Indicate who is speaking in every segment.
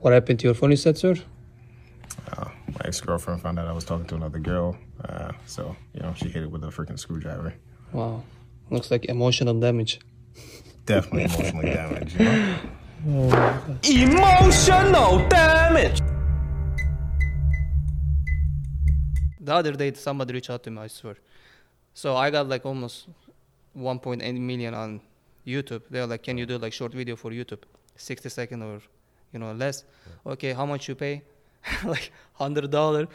Speaker 1: What happened to your phone, you said, sir?
Speaker 2: My ex girlfriend found out I was talking to another girl, uh, so you know she hit it with a freaking screwdriver.
Speaker 1: Wow. Looks like emotional damage.
Speaker 2: Definitely emotionally damaged. You know?
Speaker 3: Emotional damage.
Speaker 1: The other day, somebody reached out to me, I swear. So I got like almost 1.8 million on YouTube. They're like, can you do like short video for YouTube? 60 second or, you know, less. Okay, how much you pay? like $100.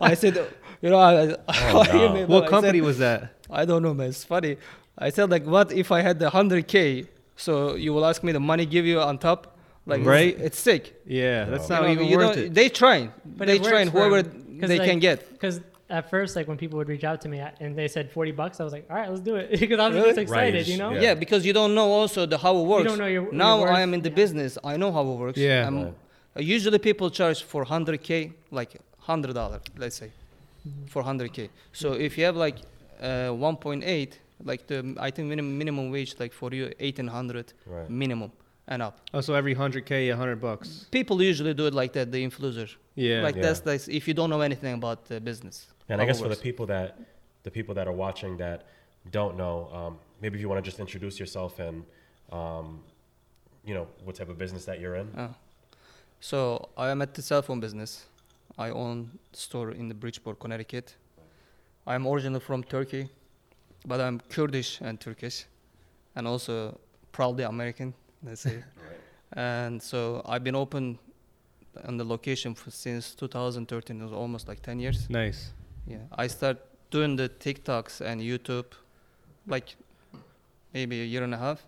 Speaker 1: I said, you know, I, I, you
Speaker 4: Oh.
Speaker 1: know, I
Speaker 5: What
Speaker 1: said-
Speaker 5: company was that?
Speaker 1: I don't know, man. It's funny. I said like, what if I had the hundred k? So you will ask me the money give you on top, like it's-
Speaker 5: Right.
Speaker 1: It's, sick.
Speaker 5: Yeah, that's
Speaker 1: Oh. You
Speaker 5: not
Speaker 1: know,
Speaker 5: even
Speaker 1: you
Speaker 5: worth
Speaker 1: know,
Speaker 5: it.
Speaker 1: They trying, they trying whoever they can get.
Speaker 6: Because at first, like when people would reach out to me and they said forty bucks, I was like, all right, let's do it because I was just
Speaker 1: Really?
Speaker 6: excited,
Speaker 5: Right,
Speaker 6: you know.
Speaker 1: Yeah. because you don't know also the how it works.
Speaker 6: know your-
Speaker 1: now
Speaker 6: your worth.
Speaker 1: I am in the business. I know how it works.
Speaker 5: Yeah.
Speaker 1: I'm-
Speaker 5: Right.
Speaker 1: uh, Usually people charge for hundred k, like hundred dollar, let's say, for hundred k. So if you have like uh, one point eight, like the I think minimum minimum wage like for you eighteen hundred
Speaker 4: Right.
Speaker 1: minimum and up.
Speaker 5: Oh, so every hundred k, hundred bucks.
Speaker 1: People usually do it like that, the influencer.
Speaker 5: Yeah.
Speaker 1: like
Speaker 4: Yeah.
Speaker 1: that's that's if you don't know anything about the business.
Speaker 4: And I
Speaker 1: how
Speaker 4: guess
Speaker 1: it
Speaker 4: for the
Speaker 1: works.
Speaker 4: people that the people that are watching that don't know, um, maybe if you want to just introduce yourself and um, you know what type of business that you're in.
Speaker 1: Uh, so I am at the cell phone business. I own store in the Bridgeport, Connecticut. I am originally from Turkey, but I'm Kurdish and Turkish, and also proudly American. Let's say. And so I've been open on the location for, since 2013. It was almost like 10 years.
Speaker 5: Nice.
Speaker 1: Yeah, I start doing the TikToks and YouTube, like maybe a year and a half,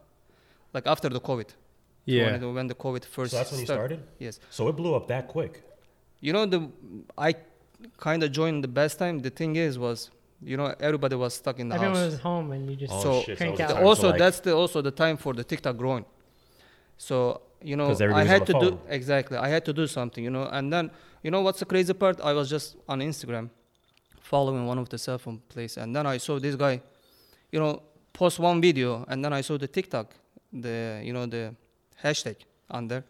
Speaker 1: like after the COVID. So
Speaker 5: Yeah.
Speaker 1: When, it- when the COVID first.
Speaker 4: so that's when you
Speaker 1: start-
Speaker 4: started.
Speaker 1: Yes.
Speaker 4: So it blew up that quick.
Speaker 1: You know the I kind of joined the best time. The thing is was you know everybody was stuck in the
Speaker 6: Everyone
Speaker 1: house.
Speaker 6: was home and you just
Speaker 4: Oh,
Speaker 1: So-
Speaker 4: shit,
Speaker 6: crank out.
Speaker 4: that was the time
Speaker 1: also
Speaker 4: to, like-
Speaker 1: that's the also the time for the TikTok growing. So you know
Speaker 4: 'Cause
Speaker 1: I
Speaker 4: everybody's on
Speaker 1: had to
Speaker 4: the
Speaker 1: do
Speaker 4: phone.
Speaker 1: exactly I had to do something you know and then you know what's the crazy part I was just on Instagram following one of the cell phone place and then I saw this guy you know post one video and then I saw the TikTok the you know the hashtag on there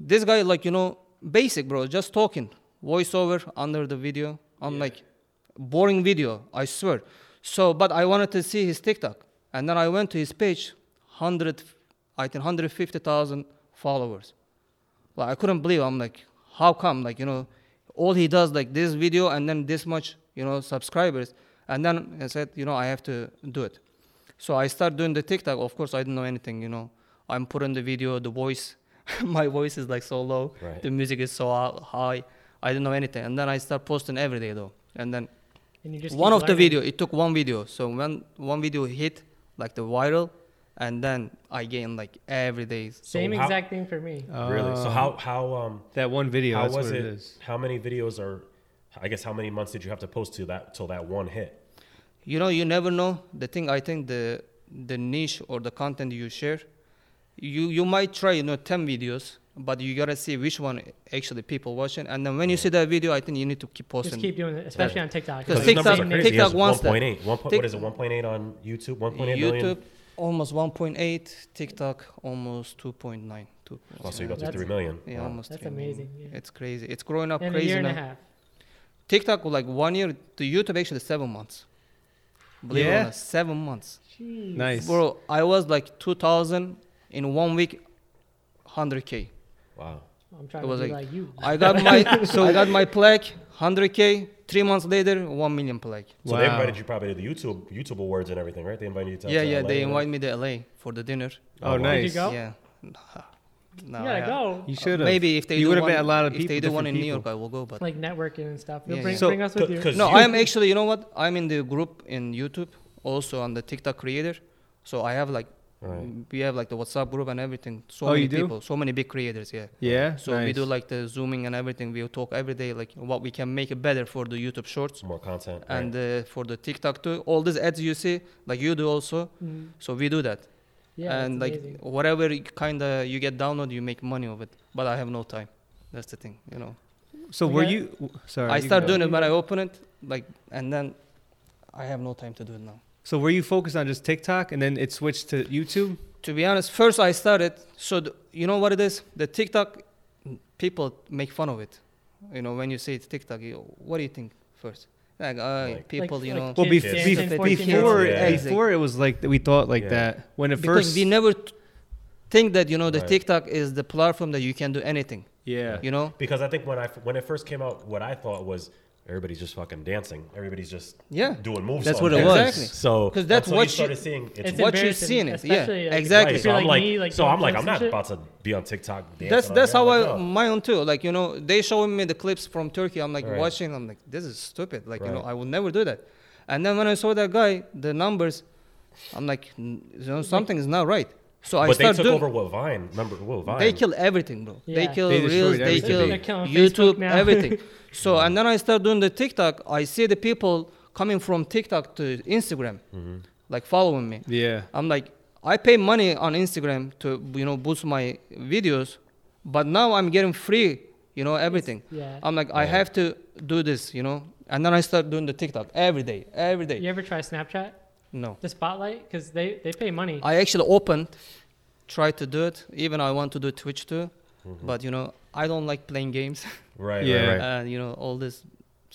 Speaker 1: this guy like you know basic bro just talking voiceover under the video i'm like boring video i swear so but i wanted to see his tiktok and then i went to his page 100 i think 150000 followers like i couldn't believe i'm like how come like you know all he does like this video and then this much you know subscribers and then i said you know i have to do it so i start doing the tiktok of course i didn't know anything you know i'm putting the video the voice my voice is like so low
Speaker 4: Right.
Speaker 1: the music is so ho- high i didn't know anything and then i start posting every day though and then
Speaker 6: And you just
Speaker 1: one
Speaker 6: keep
Speaker 1: of the
Speaker 6: learning.
Speaker 1: video it took one video so when one video hit like the viral and then i gain like every day
Speaker 6: Same
Speaker 4: how- Oh,
Speaker 6: exact thing for me.
Speaker 4: really. So how how um
Speaker 5: That one video.
Speaker 4: how
Speaker 5: that's
Speaker 4: was
Speaker 5: what
Speaker 4: it?
Speaker 5: it is.
Speaker 4: How many videos are? I guess how many months did you have to post to that till that one hit?
Speaker 1: you know you never know the thing i think the the niche or the content you share you you might try you know 10 videos but you gotta see which one actually people watching and then when you see that video i think you need to keep posting
Speaker 6: Just keep doing it, especially on TikTok.
Speaker 1: 'Cause
Speaker 4: These
Speaker 1: TikTok-
Speaker 4: numbers are crazy.
Speaker 1: TikTok
Speaker 4: It's
Speaker 1: wants that.
Speaker 4: 1.8. One point,
Speaker 1: Tik-
Speaker 4: what is it? 1.8 on YouTube. 1.8
Speaker 1: youtube
Speaker 4: million.
Speaker 1: almost 1.8 tiktok almost 2.9 2.
Speaker 4: Oh, so you got to
Speaker 6: That's-
Speaker 4: three million.
Speaker 1: yeah
Speaker 4: Wow.
Speaker 1: almost
Speaker 6: That's
Speaker 1: three million.
Speaker 6: amazing, yeah.
Speaker 1: it's crazy it's growing up
Speaker 6: in a
Speaker 1: crazy
Speaker 6: year and
Speaker 1: now.
Speaker 6: a half.
Speaker 1: tiktok was like one year the youtube actually seven months believe it or
Speaker 5: Yeah?
Speaker 1: not seven months
Speaker 6: Jeez.
Speaker 5: Nice.
Speaker 1: bro i was like 2000 in one week 100k
Speaker 4: Wow.
Speaker 6: I'm trying
Speaker 1: It
Speaker 6: to
Speaker 1: was
Speaker 6: be
Speaker 1: like-
Speaker 6: like you.
Speaker 1: I got my so I got my plaque, 100k. Three months later, one million plaque.
Speaker 4: So they
Speaker 5: Wow.
Speaker 4: invited you probably to the YouTube YouTube awards and everything, right? They invited you to
Speaker 1: yeah,
Speaker 4: to
Speaker 1: yeah.
Speaker 4: LA
Speaker 1: They
Speaker 4: and-
Speaker 1: invite me to LA for the dinner.
Speaker 5: oh,
Speaker 4: wow.
Speaker 5: nice.
Speaker 6: Did you go?
Speaker 1: Yeah. No,
Speaker 6: you gotta
Speaker 1: I-
Speaker 6: go.
Speaker 5: You should have.
Speaker 1: Maybe if they
Speaker 5: You
Speaker 1: do
Speaker 5: would've
Speaker 1: one,
Speaker 5: met a lot of
Speaker 1: if they
Speaker 5: people,
Speaker 1: do one in
Speaker 5: different
Speaker 1: New York,
Speaker 5: people.
Speaker 1: I will go. But
Speaker 6: Like networking and stuff. You'll
Speaker 1: Yeah,
Speaker 6: bring,
Speaker 1: yeah.
Speaker 6: bring us with you.
Speaker 4: Because
Speaker 1: no,
Speaker 4: you-
Speaker 1: I am actually. You know what? I'm in the group in YouTube, also on the TikTok creator. So I have like,
Speaker 4: Right.
Speaker 1: we have like the WhatsApp group and everything. So
Speaker 5: Oh,
Speaker 1: many
Speaker 5: you do?
Speaker 1: people, so many big creators. Yeah.
Speaker 5: Yeah.
Speaker 1: So we do like the zooming and everything. We talk every day, like what we can make it better for the YouTube Shorts.
Speaker 4: more content. right.
Speaker 1: and uh, for the TikTok too. All these ads you see, like you do also.
Speaker 6: Mhm.
Speaker 1: So we do that,
Speaker 6: Yeah,
Speaker 1: and
Speaker 6: that's
Speaker 1: like
Speaker 6: amazing.
Speaker 1: whatever kind of you get download, you make money of it. But I have no time. That's the thing, you know.
Speaker 5: So
Speaker 6: We
Speaker 5: were
Speaker 6: got-
Speaker 5: you? w- Sorry.
Speaker 1: I
Speaker 5: you
Speaker 1: start
Speaker 5: go.
Speaker 1: doing it when I open it, like, and then I have no time to do it now.
Speaker 5: So were you focused on just TikTok and then it switched to YouTube?
Speaker 1: To be honest, first I started. So th- you know what it is? The TikTok people make fun of it. You know, when you say it's TikTok, you, what do you think first? Like, uh,
Speaker 4: Like-
Speaker 1: people,
Speaker 6: Like-
Speaker 1: you
Speaker 6: like
Speaker 1: know,
Speaker 5: Well,
Speaker 6: Kids,
Speaker 5: bef-
Speaker 6: kids
Speaker 5: bef-
Speaker 6: and 14 year olds.
Speaker 5: before
Speaker 4: Yeah.
Speaker 5: before it was like that we thought like
Speaker 4: Yeah.
Speaker 5: that when it
Speaker 1: because
Speaker 5: first
Speaker 1: we never t- think that you know the
Speaker 4: Right.
Speaker 1: TikTok is the platform that you can do anything.
Speaker 5: yeah
Speaker 1: You know,
Speaker 4: Because I think when I when it first came out, what I thought was everybody's just fucking dancing. Everybody's just
Speaker 1: Yeah.
Speaker 4: doing moves.
Speaker 1: That's
Speaker 4: on
Speaker 1: what it
Speaker 4: dance.
Speaker 1: was. Exactly.
Speaker 4: So
Speaker 1: 'Cause that's
Speaker 4: when
Speaker 1: what
Speaker 4: you
Speaker 1: you-
Speaker 4: started seeing. It's,
Speaker 6: It's
Speaker 1: what you're
Speaker 6: embarrassing,
Speaker 1: seeing it, yeah,
Speaker 6: especially, like,
Speaker 1: exactly.
Speaker 6: if
Speaker 4: So
Speaker 6: you're
Speaker 4: I'm like,
Speaker 6: me, like
Speaker 4: so
Speaker 6: doing
Speaker 4: I'm like,
Speaker 6: flips
Speaker 4: I'm
Speaker 6: and
Speaker 4: not
Speaker 6: shit.
Speaker 4: about to be on TikTok. Dancing
Speaker 1: that's
Speaker 4: on
Speaker 1: that's
Speaker 4: there.
Speaker 1: how I
Speaker 4: Like, no.
Speaker 1: mine too. Like you know, they showing me the clips from Turkey. I'm like
Speaker 4: Right.
Speaker 1: watching. I'm like, this is stupid. Like you know,
Speaker 4: Right.
Speaker 1: I will never do that. And then when I saw that guy, the numbers, I'm like, "N- you know, something is not right. So I
Speaker 4: But they
Speaker 1: start
Speaker 4: took
Speaker 1: doing.
Speaker 4: over what Vine. Remember what Vine?
Speaker 1: They kill everything, bro. They
Speaker 6: Yeah.
Speaker 1: kill
Speaker 5: They destroyed
Speaker 1: reels, they
Speaker 5: everything.
Speaker 1: kill
Speaker 6: They're killing
Speaker 1: YouTube,
Speaker 6: Facebook now.
Speaker 1: everything. So and then I start doing the TikTok. I see the people coming from TikTok to Instagram,
Speaker 5: Mm-hmm.
Speaker 1: like following me.
Speaker 5: yeah
Speaker 1: I'm like, I pay money on Instagram to you know boost my videos, but now I'm getting free, you know everything.
Speaker 6: yeah.
Speaker 1: I'm like, I have to do this, you know. And then I start doing the TikTok every day, every day.
Speaker 6: You ever try Snapchat?
Speaker 1: No,
Speaker 6: The Spotlight? Because they, they pay money.
Speaker 1: I actually opened, tried to do it. Even I want to do Twitch too,
Speaker 4: Mm-hmm.
Speaker 1: but you know I don't like playing games
Speaker 4: Right.
Speaker 5: Yeah.
Speaker 4: Right. Right.
Speaker 1: and you know all this,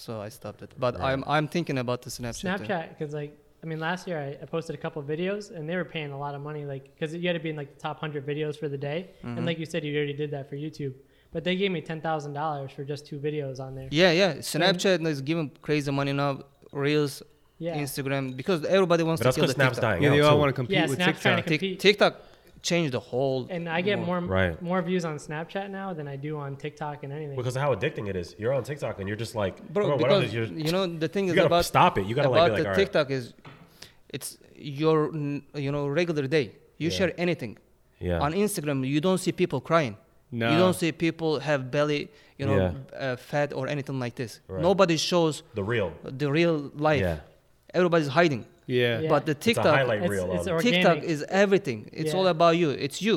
Speaker 1: so I stopped it. But I'm I'm thinking about the Snapchat. too.
Speaker 6: Snapchat, because like I mean, last year I, I posted a couple videos and they were paying a lot of money, like because you had to be in like the top hundred videos for the day,
Speaker 1: Mm-hmm.
Speaker 6: and like you said, you already did that for YouTube, but they gave me ten thousand dollars for just two videos on there.
Speaker 1: Yeah, yeah. Snapchat is giving crazy money now. Reels,
Speaker 6: Yeah,
Speaker 1: Instagram, because everybody wants
Speaker 4: But that's
Speaker 1: to kill
Speaker 4: because
Speaker 1: the
Speaker 4: Snap's
Speaker 1: TikTok.
Speaker 4: dying.
Speaker 5: yeah
Speaker 4: out
Speaker 5: they all
Speaker 4: too.
Speaker 5: want to compete
Speaker 6: Yeah,
Speaker 5: with
Speaker 6: Snapchat
Speaker 5: TikTok
Speaker 6: can-
Speaker 1: Tik-
Speaker 6: compete.
Speaker 1: TikTok changed the whole.
Speaker 6: and I get more
Speaker 4: Right.
Speaker 6: more views on Snapchat now than I do on TikTok and anything.
Speaker 4: because of how addicting it is. You're on TikTok and you're just like,
Speaker 1: bro,
Speaker 4: bro, what
Speaker 1: because
Speaker 4: else? You're,
Speaker 1: you know the thing
Speaker 4: you
Speaker 1: is
Speaker 4: gotta
Speaker 1: about
Speaker 4: stop it. You gotta like,
Speaker 1: about
Speaker 4: be like,
Speaker 1: the
Speaker 4: all right.
Speaker 1: TikTok is, it's your n- you know regular day. You
Speaker 4: Yeah.
Speaker 1: share anything
Speaker 4: Yeah.
Speaker 1: on Instagram. You don't see people crying.
Speaker 5: No.
Speaker 1: You don't see people have belly, you know, uh, fat or anything like this.
Speaker 4: Right.
Speaker 1: Nobody shows
Speaker 4: the real.
Speaker 1: the real life.
Speaker 4: Yeah.
Speaker 1: Everybody's hiding.
Speaker 5: yeah
Speaker 6: Yeah.
Speaker 1: But the
Speaker 4: It's a
Speaker 1: TikTok,
Speaker 4: highlight
Speaker 6: it's,
Speaker 4: reel.
Speaker 6: it's
Speaker 4: of it.
Speaker 6: organic.
Speaker 1: TikTok is everything. It's all
Speaker 6: Yeah.
Speaker 1: about you. It's you.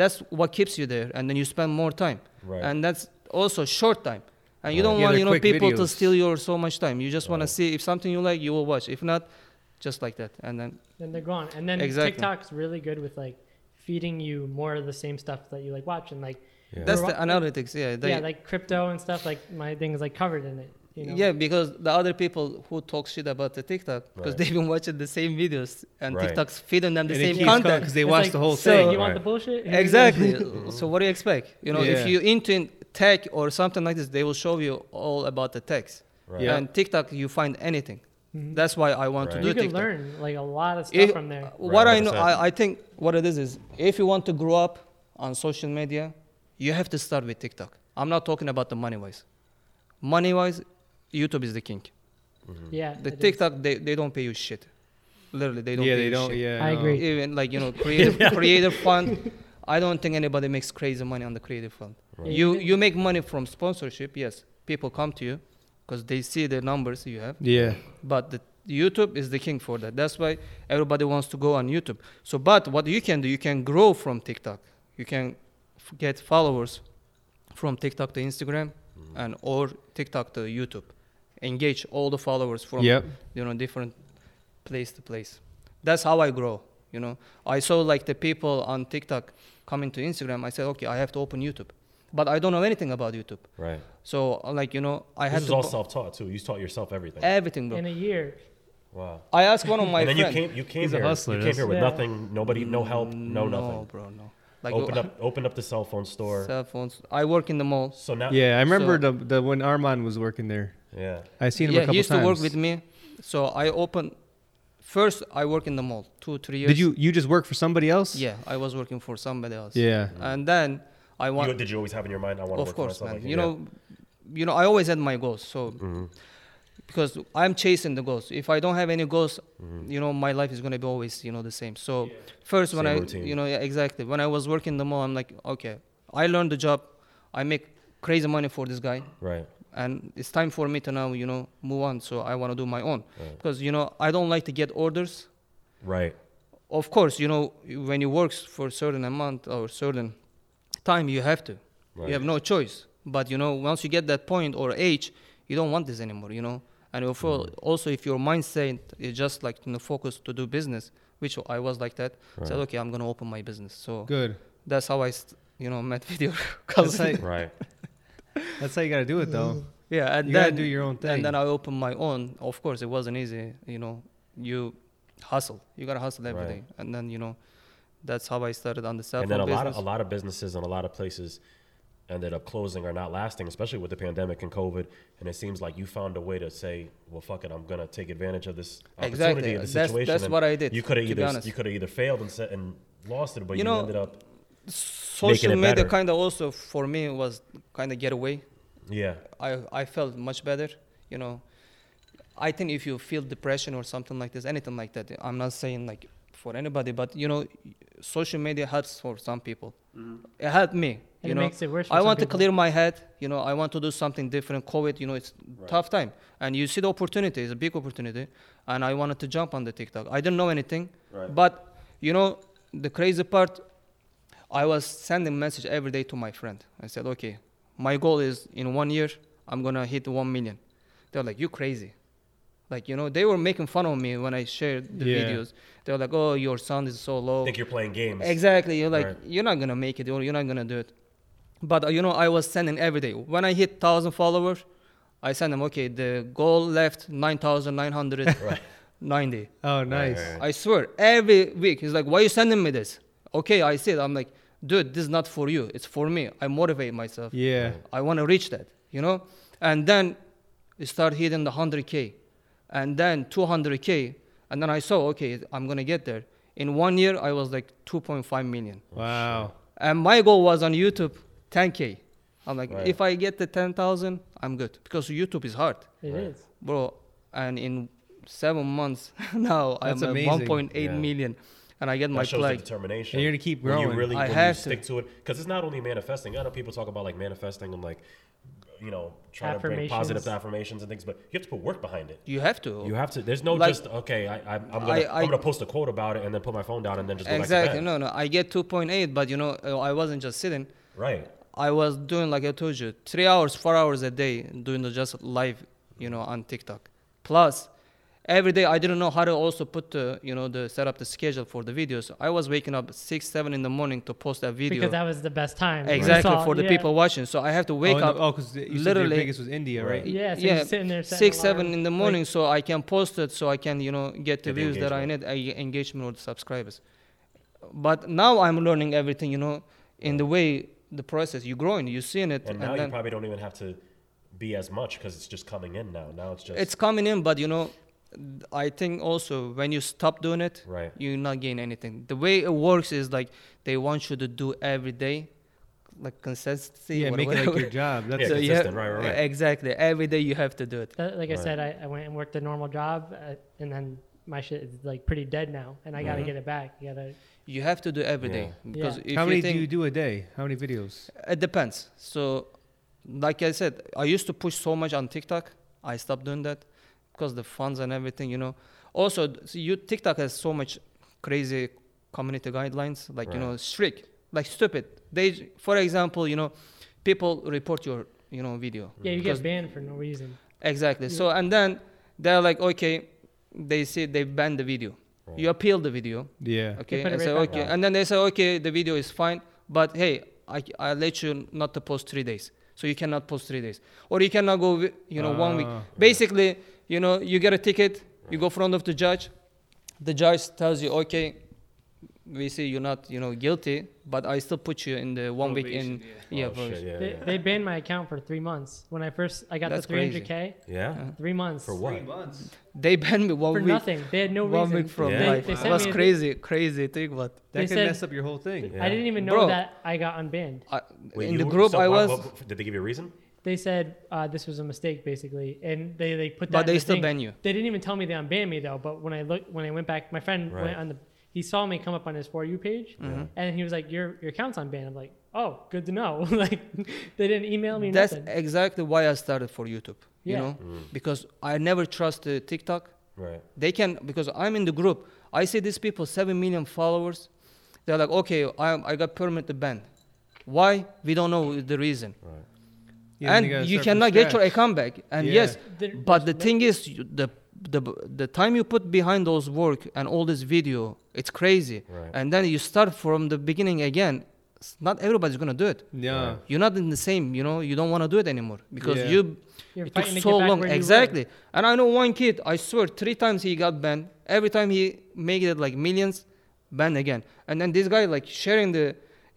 Speaker 1: That's what keeps you there, and then you spend more time.
Speaker 4: Right.
Speaker 1: And that's also short time. And you don't
Speaker 5: Yeah,
Speaker 1: want
Speaker 5: they're
Speaker 1: you know
Speaker 5: quick
Speaker 1: people to
Speaker 5: videos.
Speaker 1: steal your so much time. You just want to see if something you like, you will watch. If not, just like that. And then
Speaker 6: then they're gone. And then
Speaker 1: Exactly.
Speaker 6: TikTok's really good with like feeding you more of the same stuff that you like watch and like
Speaker 4: Yeah.
Speaker 1: that's
Speaker 6: Or
Speaker 1: the
Speaker 6: what-
Speaker 1: analytics. Yeah. They,
Speaker 6: yeah, like crypto and stuff. Like my thing is like covered in it. You know?
Speaker 1: Yeah, because the other people who talk shit about the TikTok because
Speaker 4: Right.
Speaker 1: they've been watching the same videos and
Speaker 4: Right.
Speaker 1: TikTok's feeding them the
Speaker 5: and
Speaker 1: same content.
Speaker 5: because they
Speaker 6: It's
Speaker 5: watch
Speaker 6: like,
Speaker 5: the whole
Speaker 6: so
Speaker 5: thing
Speaker 6: You want the
Speaker 4: Right.
Speaker 6: bullshit? Here's the-
Speaker 1: Exactly. so what do you expect? You know,
Speaker 5: Yeah.
Speaker 1: if you're into tech or something like this, they will show you all about the techs.
Speaker 4: Right. Mm-hmm.
Speaker 5: Yeah.
Speaker 1: And TikTok, you find anything. That's why I want
Speaker 4: Right.
Speaker 1: to do
Speaker 6: You can
Speaker 1: TikTok. Mm-hmm.
Speaker 6: learn like a lot of stuff
Speaker 1: If-
Speaker 6: from there.
Speaker 1: What
Speaker 4: Right,
Speaker 1: I know,
Speaker 4: 100%.
Speaker 1: I, I think what it is is, if you want to grow up on social media, you have to start with TikTok. I'm not talking about the money wise. Money wise, YouTube is the king.
Speaker 6: Yeah.
Speaker 1: The
Speaker 6: it is.
Speaker 1: TikTok, they, they don't pay you shit. Literally, they don't.
Speaker 5: yeah
Speaker 1: pay
Speaker 5: they
Speaker 1: you
Speaker 5: don't
Speaker 1: shit
Speaker 5: yeah
Speaker 6: I
Speaker 5: no.
Speaker 6: agree.
Speaker 1: even like you know creative creative fund i don't think anybody makes crazy money on the creative fund
Speaker 6: Right.
Speaker 1: you you make money from sponsorship yes people come to you because they see the numbers you have
Speaker 5: yeah
Speaker 1: but the youtube is the king for that that's why everybody wants to go on youtube so but what you can do you can grow from tiktok you can f- get followers from tiktok to instagram
Speaker 5: Mm-hmm.
Speaker 1: and or tiktok to youtube engage all the followers from
Speaker 5: Yep.
Speaker 1: you know different place to place that's how i grow you know i saw like the people on tiktok coming to instagram i said okay i have to open youtube but i don't know anything about youtube
Speaker 4: Right.
Speaker 1: so like you know i
Speaker 4: This
Speaker 1: had
Speaker 4: is
Speaker 1: to
Speaker 4: all
Speaker 1: bu-
Speaker 4: self-taught too. You taught yourself everything.
Speaker 1: everything bro
Speaker 6: In a year.
Speaker 4: Wow.
Speaker 1: i asked one of my
Speaker 4: and then
Speaker 1: friends
Speaker 4: you came. You came
Speaker 5: He's a
Speaker 4: here.
Speaker 5: hustler,
Speaker 4: you came here with
Speaker 6: that's-
Speaker 4: nothing. Nobody. No help. No, nothing.
Speaker 1: bro no like uh,
Speaker 4: opened up. Opened up the cell phone store.
Speaker 1: cell phones i work in the mall
Speaker 4: so now.
Speaker 5: yeah I remember
Speaker 1: So-
Speaker 5: the, the when Armand was working there
Speaker 4: Yeah.
Speaker 5: I seen him a
Speaker 1: yeah
Speaker 5: couple
Speaker 1: he used
Speaker 5: times
Speaker 1: to work with me so i open first i work in the mall two three years
Speaker 5: did you you just work for somebody else
Speaker 1: yeah i was working for somebody else
Speaker 5: yeah
Speaker 1: and then i want
Speaker 4: You, did you always have in your mind? I want to
Speaker 1: of
Speaker 4: work
Speaker 1: course
Speaker 4: for
Speaker 1: man
Speaker 4: myself. like
Speaker 1: you know you know i always had my goals so
Speaker 4: Mm-hmm.
Speaker 1: because i'm chasing the goals if i don't have any goals
Speaker 4: Mm-hmm.
Speaker 1: you know my life is going to be always you know the same so first when
Speaker 4: Same
Speaker 1: i
Speaker 4: routine.
Speaker 1: you know yeah, exactly when i was working the mall i'm like okay i learned the job i make crazy money for this guy
Speaker 4: Right.
Speaker 1: and it's time for me to now you know move on so i want to do my own because you know i don't like to get orders
Speaker 4: Right.
Speaker 1: of course you know when you work for a certain amount or certain time you have to
Speaker 4: Right.
Speaker 1: you have no choice but you know once you get that point or age you don't want this anymore you know and if,
Speaker 4: Mm-hmm.
Speaker 1: also if your mindset is just like you know focus to do business which i was like that said okay i'm gonna open my business so
Speaker 5: good
Speaker 1: that's how i st- you know met video cousin.
Speaker 5: like-
Speaker 4: Right.
Speaker 5: That's how you gotta do it, though.
Speaker 1: yeah, and
Speaker 5: You
Speaker 1: then
Speaker 5: gotta do your own thing.
Speaker 1: And then I opened my own. Of course, it wasn't easy. You know, you hustle. You gotta hustle every day.
Speaker 4: Right.
Speaker 1: And then you know, that's how I started on the cell
Speaker 4: and then a
Speaker 1: phone
Speaker 4: lot of
Speaker 1: business.
Speaker 4: a lot of businesses and a lot of places ended up closing or not lasting, especially with the pandemic and COVID. And it seems like you found a way to say, "Well, fuck it, I'm gonna take advantage of this
Speaker 1: Exactly.
Speaker 4: opportunity of the
Speaker 1: That's-
Speaker 4: situation."
Speaker 1: that's
Speaker 4: And
Speaker 1: what I did,
Speaker 4: You could have
Speaker 1: to be
Speaker 4: either
Speaker 1: honest.
Speaker 4: you could have either failed and said, and lost it, but
Speaker 1: You
Speaker 4: you,
Speaker 1: know,
Speaker 4: ended up
Speaker 1: Social
Speaker 4: it
Speaker 1: media
Speaker 4: better.
Speaker 1: kind of also for me was kind of get away.
Speaker 4: yeah.
Speaker 1: I I felt much better. You know, I think if you feel depression or something like this, anything like that, I'm not saying like for anybody, but you know, social media helps for some people. It helped me.
Speaker 6: Mm-hmm. And
Speaker 1: you
Speaker 6: it
Speaker 1: know,
Speaker 6: makes it worse for
Speaker 1: I
Speaker 6: some
Speaker 1: want to
Speaker 6: people.
Speaker 1: clear my head. You know, I want to do something different. COVID, you know, it's tough time, and you see the opportunity. It's a big opportunity, and I wanted to jump on the TikTok. I didn't know anything,
Speaker 4: Right.
Speaker 1: but you know, the crazy part, I was sending message every day to my friend. I said, okay, my goal is in one year I'm gonna hit one million. They're like, you crazy. Like you know, they were making fun of me when I shared the
Speaker 5: Yeah.
Speaker 1: videos. They're like, oh, your sound is so low.
Speaker 4: I think you're playing games.
Speaker 1: Exactly. You're like,
Speaker 4: Right.
Speaker 1: you're not gonna make it, or you're not gonna do it. But uh, you know, I was sending every day. When I hit thousand followers, I send them, okay, the goal left nine thousand nine hundred ninety.
Speaker 5: Oh, nice.
Speaker 4: right.
Speaker 1: I swear, every week he's like, "Why you sending me this?" Okay, I said, I'm like, dude, this is not for you. It's for me. I motivate myself.
Speaker 5: Yeah.
Speaker 1: I want to reach that, you know? And then it start hitting the 100K and then 200K. And then I saw, okay, I'm going to get there. In one year, I was like 2.5 million.
Speaker 5: Wow. Oh,
Speaker 1: And my goal was on YouTube, 10K. I'm like,
Speaker 4: Right.
Speaker 1: if I get the 10,000, I'm good because YouTube is hard,
Speaker 6: It is.
Speaker 4: Right.
Speaker 1: bro. And in seven months now,
Speaker 5: That's
Speaker 1: I'm
Speaker 5: amazing.
Speaker 1: at 1.8 million,
Speaker 4: Yeah.
Speaker 1: and I get my
Speaker 4: That shows the
Speaker 1: plug.
Speaker 4: determination.
Speaker 5: And you're gonna keep
Speaker 4: When
Speaker 5: growing.
Speaker 4: you really
Speaker 1: I
Speaker 4: when
Speaker 1: have
Speaker 4: you
Speaker 1: to.
Speaker 4: stick to it because it's not only manifesting. I know people talk about like manifesting and like you know trying to bring positive
Speaker 6: Affirmations.
Speaker 4: affirmations and things, but you have to put work behind it.
Speaker 1: You have to.
Speaker 4: You have to. There's no
Speaker 1: Like-
Speaker 4: just okay. I, I, I'm gonna I,
Speaker 1: I-
Speaker 4: am
Speaker 1: I-
Speaker 4: going to post a quote about it and then put my phone down and then just go back
Speaker 1: exactly.
Speaker 4: to bed.
Speaker 1: No, no. I get 2.8, but you know, uh, I wasn't just sitting.
Speaker 4: Right.
Speaker 1: I was doing like I told you, three hours, four hours a day doing the just live, you know, on TikTok. Plus, every day I didn't know how to also put the, you know, the set up the schedule for the videos. I was waking up six, seven in the morning to post that video.
Speaker 6: Because that was the best time. You
Speaker 1: exactly
Speaker 6: saw-
Speaker 1: for the
Speaker 6: yeah.
Speaker 1: people watching. So I have to wake
Speaker 5: oh,
Speaker 1: up.
Speaker 5: oh, because you said your
Speaker 1: literally-
Speaker 5: biggest was India, right?
Speaker 4: Right.
Speaker 6: Yeah, so
Speaker 1: yeah,
Speaker 6: you're sitting there setting
Speaker 1: six,
Speaker 6: an
Speaker 1: seven
Speaker 6: alarm.
Speaker 1: in the
Speaker 6: Like,
Speaker 1: morning, so I can post it, so I can, you know, get the
Speaker 4: Get the
Speaker 1: views that I need, I engagement with subscribers. But now I'm learning everything, you know, in the way the process. You're growing, you're seeing it,
Speaker 4: And
Speaker 1: and,
Speaker 4: now you
Speaker 1: then
Speaker 4: probably don't even have to be as much because it's just coming in now. Now it's just
Speaker 1: it's coming in. But you know, th- I think also when you stop doing it,
Speaker 4: right.
Speaker 1: you not gain anything. The way it works is like they want you to do every day, like consistency.
Speaker 5: Yeah, make it like your job. That's
Speaker 4: Yeah,
Speaker 1: so you have,
Speaker 4: consistent, right, right, right.
Speaker 1: Exactly, every day you have to do it.
Speaker 6: that- like I
Speaker 4: Right.
Speaker 6: said, I, I went and worked a normal job, uh, and then my shit is like pretty dead now, and I
Speaker 4: Mm-hmm.
Speaker 6: gotta
Speaker 1: Mhm.
Speaker 6: get it back. You gotta.
Speaker 1: You have to do every
Speaker 4: Yeah.
Speaker 1: day because
Speaker 6: Yeah.
Speaker 1: if
Speaker 5: How many
Speaker 1: you think,
Speaker 5: do you do a day? How many videos?
Speaker 1: It depends. So, like I said, I used to push so much on TikTok. I stopped doing that because the funds and everything, you know. Also, th- so you TikTok has so much crazy community guidelines, like you know, strict, like stupid. They, j- for example, you know, people report your, you know, video.
Speaker 6: Yeah, you
Speaker 1: Because-
Speaker 6: get banned for no reason.
Speaker 1: Exactly. So and then they're like, okay, they say they ban the video. You appeal the video.
Speaker 5: Yeah.
Speaker 1: Okay,
Speaker 6: put it
Speaker 1: I
Speaker 6: right
Speaker 1: say
Speaker 6: back
Speaker 1: okay,
Speaker 4: up.
Speaker 1: and then they say okay, the video is fine, but hey, I I let you not to post three days, so you cannot post three days, or you cannot go, wi- you know, one week.
Speaker 5: Ah.
Speaker 1: Basically, you know, you get a ticket, you go front of the judge, the judge tells you okay, we see you're not, you know, guilty, but I still put you in the one week in, yeah,
Speaker 4: oh, shit,
Speaker 1: probation.
Speaker 4: yeah,
Speaker 6: They,
Speaker 4: yeah.
Speaker 6: they banned my account for three months. When I first, I got
Speaker 1: That's
Speaker 6: the
Speaker 1: crazy.
Speaker 6: 300k.
Speaker 4: yeah.
Speaker 6: Three months
Speaker 4: For what?
Speaker 5: months.
Speaker 1: They banned me one
Speaker 6: For
Speaker 1: week,
Speaker 6: nothing. They had no
Speaker 1: one
Speaker 6: reason.
Speaker 1: week from
Speaker 6: they,
Speaker 4: Yeah.
Speaker 1: life.
Speaker 6: they
Speaker 1: It
Speaker 6: sent
Speaker 1: was
Speaker 6: me a-
Speaker 1: crazy, crazy thing, but.
Speaker 5: That
Speaker 6: They
Speaker 5: could
Speaker 6: said-
Speaker 5: mess up your whole thing.
Speaker 4: Yeah.
Speaker 6: I didn't even know
Speaker 1: Bro.
Speaker 6: that I got unbanned.
Speaker 1: I,
Speaker 4: Wait,
Speaker 1: in
Speaker 4: you
Speaker 1: the
Speaker 4: were-
Speaker 1: group,
Speaker 4: so
Speaker 1: I
Speaker 4: why-
Speaker 1: was,
Speaker 4: what- did they give you a reason?
Speaker 6: They said uh, this was a mistake, basically, and they they put that.
Speaker 1: but
Speaker 6: in
Speaker 1: they
Speaker 6: the
Speaker 1: still
Speaker 6: thing.
Speaker 1: ban you.
Speaker 6: They didn't even tell me they unbanned me though. But when I looked, when I went back, my friend
Speaker 4: Right.
Speaker 6: went on the. He saw me come up on his for you page,
Speaker 1: Mm-hmm.
Speaker 6: and he was like, "Your your account's on ban." I'm like, "Oh, good to know." like, they didn't email me
Speaker 1: That's
Speaker 6: nothing.
Speaker 1: exactly why I started for YouTube. You
Speaker 6: Yeah.
Speaker 1: know,
Speaker 5: Mm.
Speaker 1: because I never trust uh, TikTok.
Speaker 4: Right.
Speaker 1: They can because I'm in the group. I see these people, seven million followers. They're like, okay, I, I got permit to ban. Why? We don't know the reason.
Speaker 5: Yeah, then
Speaker 1: and
Speaker 5: gotta
Speaker 1: you
Speaker 5: start from
Speaker 1: cannot get your
Speaker 5: scratch.
Speaker 1: account back. And
Speaker 5: Yeah.
Speaker 1: yes,
Speaker 6: There-
Speaker 1: but the thing is, you- the the the time you put behind those work and all this video, it's crazy.
Speaker 4: Right.
Speaker 1: And then you start from the beginning again. s- not everybody's gonna do it.
Speaker 5: Yeah.
Speaker 1: You're not in the same, you know. You don't want to do it anymore because
Speaker 5: Yeah.
Speaker 1: you
Speaker 6: You're
Speaker 1: it took
Speaker 6: fighting to
Speaker 1: so
Speaker 6: get back
Speaker 1: long.
Speaker 6: where you were.
Speaker 1: Exactly. And I know one kid. I swear, three times he got banned. Every time he made it like millions, banned again. And then this guy like sharing the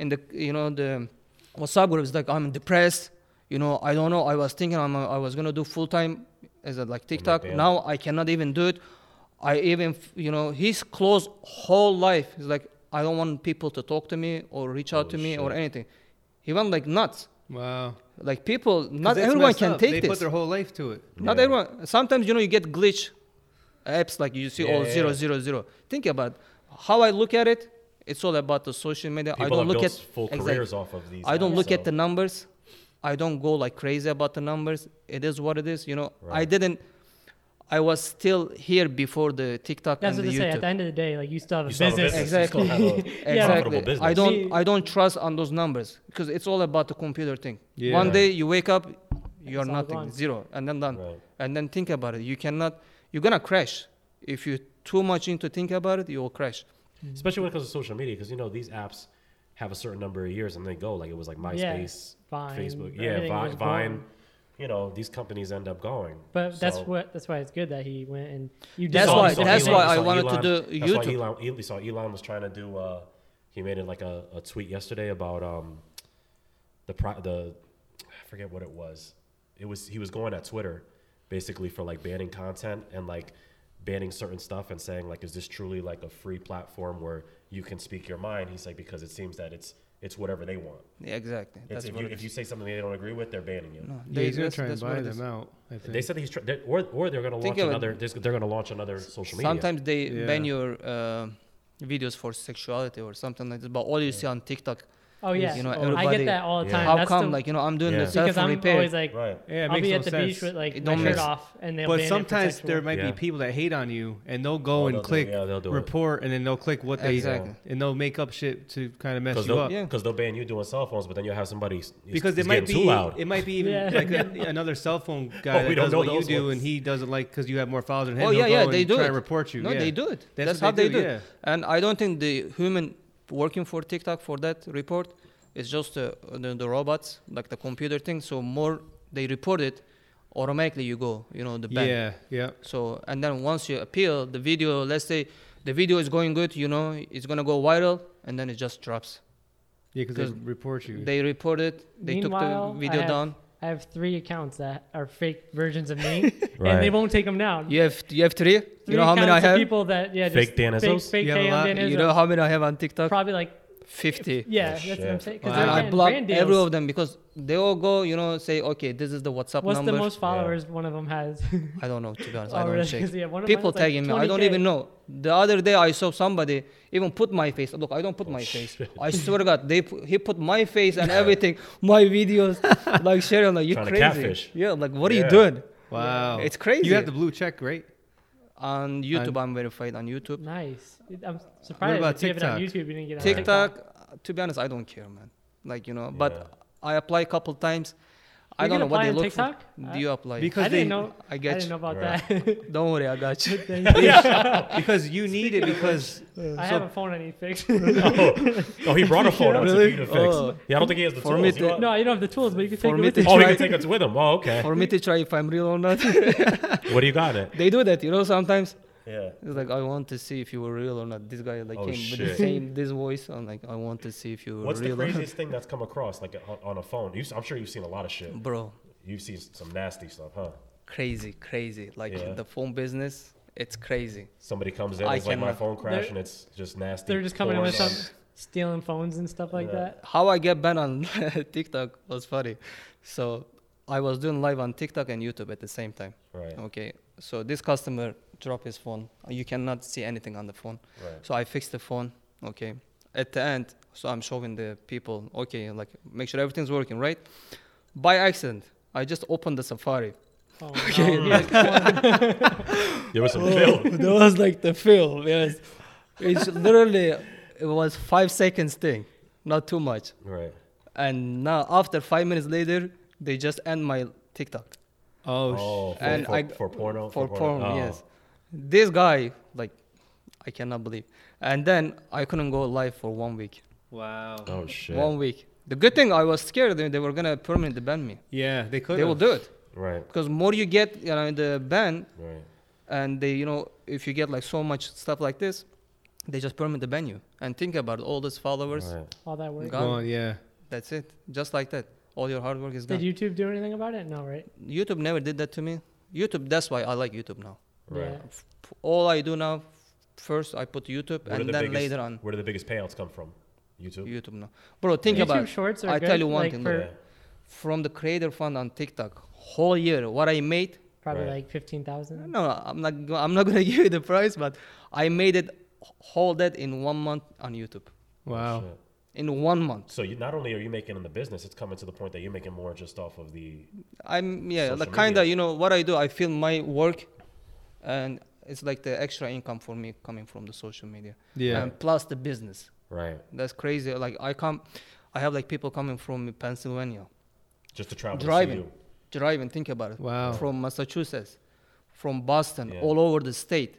Speaker 1: in the you know the WhatsApp group is like I'm depressed. You know I don't know. I was thinking I'm I was gonna do full time as a like TikTok.
Speaker 4: banned.
Speaker 1: Now I cannot even do it. I even f- you know his close whole life is like I don't want people to talk to me or reach out
Speaker 5: Oh,
Speaker 4: Holy
Speaker 1: to me or
Speaker 4: shit.
Speaker 1: anything. He went like nuts.
Speaker 5: Wow. 'Cause
Speaker 1: Like people, not
Speaker 5: that's
Speaker 1: everyone
Speaker 5: messed
Speaker 1: can
Speaker 5: up.
Speaker 1: take
Speaker 5: they
Speaker 1: this.
Speaker 5: put their whole life to it.
Speaker 1: Not
Speaker 4: Yeah.
Speaker 1: everyone. Sometimes you know you get glitch apps like you see
Speaker 4: Yeah,
Speaker 1: all
Speaker 4: yeah,
Speaker 1: zero
Speaker 4: yeah.
Speaker 1: zero zero. Think about how I look at it. It's all about the social media.
Speaker 4: People
Speaker 1: I don't
Speaker 4: have
Speaker 1: look
Speaker 4: built
Speaker 1: at
Speaker 4: full
Speaker 1: exactly.
Speaker 4: careers off of these.
Speaker 1: I don't
Speaker 4: apps,
Speaker 1: look at
Speaker 4: so-
Speaker 1: the numbers. I don't go like crazy about the numbers. It is what it is. You know, I
Speaker 4: Right.
Speaker 1: didn't. I was still here before the TikTok and
Speaker 6: That's what
Speaker 1: the
Speaker 6: they say. At the
Speaker 1: YouTube.
Speaker 6: end of the day, like you still have a
Speaker 4: You still have a
Speaker 6: business.
Speaker 4: business, you still have a-
Speaker 6: Yeah.
Speaker 1: Exactly.
Speaker 4: Profitable
Speaker 1: I
Speaker 4: business.
Speaker 1: don't. I don't trust on those numbers because it's all about the computer thing.
Speaker 5: Yeah.
Speaker 1: One day you wake up, you are
Speaker 6: It's all
Speaker 1: nothing,
Speaker 6: gone.
Speaker 1: zero, and then done.
Speaker 4: Right.
Speaker 1: And then think about it. You cannot. You're gonna crash if you too much into think about it. You will crash.
Speaker 6: Mm-hmm.
Speaker 4: especially when it comes to social media, because you know these apps have a certain number of years and they go. Like it was like MySpace,
Speaker 6: Vine,
Speaker 4: Facebook, yeah,
Speaker 6: everything
Speaker 4: Vine,
Speaker 6: was
Speaker 4: Vine.
Speaker 6: gone.
Speaker 4: You know these companies end up going.
Speaker 6: But that's
Speaker 4: So-
Speaker 6: what that's why it's good that he went and you.
Speaker 1: That's
Speaker 6: did all
Speaker 1: why-
Speaker 6: this stuff.
Speaker 1: that's
Speaker 4: Elon-
Speaker 1: why I
Speaker 4: saw
Speaker 1: wanted to
Speaker 4: Elon-
Speaker 1: do
Speaker 4: that's why
Speaker 1: YouTube.
Speaker 4: Elon, Elon, saw Elon was trying to do. Uh, he made it like a, a tweet yesterday about um, the pro, the I forget what it was. It was he was going at Twitter basically for like banning content and like banning certain stuff and saying like is this truly like a free platform where you can speak your mind? He's like because it seems that it's it's whatever they want.
Speaker 1: Yeah, exactly.
Speaker 4: It's,
Speaker 1: That's
Speaker 4: if
Speaker 1: what
Speaker 4: you
Speaker 1: it
Speaker 4: if
Speaker 1: is.
Speaker 4: you say something they don't agree with, they're banning you.
Speaker 1: No,
Speaker 5: Yeah,
Speaker 1: they-
Speaker 5: he's gonna
Speaker 1: that's-
Speaker 5: try and
Speaker 1: that's what
Speaker 5: buy
Speaker 1: it is.
Speaker 5: them out. I think.
Speaker 4: They said that he's tr- they- or or they're gonna
Speaker 1: Think
Speaker 4: launch
Speaker 1: of it.
Speaker 4: another. They're gonna launch another social media.
Speaker 1: Sometimes they
Speaker 5: Yeah.
Speaker 1: ban your uh, videos for sexuality or something like this. But all you see on TikTok,
Speaker 6: Oh yeah,
Speaker 1: You know,
Speaker 6: I
Speaker 1: everybody-
Speaker 6: get that all the
Speaker 4: Yeah.
Speaker 6: time.
Speaker 1: how
Speaker 6: That's
Speaker 1: come?
Speaker 6: the-
Speaker 1: like you know, I'm doing
Speaker 4: Yeah.
Speaker 1: the
Speaker 6: because
Speaker 1: self
Speaker 6: I'm
Speaker 1: repair.
Speaker 6: always like,
Speaker 4: right.
Speaker 5: yeah, it
Speaker 6: I'll
Speaker 5: makes
Speaker 6: be
Speaker 5: no
Speaker 6: at the
Speaker 5: sense.
Speaker 6: beach with like
Speaker 1: It
Speaker 6: my
Speaker 1: don't
Speaker 6: shirt
Speaker 1: make-
Speaker 6: off, and they'll.
Speaker 5: but
Speaker 6: ban it for
Speaker 5: sometimes
Speaker 6: sexual.
Speaker 5: there might
Speaker 4: Yeah.
Speaker 5: be people that hate on you, and they'll
Speaker 4: Oh,
Speaker 5: go and
Speaker 4: they'll do it.
Speaker 5: click
Speaker 4: Yeah, they'll do it.
Speaker 5: report, and then they'll click what they
Speaker 1: Exactly.
Speaker 5: and they'll make up shit to kind of mess
Speaker 4: Because
Speaker 5: you
Speaker 4: they'll,
Speaker 5: up.
Speaker 1: Yeah.
Speaker 4: because they'll ban you doing cell phones, but then you'll have somebody s- it's-
Speaker 5: Because it
Speaker 4: it's
Speaker 5: might
Speaker 4: getting
Speaker 5: be
Speaker 4: too loud.
Speaker 5: it might be even
Speaker 6: Yeah.
Speaker 5: like a, another cell phone guy
Speaker 4: Oh, we
Speaker 5: that
Speaker 4: don't
Speaker 5: does
Speaker 4: know
Speaker 5: what you
Speaker 4: those
Speaker 5: do,
Speaker 4: ones.
Speaker 5: and he doesn't like because you have more followers than him.
Speaker 1: Oh
Speaker 5: he'll
Speaker 1: yeah, yeah,
Speaker 5: go
Speaker 1: they
Speaker 5: and
Speaker 1: do
Speaker 5: try
Speaker 1: it.
Speaker 5: and report you.
Speaker 1: No,
Speaker 5: yeah.
Speaker 1: they do it. That's,
Speaker 5: That's
Speaker 1: how
Speaker 5: what
Speaker 1: they, do.
Speaker 5: they do,
Speaker 1: it. And I don't think the human working for TikTok for that report is just uh, the, the robots, like the computer thing. So more they report it, automatically you go, you know, the ban.
Speaker 5: Yeah, yeah.
Speaker 1: So and then once you appeal the video, let's say the video is going good, you know, it's gonna go viral, and then it just drops.
Speaker 5: Yeah, because
Speaker 1: Because
Speaker 5: they report you.
Speaker 1: They report it, they
Speaker 6: Meanwhile,
Speaker 1: took the
Speaker 6: I
Speaker 1: video
Speaker 6: have-
Speaker 1: down.
Speaker 6: I have three accounts that are fake versions of me,
Speaker 4: Right.
Speaker 6: and they won't take them down.
Speaker 1: You have you have three.
Speaker 6: Three
Speaker 1: you know how many I
Speaker 6: accounts of
Speaker 1: have.
Speaker 6: People that yeah,
Speaker 4: Fake
Speaker 6: just
Speaker 4: Dan
Speaker 6: fake,
Speaker 4: Izzos?
Speaker 6: fake
Speaker 5: You have a
Speaker 6: Dan
Speaker 5: lot-
Speaker 6: Dan
Speaker 1: You
Speaker 6: Izzos.
Speaker 1: know how many I have on TikTok?
Speaker 6: Probably like
Speaker 1: Fifty.
Speaker 6: yeah,
Speaker 4: Oh,
Speaker 6: that's what I'm
Speaker 4: shit.
Speaker 6: saying. 'cause
Speaker 5: Wow.
Speaker 6: they're
Speaker 1: And I
Speaker 6: getting
Speaker 1: block
Speaker 6: brand deals.
Speaker 1: every of them because they all go, you know, say, okay, this is the WhatsApp
Speaker 6: What's
Speaker 1: number.
Speaker 6: the most followers one of them has?
Speaker 1: I don't know, to be honest. I
Speaker 6: Oh,
Speaker 1: don't
Speaker 6: really?
Speaker 1: check.
Speaker 6: 'Cause, yeah, one of
Speaker 1: People
Speaker 6: mine was, like,
Speaker 1: tagging me. I don't
Speaker 6: 20K.
Speaker 1: even know. The other day I saw somebody even put my face. Look, I don't
Speaker 5: Oh,
Speaker 1: put my face. I swear to God, they pu- he put my face and everything, my videos, like sharing. Like you
Speaker 4: Trying to
Speaker 1: crazy?
Speaker 4: catfish.
Speaker 1: Yeah, like what are you
Speaker 4: Yeah.
Speaker 1: doing?
Speaker 5: wow,
Speaker 1: It's crazy.
Speaker 5: You have the blue check, right?
Speaker 1: On YouTube, I'm verified on YouTube.
Speaker 6: nice. I'm surprised
Speaker 5: about
Speaker 6: if you have it on
Speaker 5: TikTok?
Speaker 6: YouTube. You didn't get it on
Speaker 1: TikTok, uh, to be honest, I don't care, man. Like you know,
Speaker 4: Yeah.
Speaker 1: but I apply a couple times. I
Speaker 6: You
Speaker 1: don't
Speaker 6: can
Speaker 1: know what
Speaker 6: apply
Speaker 1: they
Speaker 6: on
Speaker 1: look for.
Speaker 6: TikTok?
Speaker 1: Do you apply?
Speaker 5: Because-
Speaker 6: I
Speaker 5: they-
Speaker 6: didn't know.
Speaker 1: I
Speaker 6: I,
Speaker 1: get
Speaker 6: didn't
Speaker 1: you.
Speaker 6: know about
Speaker 4: Right.
Speaker 6: that.
Speaker 1: don't worry, I got you.
Speaker 5: Because you need it. Because
Speaker 6: I
Speaker 5: so-
Speaker 6: have a phone I need fixed.
Speaker 4: oh, oh, he brought a phone out
Speaker 1: Really?
Speaker 4: to be fix.
Speaker 1: Oh.
Speaker 4: Yeah, I don't think he has the
Speaker 1: For me
Speaker 4: tools.
Speaker 1: to-
Speaker 4: You know-
Speaker 6: no, you don't have the tools, but you can
Speaker 1: For
Speaker 6: take it
Speaker 1: me
Speaker 6: with
Speaker 1: to
Speaker 6: you.
Speaker 4: oh, he
Speaker 1: try-
Speaker 4: can take it with him. Oh, okay.
Speaker 1: for me to try if I'm real or not.
Speaker 4: What do you got it?
Speaker 1: they do that, you know. Sometimes
Speaker 4: Yeah.
Speaker 1: it's like I want to see if you were real or not. This guy like
Speaker 4: Oh,
Speaker 1: came with the
Speaker 4: shit.
Speaker 1: same this voice. I'm like I want to see if you were
Speaker 4: What's the
Speaker 1: real or not.
Speaker 4: craziest thing that's come across like on, on a phone? You've, I'm sure you've seen a lot of shit.
Speaker 1: Bro,
Speaker 4: You've seen some nasty stuff, huh?
Speaker 1: crazy, crazy. Like
Speaker 4: Yeah.
Speaker 1: the phone business, it's crazy.
Speaker 4: Somebody comes in,
Speaker 1: I
Speaker 4: it's like my
Speaker 1: cannot-
Speaker 4: phone crash,
Speaker 6: They're-
Speaker 4: and it's just nasty.
Speaker 6: They're just coming in
Speaker 4: porn
Speaker 6: with
Speaker 4: on-
Speaker 6: some stealing phones and stuff like
Speaker 4: Yeah.
Speaker 6: that.
Speaker 1: How I get banned on TikTok was funny. So I was doing live on TikTok and YouTube at the same time.
Speaker 4: Right.
Speaker 1: Okay. So this customer dropped his phone. You cannot see anything on the phone.
Speaker 4: Right.
Speaker 1: So I fixed the phone. Okay. At the end, so I'm showing the people, okay, like make sure everything's working, right? By accident, I just opened the Safari.
Speaker 6: Oh,
Speaker 1: Okay.
Speaker 6: no. Like,
Speaker 4: There was some film.
Speaker 1: there was like the film. Yes. It's literally, it was five seconds thing, not too much.
Speaker 4: Right.
Speaker 1: And now, after five minutes later, they just end my TikTok
Speaker 5: oh,
Speaker 4: Oh, for,
Speaker 1: And
Speaker 4: for,
Speaker 1: I-
Speaker 4: for porno.
Speaker 1: for porn.
Speaker 4: porno. Oh.
Speaker 1: Yes, this guy, like, I cannot believe. And then I couldn't go live for one week.
Speaker 5: Wow.
Speaker 4: Oh shit.
Speaker 1: One week. The good thing I was scared that they were gonna permanently ban me.
Speaker 5: Yeah, they could.
Speaker 1: They will do it
Speaker 4: right.
Speaker 1: because more you get, you know, in the ban,
Speaker 4: Right.
Speaker 1: and they, you know, if you get like so much stuff like this, they just permanently ban you. And think about it, all those followers,
Speaker 4: Right.
Speaker 6: All that work.
Speaker 1: Got- Gone.
Speaker 5: Gone, yeah.
Speaker 1: that's it, just like that. All your hard work is
Speaker 6: Did
Speaker 1: gone.
Speaker 6: YouTube do anything about it? No, right?
Speaker 1: YouTube never did that to me. YouTube, that's why I like YouTube now.
Speaker 4: Right.
Speaker 6: Yeah.
Speaker 1: P- All I do now, first I put YouTube,
Speaker 4: What are
Speaker 1: and
Speaker 4: the
Speaker 1: then
Speaker 4: biggest-
Speaker 1: later on
Speaker 4: Where do the biggest payouts come from? YouTube.
Speaker 1: YouTube now. Bro, think
Speaker 6: YouTube
Speaker 1: about it.
Speaker 6: Shorts are
Speaker 1: I
Speaker 6: good.
Speaker 1: tell you one
Speaker 6: like
Speaker 1: thing,
Speaker 6: For
Speaker 4: yeah.
Speaker 1: from the creator fund on TikTok whole year. What I made
Speaker 6: Probably
Speaker 4: Right.
Speaker 6: like fifteen thousand.
Speaker 1: No, I'm not. go- I'm not gonna give you the price, but I made it all that in one month on YouTube.
Speaker 5: Wow.
Speaker 4: Oh,
Speaker 1: Oh.
Speaker 4: Shit.
Speaker 1: In one month,
Speaker 4: So you, not only are you making in the business, it's coming to the point that you're making more just off of the
Speaker 1: I'm yeah,
Speaker 4: Social
Speaker 1: like kinda.
Speaker 4: media.
Speaker 1: You know what I do? I film my work, and it's like the extra income for me coming from the social media.
Speaker 5: Yeah.
Speaker 1: And plus the business.
Speaker 4: right
Speaker 1: That's crazy. Like I come, I have like people coming from Pennsylvania,
Speaker 4: just to travel. To see
Speaker 1: driving,
Speaker 4: you.
Speaker 1: driving. Think about it.
Speaker 5: Wow.
Speaker 1: From Massachusetts, from Boston,
Speaker 4: Yeah.
Speaker 1: all over the state.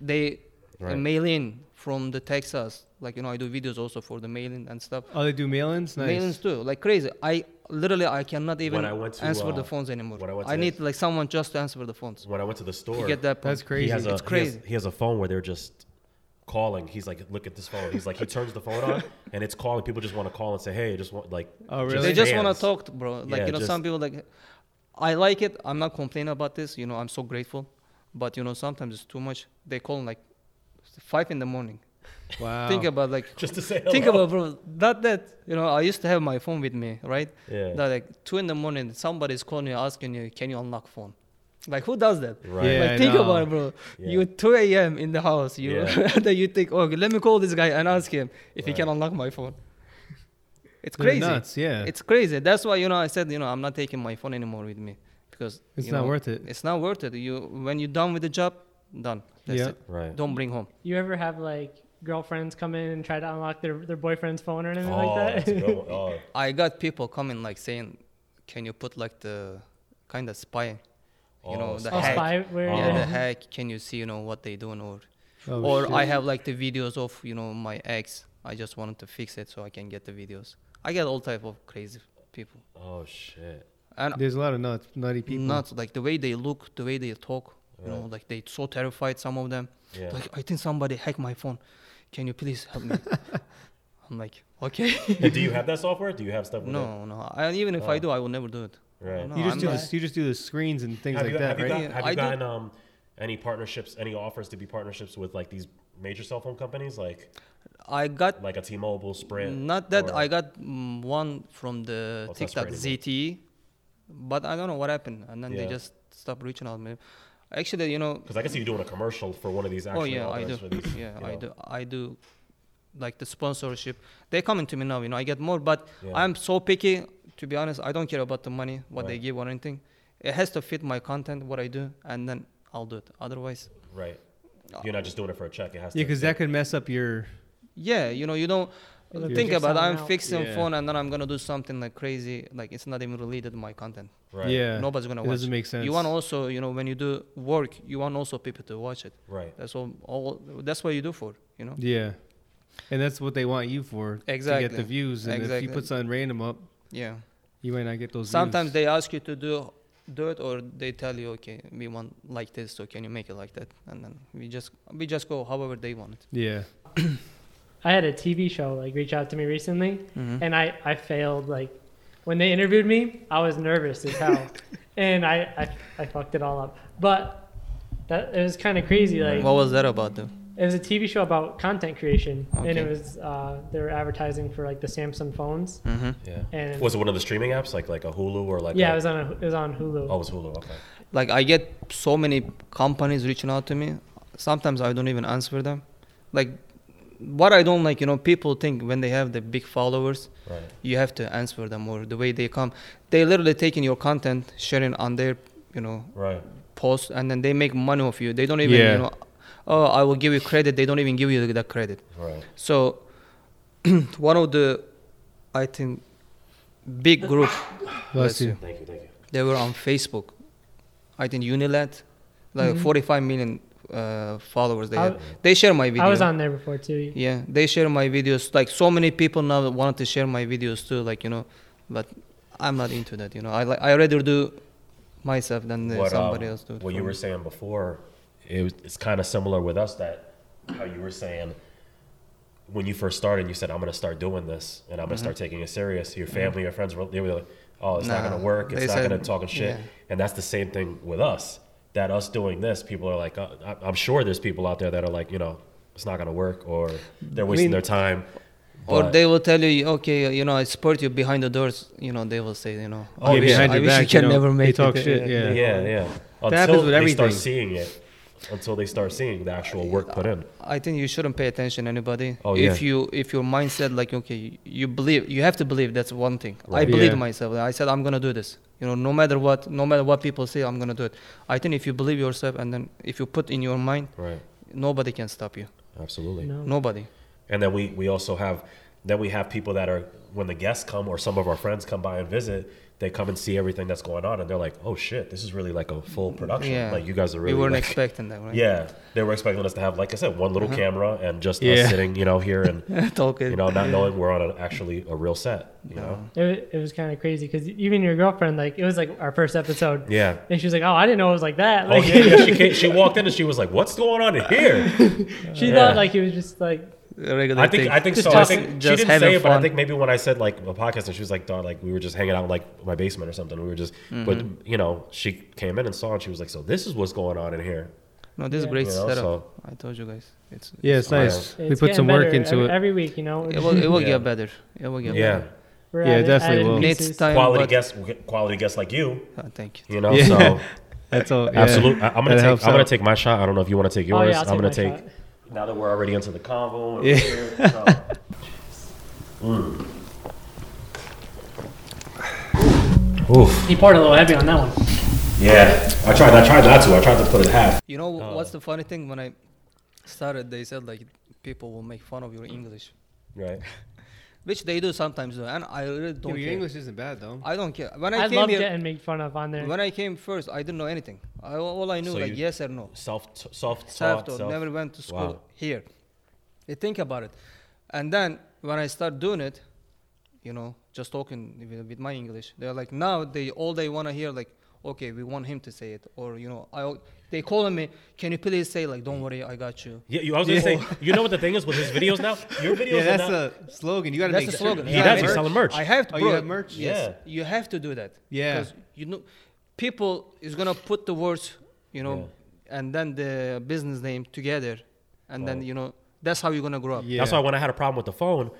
Speaker 1: They
Speaker 4: Right.
Speaker 1: mail in from the Texas. Like you know, I do videos also for the mailing and stuff.
Speaker 5: Oh, they do mail-ins. Nice.
Speaker 1: Mailings too, like crazy. I literally I cannot even
Speaker 4: I went to,
Speaker 1: answer
Speaker 4: uh,
Speaker 1: the phones anymore.
Speaker 4: when I went
Speaker 1: I
Speaker 4: to-
Speaker 1: need like someone just to answer the phones.
Speaker 4: When I went to the store,
Speaker 1: You get that?
Speaker 5: That's
Speaker 1: point.
Speaker 5: crazy.
Speaker 4: He has a,
Speaker 1: It's
Speaker 4: He
Speaker 1: crazy.
Speaker 4: has, he has a phone where they're just calling. He's like, look at this phone. He's like, he turns the phone on and it's calling. People just want to call and say, hey, I just want like.
Speaker 5: Oh, really?
Speaker 1: They just want
Speaker 4: fans.
Speaker 1: to talk, to- bro. Like
Speaker 4: Yeah,
Speaker 1: you know,
Speaker 4: just-
Speaker 1: some people like. I like it. I'm not complaining about this. You know, I'm so grateful, but you know, sometimes it's too much. They call like five in the morning.
Speaker 5: wow.
Speaker 1: Think about like
Speaker 4: Just to say
Speaker 1: think
Speaker 4: hello.
Speaker 1: about bro not that you know i used to have my phone with me right
Speaker 4: Yeah.
Speaker 1: that like two in the morning somebody's calling you asking you can you unlock phone like who does that
Speaker 4: Right.
Speaker 5: Yeah, I
Speaker 1: like think
Speaker 5: know.
Speaker 1: about it bro
Speaker 4: Yeah.
Speaker 1: you 2 a.m in the house you
Speaker 4: Yeah.
Speaker 1: that you think okay let me call this guy and ask him if he can
Speaker 4: Right.
Speaker 1: unlock my phone it's
Speaker 5: They're
Speaker 1: crazy
Speaker 5: nuts, yeah.
Speaker 1: it's crazy that's why you know i said you know i'm not taking my phone anymore with me because
Speaker 5: It's
Speaker 1: you
Speaker 5: not
Speaker 1: know,
Speaker 5: worth it.
Speaker 1: it's not worth it you when you're done with the job done that's
Speaker 5: Yeah.
Speaker 1: it
Speaker 4: Right.
Speaker 1: don't bring home
Speaker 6: You ever have like girlfriends come in and try to unlock their, their boyfriend's phone or anything
Speaker 4: oh,
Speaker 6: like
Speaker 4: that's a
Speaker 6: that?
Speaker 4: good one. Oh,
Speaker 1: I got people coming like saying, "Can you put like the kind of spy, you
Speaker 4: Oh,
Speaker 1: know, the
Speaker 4: Oh,
Speaker 6: Or
Speaker 1: hack,
Speaker 6: spy where
Speaker 1: yeah,
Speaker 4: Oh.
Speaker 1: the hack? Can you see, you know, what they doing or,
Speaker 5: Oh,
Speaker 1: or
Speaker 5: shit.
Speaker 1: I have like the videos of, you know, my ex. I just wanted to fix it so I can get the videos. I get all type of crazy people,
Speaker 4: oh shit.
Speaker 1: and
Speaker 5: There's a lot of nuts, nutty people.
Speaker 1: not like the way they look, the way they talk. You know, like they so terrified. Some of them,
Speaker 4: Yeah.
Speaker 1: like I think somebody hacked my phone. Can you please help me? I'm like, okay.
Speaker 4: And do you have that software? Do you have stuff? With It?
Speaker 1: No, no. I, even if I do, I will never do it.
Speaker 4: Right.
Speaker 1: No,
Speaker 5: You just
Speaker 1: I'm
Speaker 5: do
Speaker 1: not-
Speaker 5: the, you just do the screens and things
Speaker 4: Have
Speaker 5: like
Speaker 4: you,
Speaker 5: that,
Speaker 4: have you,
Speaker 5: right?
Speaker 4: got,
Speaker 1: Yeah,
Speaker 4: have you
Speaker 1: I do-
Speaker 4: gotten um, any partnerships, any offers to be partnerships with like these major cell phone companies, like
Speaker 1: I got
Speaker 4: like a T-Mobile, Sprint?
Speaker 1: Not that
Speaker 4: or-
Speaker 1: I got mm, one from the
Speaker 4: Oh, it's not
Speaker 1: TikTok
Speaker 4: spreading
Speaker 1: ZTE, but I don't know what happened, and then they
Speaker 4: Yeah.
Speaker 1: just stopped reaching out me. Actually, you know,
Speaker 4: Because I can see you doing a commercial for one of these. Actual
Speaker 1: oh yeah, I
Speaker 4: outlets
Speaker 1: do.
Speaker 4: For these,
Speaker 1: yeah,
Speaker 4: you
Speaker 1: I
Speaker 4: know.
Speaker 1: do. I do. Like the sponsorship, they're coming to me now. You know, I get more, but
Speaker 4: Yeah.
Speaker 1: I'm so picky. To be honest, I don't care about the money, what they
Speaker 4: Right.
Speaker 1: give or anything. It has to fit my content, what I do, and then I'll do it. Otherwise,
Speaker 4: Right. You're not just doing it for a check. It has
Speaker 5: Yeah,
Speaker 4: to.
Speaker 5: because that could mess up your.
Speaker 1: yeah, you know, you don't
Speaker 6: It'll
Speaker 1: think
Speaker 6: figure
Speaker 1: about. it. I'm
Speaker 6: something out.
Speaker 1: fixing
Speaker 5: Yeah.
Speaker 1: phone, and then I'm gonna do something like crazy. Like it's not even related to my content.
Speaker 4: Right.
Speaker 5: Yeah.
Speaker 1: nobody's gonna
Speaker 5: it
Speaker 1: watch
Speaker 5: doesn't make sense.
Speaker 1: You want also, you know, when you do work, you want also people to watch it.
Speaker 4: Right.
Speaker 1: That's all. all that's what you do for, you know.
Speaker 5: Yeah. And that's what they want you for to get
Speaker 1: Exactly.
Speaker 5: the views. And if you
Speaker 1: Exactly.
Speaker 5: put something random up,
Speaker 1: Yeah.
Speaker 5: you might not get those.
Speaker 1: Sometimes
Speaker 5: views.
Speaker 1: they ask you to do do it, or they tell you, okay, we want like this, so can you make it like that? And then we just we just go however they want it.
Speaker 5: Yeah.
Speaker 6: I had a TV show like reach out to me recently,
Speaker 1: Mhm.
Speaker 6: and I, I failed. Like when they interviewed me, I was nervous as hell, and I, I I fucked it all up. But that it was kind of crazy. Like
Speaker 1: What was that about, though?
Speaker 6: it was a TV show about content creation, and it
Speaker 1: Okay.
Speaker 6: was uh, they were advertising for like the Samsung phones,
Speaker 1: Mm-hmm.
Speaker 4: Yeah.
Speaker 6: and
Speaker 4: Was it one of the streaming apps, like like a Hulu or like?
Speaker 6: yeah,
Speaker 4: A,
Speaker 6: it was on a, it was on Hulu.
Speaker 4: oh, it was Hulu. Okay.
Speaker 1: Like I get so many companies reaching out to me. Sometimes I don't even answer them. Like what I don't like, you know, people think when they have the big followers,
Speaker 4: Right.
Speaker 1: you have to answer them or the way they come they literally taking your content sharing on their you know
Speaker 4: Right.
Speaker 1: post and then they make money off you they don't even
Speaker 5: Yeah.
Speaker 1: you know oh i will give you credit they don't even give you that credit
Speaker 4: Right.
Speaker 1: so one of the i think big group
Speaker 5: Bless you.
Speaker 4: Thank you. Thank you.
Speaker 6: Mm-hmm.
Speaker 1: they were on facebook i think unilat like 45 million uh, followers they
Speaker 6: I-
Speaker 1: have. They share my video.
Speaker 6: I was on there before too.
Speaker 1: Yeah, they share my videos. Like so many people now wanted to share my videos too. Like you know, but I'm not into that. You know, I like I rather do myself than uh,
Speaker 4: what, um,
Speaker 1: somebody else do. it
Speaker 4: what
Speaker 1: for
Speaker 4: you
Speaker 1: me.
Speaker 4: were saying before, it was, it's kind of similar with us that how you were saying when you first started, you said, I'm going to start doing this and I'm going to start taking it serious. Your family, your friends, were- they were like, oh, it's not
Speaker 1: Mm-hmm. Nah,
Speaker 4: going to work. It's
Speaker 1: they
Speaker 4: not
Speaker 1: said-
Speaker 4: going to talk and shit.
Speaker 1: yeah.
Speaker 4: And that's the same thing with us. That us doing this, people are like, uh, I- I'm sure there's people out there that are like, you know, it's not going to work or they're wasting
Speaker 1: mean-
Speaker 4: their time.
Speaker 1: Or
Speaker 4: But-
Speaker 1: they will tell you, okay, you know, I support you behind the doors. You know, they will say, you know,
Speaker 4: Oh,
Speaker 1: I wish,
Speaker 4: behind
Speaker 1: I
Speaker 5: your
Speaker 1: wish
Speaker 5: back,
Speaker 1: you can
Speaker 5: you know,
Speaker 1: never
Speaker 5: they
Speaker 1: make
Speaker 5: talk
Speaker 1: it. uh,
Speaker 5: shit,
Speaker 4: Yeah,
Speaker 5: yeah.
Speaker 4: yeah. Until
Speaker 5: happens with
Speaker 4: they
Speaker 5: everything.
Speaker 4: start seeing it, until they start seeing the actual work put in.
Speaker 1: I think you shouldn't pay attention to anybody.
Speaker 4: Oh,
Speaker 1: if
Speaker 4: yeah.
Speaker 1: you if your mindset like okay, you believe you have to believe that's one thing. I
Speaker 4: Right.
Speaker 1: believe
Speaker 5: Yeah.
Speaker 1: myself. I said I'm gonna do this. You know, no matter what, no matter what people say, I'm gonna do it. I think if you believe yourself and then if you put in your mind,
Speaker 4: Right.
Speaker 1: nobody can stop you.
Speaker 4: Absolutely.
Speaker 6: No.
Speaker 1: Nobody.
Speaker 4: And then we we also have then we have people that are when the guests come or some of our friends come by and visit, they come and see everything that's going on and they're like, "Oh shit, this is really like a full production.
Speaker 1: Yeah.
Speaker 4: Like you guys are really
Speaker 1: we weren't
Speaker 4: like-
Speaker 1: expecting that, Uh-huh. right?
Speaker 4: Yeah, they were expecting us to have, like I said, one little camera and just
Speaker 5: Yeah.
Speaker 4: us sitting, you know, here and
Speaker 1: Talking.
Speaker 4: you know, not knowing we're on an, actually a real set, you know.
Speaker 6: It, wa- it was kind of crazy because even your girlfriend, like, it was like our first episode.
Speaker 4: Yeah.
Speaker 6: And she was like, "Oh, I didn't know it was like that."
Speaker 4: Oh
Speaker 6: Like,
Speaker 4: yeah, yeah. She came, she walked in and she was like, "What's going on in here?"
Speaker 6: she
Speaker 4: Yeah.
Speaker 6: thought like he was just like
Speaker 1: Regular
Speaker 4: I think
Speaker 1: thing.
Speaker 4: I think
Speaker 6: Just
Speaker 4: so. I
Speaker 6: talking-
Speaker 4: think she
Speaker 1: just
Speaker 4: didn't say
Speaker 1: having
Speaker 4: it, but I
Speaker 1: fun.
Speaker 4: think maybe when I said like a podcast, and she was like, "Dog, like we were just hanging out in like my basement or something. We were just, but you know, she came in and saw, and she was like, "So this is what's going on in here."
Speaker 1: no, this is
Speaker 6: Yeah.
Speaker 1: great
Speaker 4: You know,
Speaker 1: setup.
Speaker 4: so-
Speaker 1: I told you guys, it's
Speaker 5: Yeah, it's
Speaker 4: Yeah.
Speaker 5: nice. We
Speaker 6: it's
Speaker 5: put some
Speaker 6: getting
Speaker 5: work
Speaker 6: better
Speaker 5: into
Speaker 6: every,
Speaker 5: it.
Speaker 6: Every week, you know.
Speaker 1: it will it will
Speaker 4: Yeah.
Speaker 1: get better. It will
Speaker 4: Yeah,
Speaker 1: get better.
Speaker 6: We're
Speaker 5: Yeah,
Speaker 6: adding-
Speaker 5: definitely
Speaker 6: adding
Speaker 5: will.
Speaker 1: Needs
Speaker 6: pieces. Oh,
Speaker 1: time.
Speaker 4: quality
Speaker 1: but-
Speaker 4: guests, quality guests like you,
Speaker 1: Ah, thank you.
Speaker 4: you know.
Speaker 5: Yeah.
Speaker 4: So
Speaker 5: That's all. Yeah.
Speaker 4: absolutely, I, am
Speaker 5: That
Speaker 4: gonna take
Speaker 5: helps
Speaker 4: I'm gonna
Speaker 5: out.
Speaker 4: take my shot. I don't know if you want to take
Speaker 6: Oh,
Speaker 4: yours.
Speaker 6: yeah, I'll
Speaker 4: I'm
Speaker 6: take
Speaker 4: gonna
Speaker 6: my
Speaker 4: take.
Speaker 6: shot.
Speaker 4: Now that we're already into the convo, and
Speaker 5: Yeah.
Speaker 4: we're here, so. Mm. Oof.
Speaker 6: He poured a little heavy on that one.
Speaker 4: Yeah, I tried. I tried not to. I tried to put it half.
Speaker 1: You know
Speaker 4: Oh.
Speaker 1: what's the funny thing? When I started, they said like people will make fun of your English,
Speaker 4: Right.
Speaker 1: which they do sometimes, though, and I really don't care.
Speaker 5: isn't bad though.
Speaker 1: I don't care. When I,
Speaker 6: I
Speaker 1: came
Speaker 6: love
Speaker 1: here,
Speaker 6: getting made fun of on there.
Speaker 1: when I came first, I didn't know anything. I, all I knew
Speaker 4: So
Speaker 1: like
Speaker 4: you-
Speaker 1: yes or no.
Speaker 4: Self, self,
Speaker 1: Self
Speaker 4: self,
Speaker 1: taught. Never went to school
Speaker 4: Wow.
Speaker 1: here. You think about it, and then when I start doing it, you know, just talking with, with my English, they're like now they all they want to hear like. Okay, we want him to say it, or you know, I they calling me. Can you please say like, "Don't worry, I got you."
Speaker 4: Yeah, you, I was gonna say. You know what the thing is with his videos now? Your videos
Speaker 5: Yeah,
Speaker 4: are
Speaker 5: that's
Speaker 4: not.
Speaker 5: a slogan. You got to
Speaker 1: That's
Speaker 5: make
Speaker 1: the
Speaker 5: sure-
Speaker 1: slogan.
Speaker 4: He
Speaker 1: Yeah,
Speaker 4: does.
Speaker 1: I
Speaker 4: He's
Speaker 1: have-
Speaker 4: selling merch.
Speaker 1: I have. Bro,
Speaker 5: Oh, you have merch?
Speaker 1: Yes,
Speaker 4: Yeah.
Speaker 1: you have to do that.
Speaker 5: Yeah.
Speaker 1: Because you know, people is gonna put the words, you know, and then the business name together, and then you know that's how you're gonna grow up.
Speaker 5: Yeah.
Speaker 4: That's why when I had a problem with the phone,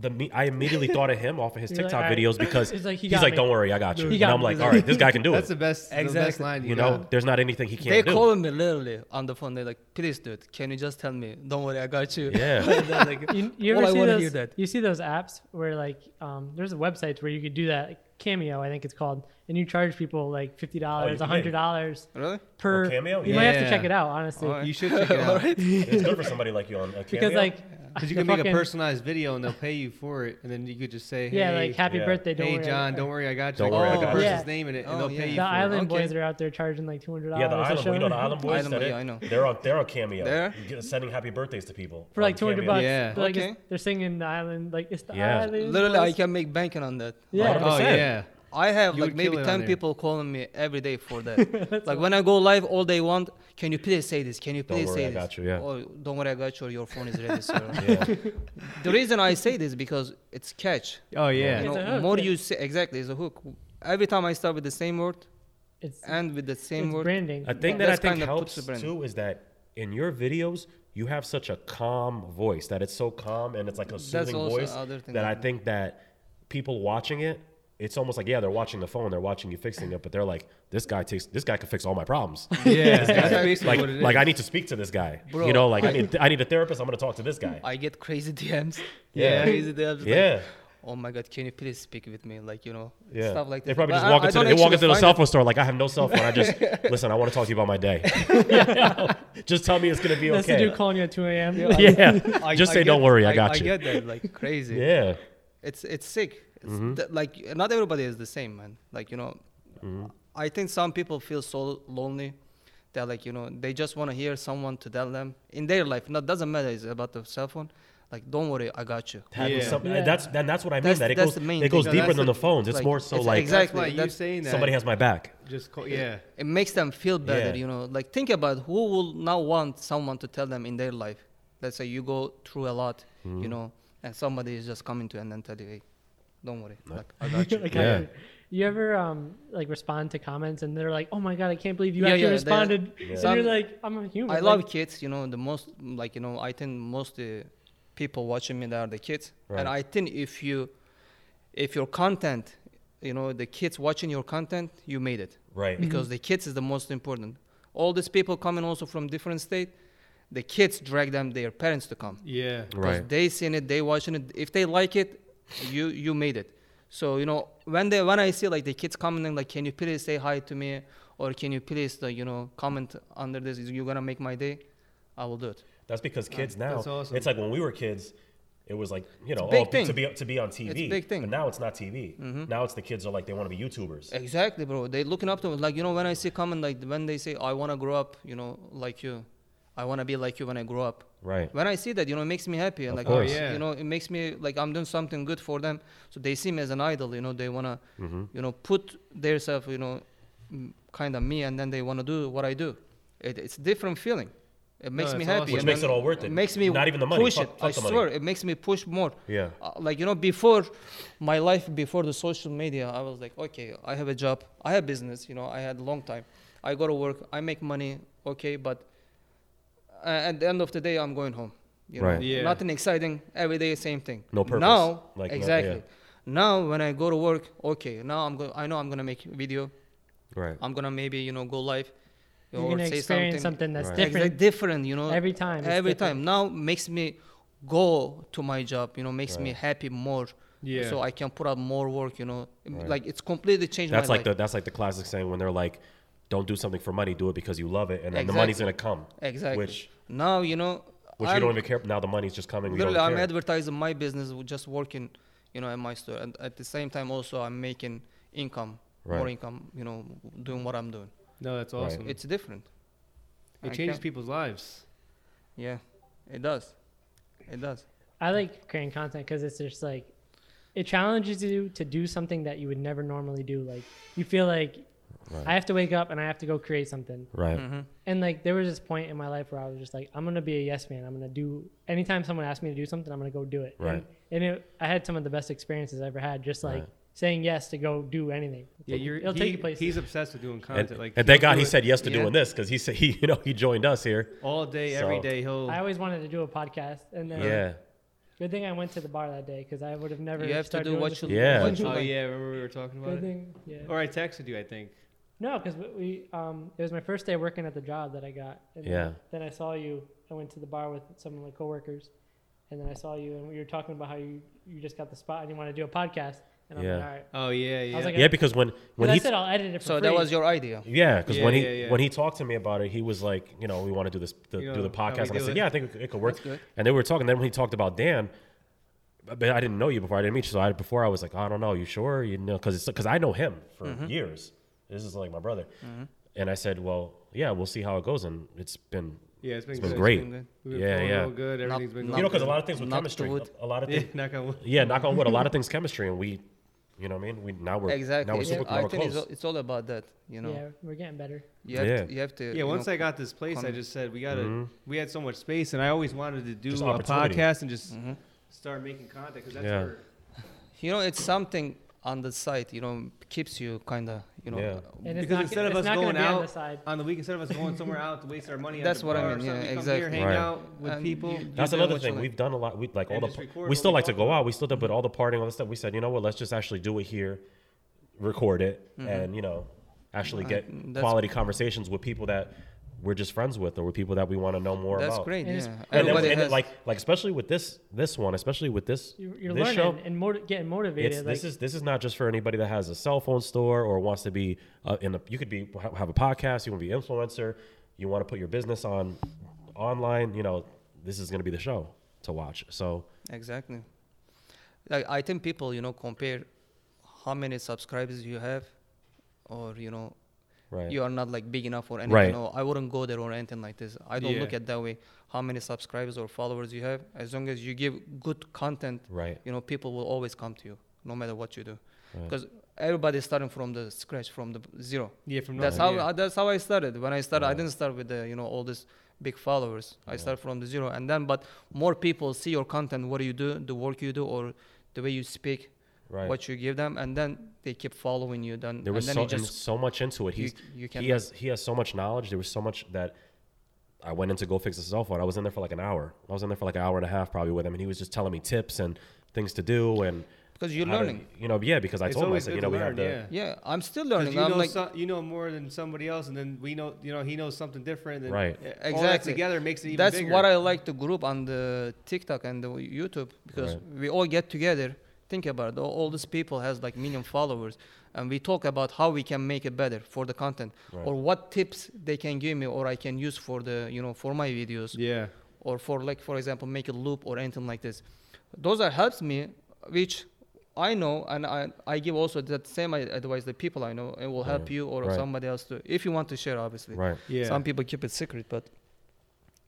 Speaker 4: the me, I immediately thought of him off of his
Speaker 6: You're like,
Speaker 4: TikTok
Speaker 6: "All right."
Speaker 4: videos because
Speaker 6: He's
Speaker 4: he's
Speaker 6: like,
Speaker 4: like,
Speaker 6: "He got me."
Speaker 4: "Don't worry, I got you."
Speaker 6: He
Speaker 4: And
Speaker 6: got
Speaker 4: I'm
Speaker 6: me.
Speaker 4: like, "All right, this guy can do
Speaker 5: That's the
Speaker 4: it."
Speaker 5: best. The best
Speaker 1: Exactly.
Speaker 5: line.
Speaker 4: You know, there's not anything he
Speaker 1: They
Speaker 4: can't do.
Speaker 1: call me literally on the phone. They're like, "Please, dude, can you just tell me? Don't worry, I got you."
Speaker 4: Yeah.
Speaker 1: And I'm like,
Speaker 6: You, you
Speaker 1: all
Speaker 6: ever
Speaker 1: I
Speaker 6: see
Speaker 1: wanna
Speaker 6: those?
Speaker 1: hear that.
Speaker 6: You see those apps where like um, there's websites where you could do that. Like Cameo, I think it's called, and you charge people like fifty dollars,
Speaker 4: Oh,
Speaker 6: a
Speaker 4: you can.
Speaker 6: hundred dollars
Speaker 1: Really?
Speaker 6: per.
Speaker 4: Oh, Cameo?
Speaker 6: You might have to
Speaker 5: Yeah.
Speaker 6: check it out, honestly,
Speaker 1: Alright.
Speaker 5: You should check it out because
Speaker 4: It's good for somebody like you on a
Speaker 6: because
Speaker 4: cameo.
Speaker 6: like
Speaker 5: you
Speaker 6: the
Speaker 5: can make a
Speaker 6: fucking-
Speaker 5: personalized video and they'll pay you for it, and then you could just say, hey,
Speaker 6: yeah, like happy
Speaker 4: Yeah.
Speaker 6: birthday, don't
Speaker 5: hey,
Speaker 6: worry.
Speaker 5: John, don't worry, I got you.
Speaker 4: Don't
Speaker 5: Like,
Speaker 4: worry, I
Speaker 5: put the
Speaker 4: got
Speaker 6: you.
Speaker 5: person's
Speaker 6: Yeah.
Speaker 5: name in it,
Speaker 1: Oh,
Speaker 5: and they'll
Speaker 1: yeah.
Speaker 5: pay you.
Speaker 6: The
Speaker 5: for it.
Speaker 6: island
Speaker 1: Okay.
Speaker 6: boys are out there charging like two hundred dollars.
Speaker 4: yeah, the island,
Speaker 6: a uh, show.
Speaker 4: you know, the island boys.
Speaker 1: Island
Speaker 4: that
Speaker 1: Boy,
Speaker 4: it-
Speaker 1: I know.
Speaker 4: They're on, they're on cameo.
Speaker 1: There?
Speaker 4: You get- sending happy birthdays to people
Speaker 6: for
Speaker 4: on
Speaker 6: like two hundred
Speaker 4: Oh, Cameo.
Speaker 6: bucks.
Speaker 5: Yeah.
Speaker 6: They're, like,
Speaker 1: Okay.
Speaker 6: it's- They're singing the island like it's the
Speaker 4: Yeah.
Speaker 6: island.
Speaker 1: Literally, I
Speaker 6: boys.
Speaker 1: can make banking on that.
Speaker 6: Yeah.
Speaker 1: Like,
Speaker 5: Oh
Speaker 4: 100%.
Speaker 5: yeah.
Speaker 1: I have
Speaker 5: You
Speaker 1: like
Speaker 5: would
Speaker 1: maybe
Speaker 5: kill it on
Speaker 1: 10
Speaker 5: there.
Speaker 1: people calling me every day for that. like when I go live, all they want, can you please say this? Can you
Speaker 4: Don't
Speaker 1: please
Speaker 4: worry,
Speaker 1: say
Speaker 4: I
Speaker 1: this?
Speaker 4: got you, yeah.
Speaker 1: Oh, don't worry, I got you. Your phone is ready, sir.
Speaker 4: Yeah.
Speaker 1: the reason I say this because it's catch.
Speaker 5: Oh
Speaker 1: You
Speaker 5: yeah.
Speaker 6: It's a
Speaker 1: know,
Speaker 6: hook,
Speaker 1: more
Speaker 6: yeah.
Speaker 1: you say, exactly, it's a hook. Every time I start with the same word,
Speaker 6: It's,
Speaker 1: end with the same
Speaker 6: it's
Speaker 1: word.
Speaker 6: branding.
Speaker 4: A
Speaker 1: Well,
Speaker 4: thing that I
Speaker 1: that's
Speaker 4: think
Speaker 1: kind of puts
Speaker 4: helps
Speaker 1: the brand.
Speaker 4: too is that in your videos you have such a calm voice that it's so calm and it's like a soothing
Speaker 1: also
Speaker 4: voice
Speaker 1: other thing
Speaker 4: that
Speaker 1: I
Speaker 4: I
Speaker 1: do.
Speaker 4: think that people watching it, it's almost like yeah they're watching the phone, they're watching you fixing it, but they're like this guy takes this guy can fix all my problems.
Speaker 5: Yeah. That's basically
Speaker 4: like
Speaker 5: what it
Speaker 4: like
Speaker 5: is.
Speaker 4: I need to speak to this guy.
Speaker 1: Bro,
Speaker 4: you know like I need I need a therapist. I'm gonna talk to this guy.
Speaker 1: I get crazy DMs.
Speaker 4: Yeah.
Speaker 1: Crazy DMs. like,
Speaker 4: yeah.
Speaker 1: oh my God, can you please speak with me? Like, you know,
Speaker 4: Yeah.
Speaker 1: stuff like that.
Speaker 4: they probably
Speaker 1: But
Speaker 4: just
Speaker 1: I-
Speaker 4: walk
Speaker 1: I
Speaker 4: into
Speaker 1: don't
Speaker 4: the, they walk
Speaker 1: actually
Speaker 4: into the
Speaker 1: find
Speaker 4: cell
Speaker 1: it.
Speaker 4: phone store like I have no cell phone. I just listen. I want to talk to you about my day. just tell me it's gonna be
Speaker 6: That's
Speaker 4: okay.
Speaker 6: the dude calling you at two a.m.
Speaker 4: yeah. just say don't
Speaker 1: get-
Speaker 4: worry. I got you.
Speaker 1: I get that like crazy.
Speaker 4: Yeah. Mm-hmm.
Speaker 1: It's it's sick. It's th- like not
Speaker 4: Mm-hmm.
Speaker 1: everybody is the same, man. Like you know, I think some people feel so lonely. that like you know they just want to hear someone to tell them in their life. No, it doesn't matter. It's about the cell phone. Like, don't worry, I got you.
Speaker 4: That was
Speaker 5: Yeah.
Speaker 4: something-
Speaker 6: Yeah.
Speaker 4: That's then that's what I mean.
Speaker 1: That's-
Speaker 4: that it
Speaker 1: that's
Speaker 4: goes,
Speaker 1: the main
Speaker 4: it goes
Speaker 5: thing. No,
Speaker 4: deeper
Speaker 5: that's
Speaker 4: than
Speaker 5: the-
Speaker 4: the phones. It's
Speaker 1: like,
Speaker 4: more so
Speaker 1: it's
Speaker 4: like
Speaker 1: exact-
Speaker 5: That's why
Speaker 1: Exactly,
Speaker 5: you
Speaker 1: that's-
Speaker 5: saying that.
Speaker 4: somebody has my back.
Speaker 5: just call, yeah.
Speaker 1: It makes them feel better,
Speaker 4: Yeah.
Speaker 1: you know. Like think about who will now want someone to tell them in their life. Let's say you go through a lot, you know, and somebody is just coming to you and then tell you, hey, don't worry, like I got you.
Speaker 6: like,
Speaker 4: Yeah.
Speaker 6: I- you ever um like respond to comments and they're like, "Oh my god, I can't believe you
Speaker 1: Yeah,
Speaker 6: actually
Speaker 1: yeah, they-
Speaker 6: responded." And
Speaker 1: Some-
Speaker 6: you're like, "I'm a human."
Speaker 1: I
Speaker 6: like,
Speaker 1: love kids, you know, the most like you know, I think most uh, people watching me they are the kids.
Speaker 4: Right.
Speaker 1: And I think if you if your content, you know, the kids watching your content, you made it.
Speaker 4: Right.
Speaker 1: Because the kids is the most important. All these people coming also from different state, the kids drag them their parents to come.
Speaker 5: Yeah.
Speaker 1: Because they seen it, they watching it. If they like it, you you made it. So you know when they when I see like the kids commenting like, can you please say hi to me, or can you please like, you know comment under this? You're gonna make my day. I will do it.
Speaker 4: That's because kids now.
Speaker 5: that's awesome.
Speaker 4: It's like when we were kids, it was like you know,
Speaker 1: a big
Speaker 4: oh,
Speaker 1: thing.
Speaker 4: to be to be on TV.
Speaker 1: It's a big thing. Mm-hmm.
Speaker 4: But now it's not TV. Now it's the kids are like they want to be YouTubers.
Speaker 1: Exactly, bro. They looking up to like you know when I see comment like when they say I wanna grow up, you know like you, I wanna be like you when I grow up.
Speaker 4: Right.
Speaker 1: When I see that, you know, it makes me happy. And
Speaker 4: Of
Speaker 1: like,
Speaker 4: course.
Speaker 1: I-
Speaker 5: Yeah.
Speaker 1: you know, it makes me like I'm doing something good for them. So they see me as an idol. You know, they wanna,
Speaker 4: Mm-hmm.
Speaker 1: you know, put themselves, you know, kind of me, and then they wanna do what I do. It, it's different feeling. It makes
Speaker 5: No,
Speaker 1: me
Speaker 5: it's
Speaker 1: happy.
Speaker 5: awesome.
Speaker 4: Which
Speaker 1: and
Speaker 4: makes
Speaker 1: then
Speaker 4: it all worth it.
Speaker 1: Makes me
Speaker 4: Not even the money.
Speaker 1: Push
Speaker 4: Fuck-
Speaker 1: it.
Speaker 4: fuck
Speaker 1: I
Speaker 4: the money.
Speaker 1: swear, it makes me push more.
Speaker 4: Yeah.
Speaker 1: Uh, like you know, before my life, before the social media, I was like, okay, I have a job, I have business. You know, I had long time. I go to work, I make money, okay, but uh, at the end of the day, I'm going home. You
Speaker 4: Right.
Speaker 1: Know?
Speaker 5: Yeah.
Speaker 1: Nothing exciting. Every day, same thing.
Speaker 4: No purpose.
Speaker 1: Now,
Speaker 4: Like, no-
Speaker 1: exactly.
Speaker 4: yeah.
Speaker 1: Now, when I go to work, okay. Now I'm going. I know I'm gonna make video.
Speaker 4: Right.
Speaker 1: I'm gonna maybe you know go live.
Speaker 6: You're gonna experience something, that's
Speaker 4: Right.
Speaker 6: different.
Speaker 1: Exact- different. You know.
Speaker 6: Every time, it's
Speaker 1: Every
Speaker 6: different.
Speaker 1: time. Now makes me go to my job. You know, makes me happy more.
Speaker 5: Yeah.
Speaker 1: So I can put out more work. You know, like it's completely changed
Speaker 4: That's
Speaker 1: my
Speaker 4: like
Speaker 1: life.
Speaker 4: the that's like the classic saying when they're like, "Don't do something for money. Do it because you love it, and then the money's gonna
Speaker 1: Exactly.
Speaker 4: come."
Speaker 1: exactly.
Speaker 4: Which
Speaker 1: now you know.
Speaker 4: which
Speaker 1: I'm-
Speaker 4: you don't even care. Now the money's just coming. You don't
Speaker 1: Literally, I'm
Speaker 4: care.
Speaker 1: advertising my business, with just working, you know, at my store, and at the same time also I'm making income, more
Speaker 4: Right. Mm.
Speaker 1: income, you know, doing what I'm doing.
Speaker 5: No, that's
Speaker 4: Right.
Speaker 5: awesome.
Speaker 1: It's different.
Speaker 5: It
Speaker 1: I
Speaker 5: changes
Speaker 1: can't-
Speaker 5: people's lives.
Speaker 1: Yeah, it does. It does.
Speaker 6: I like creating content because it's just like it challenges you to do something that you would never normally do. Like you feel like I have to wake up and I have to go create something.
Speaker 1: Mm,
Speaker 4: right.
Speaker 1: Mm-hmm.
Speaker 6: And like there was this point in my life where I was just like, I'm gonna be a yes man. I'm gonna do anytime someone asks me to do something, I'm gonna go do it.
Speaker 4: Right.
Speaker 6: And, and it, I had some of the best experiences I ever had, just like
Speaker 4: Right.
Speaker 6: saying yes to go do anything.
Speaker 5: Yeah, you're.
Speaker 6: It'll
Speaker 5: he,
Speaker 6: take you places.
Speaker 5: He's obsessed with doing
Speaker 4: And,
Speaker 5: content. like,
Speaker 4: and
Speaker 5: he'll
Speaker 4: thank God
Speaker 5: do
Speaker 4: he
Speaker 5: it
Speaker 4: said yes to
Speaker 1: Yeah.
Speaker 4: doing this because he said he you know he joined us here.
Speaker 5: all day, every
Speaker 4: So-
Speaker 5: day. He'll.
Speaker 6: I always wanted to do a podcast, and then
Speaker 4: Yeah.
Speaker 6: good thing I went to the bar that day because I would have never.
Speaker 1: You have to
Speaker 6: started
Speaker 1: do
Speaker 6: doing
Speaker 1: what
Speaker 6: this.
Speaker 1: you
Speaker 4: Yeah.
Speaker 1: what you
Speaker 5: oh
Speaker 1: like.
Speaker 5: yeah, remember we were talking about
Speaker 6: Good
Speaker 5: it.
Speaker 6: thing, yeah.
Speaker 5: Or I texted you, I think.
Speaker 6: No, because we um, it was my first day working at the job that I got. And then-
Speaker 4: Yeah.
Speaker 6: Then I saw you. I went to the bar with some of my coworkers, and then I saw you, and we were talking about how you you just got the spot and you want to do a podcast. And I'm
Speaker 4: Yeah.
Speaker 6: like, all right.
Speaker 5: Oh yeah, yeah.
Speaker 6: was like,
Speaker 4: Yeah, because when when
Speaker 6: When I
Speaker 4: he
Speaker 6: said I'll edit it for
Speaker 1: So
Speaker 6: free.
Speaker 1: that was your idea.
Speaker 4: Yeah, because
Speaker 5: Yeah,
Speaker 4: when he
Speaker 5: yeah, yeah.
Speaker 4: when he talked to me about it, he was like, you know, we want to do this, the,
Speaker 5: You
Speaker 4: do the
Speaker 5: know, how we
Speaker 4: podcast, and I
Speaker 5: do
Speaker 4: said,
Speaker 5: it.
Speaker 4: yeah, I think it, it could work.
Speaker 1: That's good.
Speaker 4: And then we were talking. Then when he talked about Dan, but I didn't know you before. I didn't meet you. So I, before I was like, I don't know, you sure? You know, because because I know him for
Speaker 5: Mm-hmm.
Speaker 4: years. This is like my brother. And I said, well, yeah, we'll see how it goes, and it's been
Speaker 5: yeah, it's been,
Speaker 4: it's
Speaker 5: good.
Speaker 4: been great.
Speaker 1: good.
Speaker 5: We've been
Speaker 4: yeah,
Speaker 5: flowing
Speaker 4: yeah.
Speaker 5: real good. Everything's been
Speaker 1: not-
Speaker 4: You
Speaker 5: going
Speaker 4: know, because a lot of things with
Speaker 1: Knock to
Speaker 4: chemistry,
Speaker 1: wood.
Speaker 4: a lot of
Speaker 5: Yeah,
Speaker 4: things.
Speaker 5: knock on wood.
Speaker 4: Yeah, knock on wood. A lot of things chemistry, and we, you know, what I mean, we now we're
Speaker 1: Exactly.
Speaker 4: now we're
Speaker 1: It's-
Speaker 4: super now
Speaker 1: I
Speaker 4: we're
Speaker 1: think
Speaker 4: close.
Speaker 1: it's, all- it's all about that. You know,
Speaker 6: yeah, we're getting better.
Speaker 1: you have
Speaker 4: Yeah.
Speaker 1: to. uh, You have to
Speaker 5: Yeah, once I got this place, I
Speaker 1: con-
Speaker 5: just said we gotta. We had so much space, and I always wanted to do
Speaker 4: Mm-hmm. Just
Speaker 5: a
Speaker 4: opportunity.
Speaker 5: podcast and just
Speaker 1: Mm-hmm.
Speaker 5: start making content because that's
Speaker 4: Yeah.
Speaker 5: where
Speaker 1: you know, it's something on the side. You know, keeps you kind of. You know,
Speaker 4: Yeah.
Speaker 6: And it's
Speaker 5: because
Speaker 6: not,
Speaker 5: instead of
Speaker 6: it's
Speaker 5: us
Speaker 6: not gonna
Speaker 5: going
Speaker 6: be on the
Speaker 5: out
Speaker 6: side.
Speaker 5: on the week, instead of us going somewhere out to waste our money, at
Speaker 1: That's
Speaker 5: the
Speaker 1: what I
Speaker 5: bar or
Speaker 1: mean, yeah,
Speaker 5: something, we come here,
Speaker 1: exactly.
Speaker 5: hang
Speaker 4: Right.
Speaker 5: out with
Speaker 1: And
Speaker 5: people.
Speaker 1: you-
Speaker 4: That's
Speaker 1: doing
Speaker 4: another
Speaker 1: what you
Speaker 4: thing.
Speaker 1: like.
Speaker 4: We've done a lot. We like all
Speaker 5: And
Speaker 4: the.
Speaker 5: just
Speaker 4: pa-
Speaker 5: record
Speaker 4: We
Speaker 5: what
Speaker 4: still
Speaker 5: we
Speaker 4: like to
Speaker 5: talk
Speaker 4: go out. We still do, but all the partying, all the stuff. We said, you know what? Let's just actually do it here, record it, and you know, actually get
Speaker 1: Mm-hmm. that's-
Speaker 4: quality conversations with people that we're just friends with, or with people that we want to know more
Speaker 1: that's
Speaker 4: about.
Speaker 1: great.
Speaker 6: And it's-
Speaker 1: Yeah.
Speaker 4: And, then,
Speaker 1: Everybody
Speaker 4: and
Speaker 1: has.
Speaker 4: like, like especially with this, this one, especially with this,
Speaker 6: You're, you're learning
Speaker 4: this show.
Speaker 6: and moti- getting motivated.
Speaker 4: It's,
Speaker 6: like,
Speaker 4: this is this is not just for anybody that has a cell phone store or wants to be uh, in a. You could be ha- have a podcast. You want to be an influencer. You want to put your business on online. You know, this is going to be the show to watch. So
Speaker 1: Exactly. Like I think people, you know, compare how many subscribers you have, or you know,
Speaker 4: Right.
Speaker 1: you are not like big enough or anything.
Speaker 4: Right.
Speaker 1: Or I wouldn't go there or anything like this. I don't look
Speaker 5: Yeah.
Speaker 1: at that way. How many subscribers or followers you have? As long as you give good content,
Speaker 4: Right.
Speaker 1: you know people will always come to you, no matter what you do,
Speaker 4: Right.
Speaker 1: because everybody's starting from the scratch, from the zero.
Speaker 5: Yeah, from
Speaker 1: That's
Speaker 5: nothing,
Speaker 1: how
Speaker 5: yeah.
Speaker 1: uh, that's how I started. When I started, I
Speaker 4: Right.
Speaker 1: didn't start with the you know all this big followers. I
Speaker 4: Right.
Speaker 1: started from the zero, and then but more people see your content, what you do, the work you do, or the way you speak,
Speaker 4: Right.
Speaker 1: what you give them, and then they keep following you. Then
Speaker 4: there was
Speaker 1: and
Speaker 4: so,
Speaker 1: then
Speaker 4: and
Speaker 1: you just
Speaker 4: so much into it.
Speaker 1: you-
Speaker 4: He's,
Speaker 1: you
Speaker 4: he
Speaker 1: cannot-
Speaker 4: has he has so much knowledge. There was so much that I went in to go fix his cell phone. I was in there for like an hour. I was in there for like an hour and a half probably with him, and he was just telling me tips and things to do and
Speaker 1: because you're
Speaker 4: how to-
Speaker 1: learning.
Speaker 4: you know, yeah, because I
Speaker 5: It's
Speaker 4: told him I
Speaker 5: always
Speaker 4: said
Speaker 5: good
Speaker 4: you know
Speaker 5: to
Speaker 4: we have
Speaker 5: learn,
Speaker 4: the
Speaker 5: yeah.
Speaker 1: Yeah, I'm still
Speaker 5: 'Cause
Speaker 1: learning.
Speaker 5: You
Speaker 1: I'm
Speaker 5: know,
Speaker 1: like
Speaker 5: so- you know more than somebody else, and then we know, you know, he knows something different. And
Speaker 4: Right.
Speaker 5: uh, All that
Speaker 1: exactly.
Speaker 5: together makes it even
Speaker 1: That's
Speaker 5: bigger.
Speaker 1: what I like the group on the TikTok and the YouTube because
Speaker 4: Right.
Speaker 1: we all get together. Think about it. All, all these people has like million followers, and we talk about how we can make it better for the content,
Speaker 4: Right.
Speaker 1: or what tips they can give me, or I can use for the you know for my videos,
Speaker 5: Yeah.
Speaker 1: or for like for example make a loop or anything like this. Those are helps me, which I know, and I I give also that same i- advice the people I know. It will help
Speaker 4: Right.
Speaker 1: you or
Speaker 4: Right.
Speaker 1: somebody else too, if you want to share, obviously.
Speaker 4: right.
Speaker 5: Yeah.
Speaker 1: Some people keep it secret, but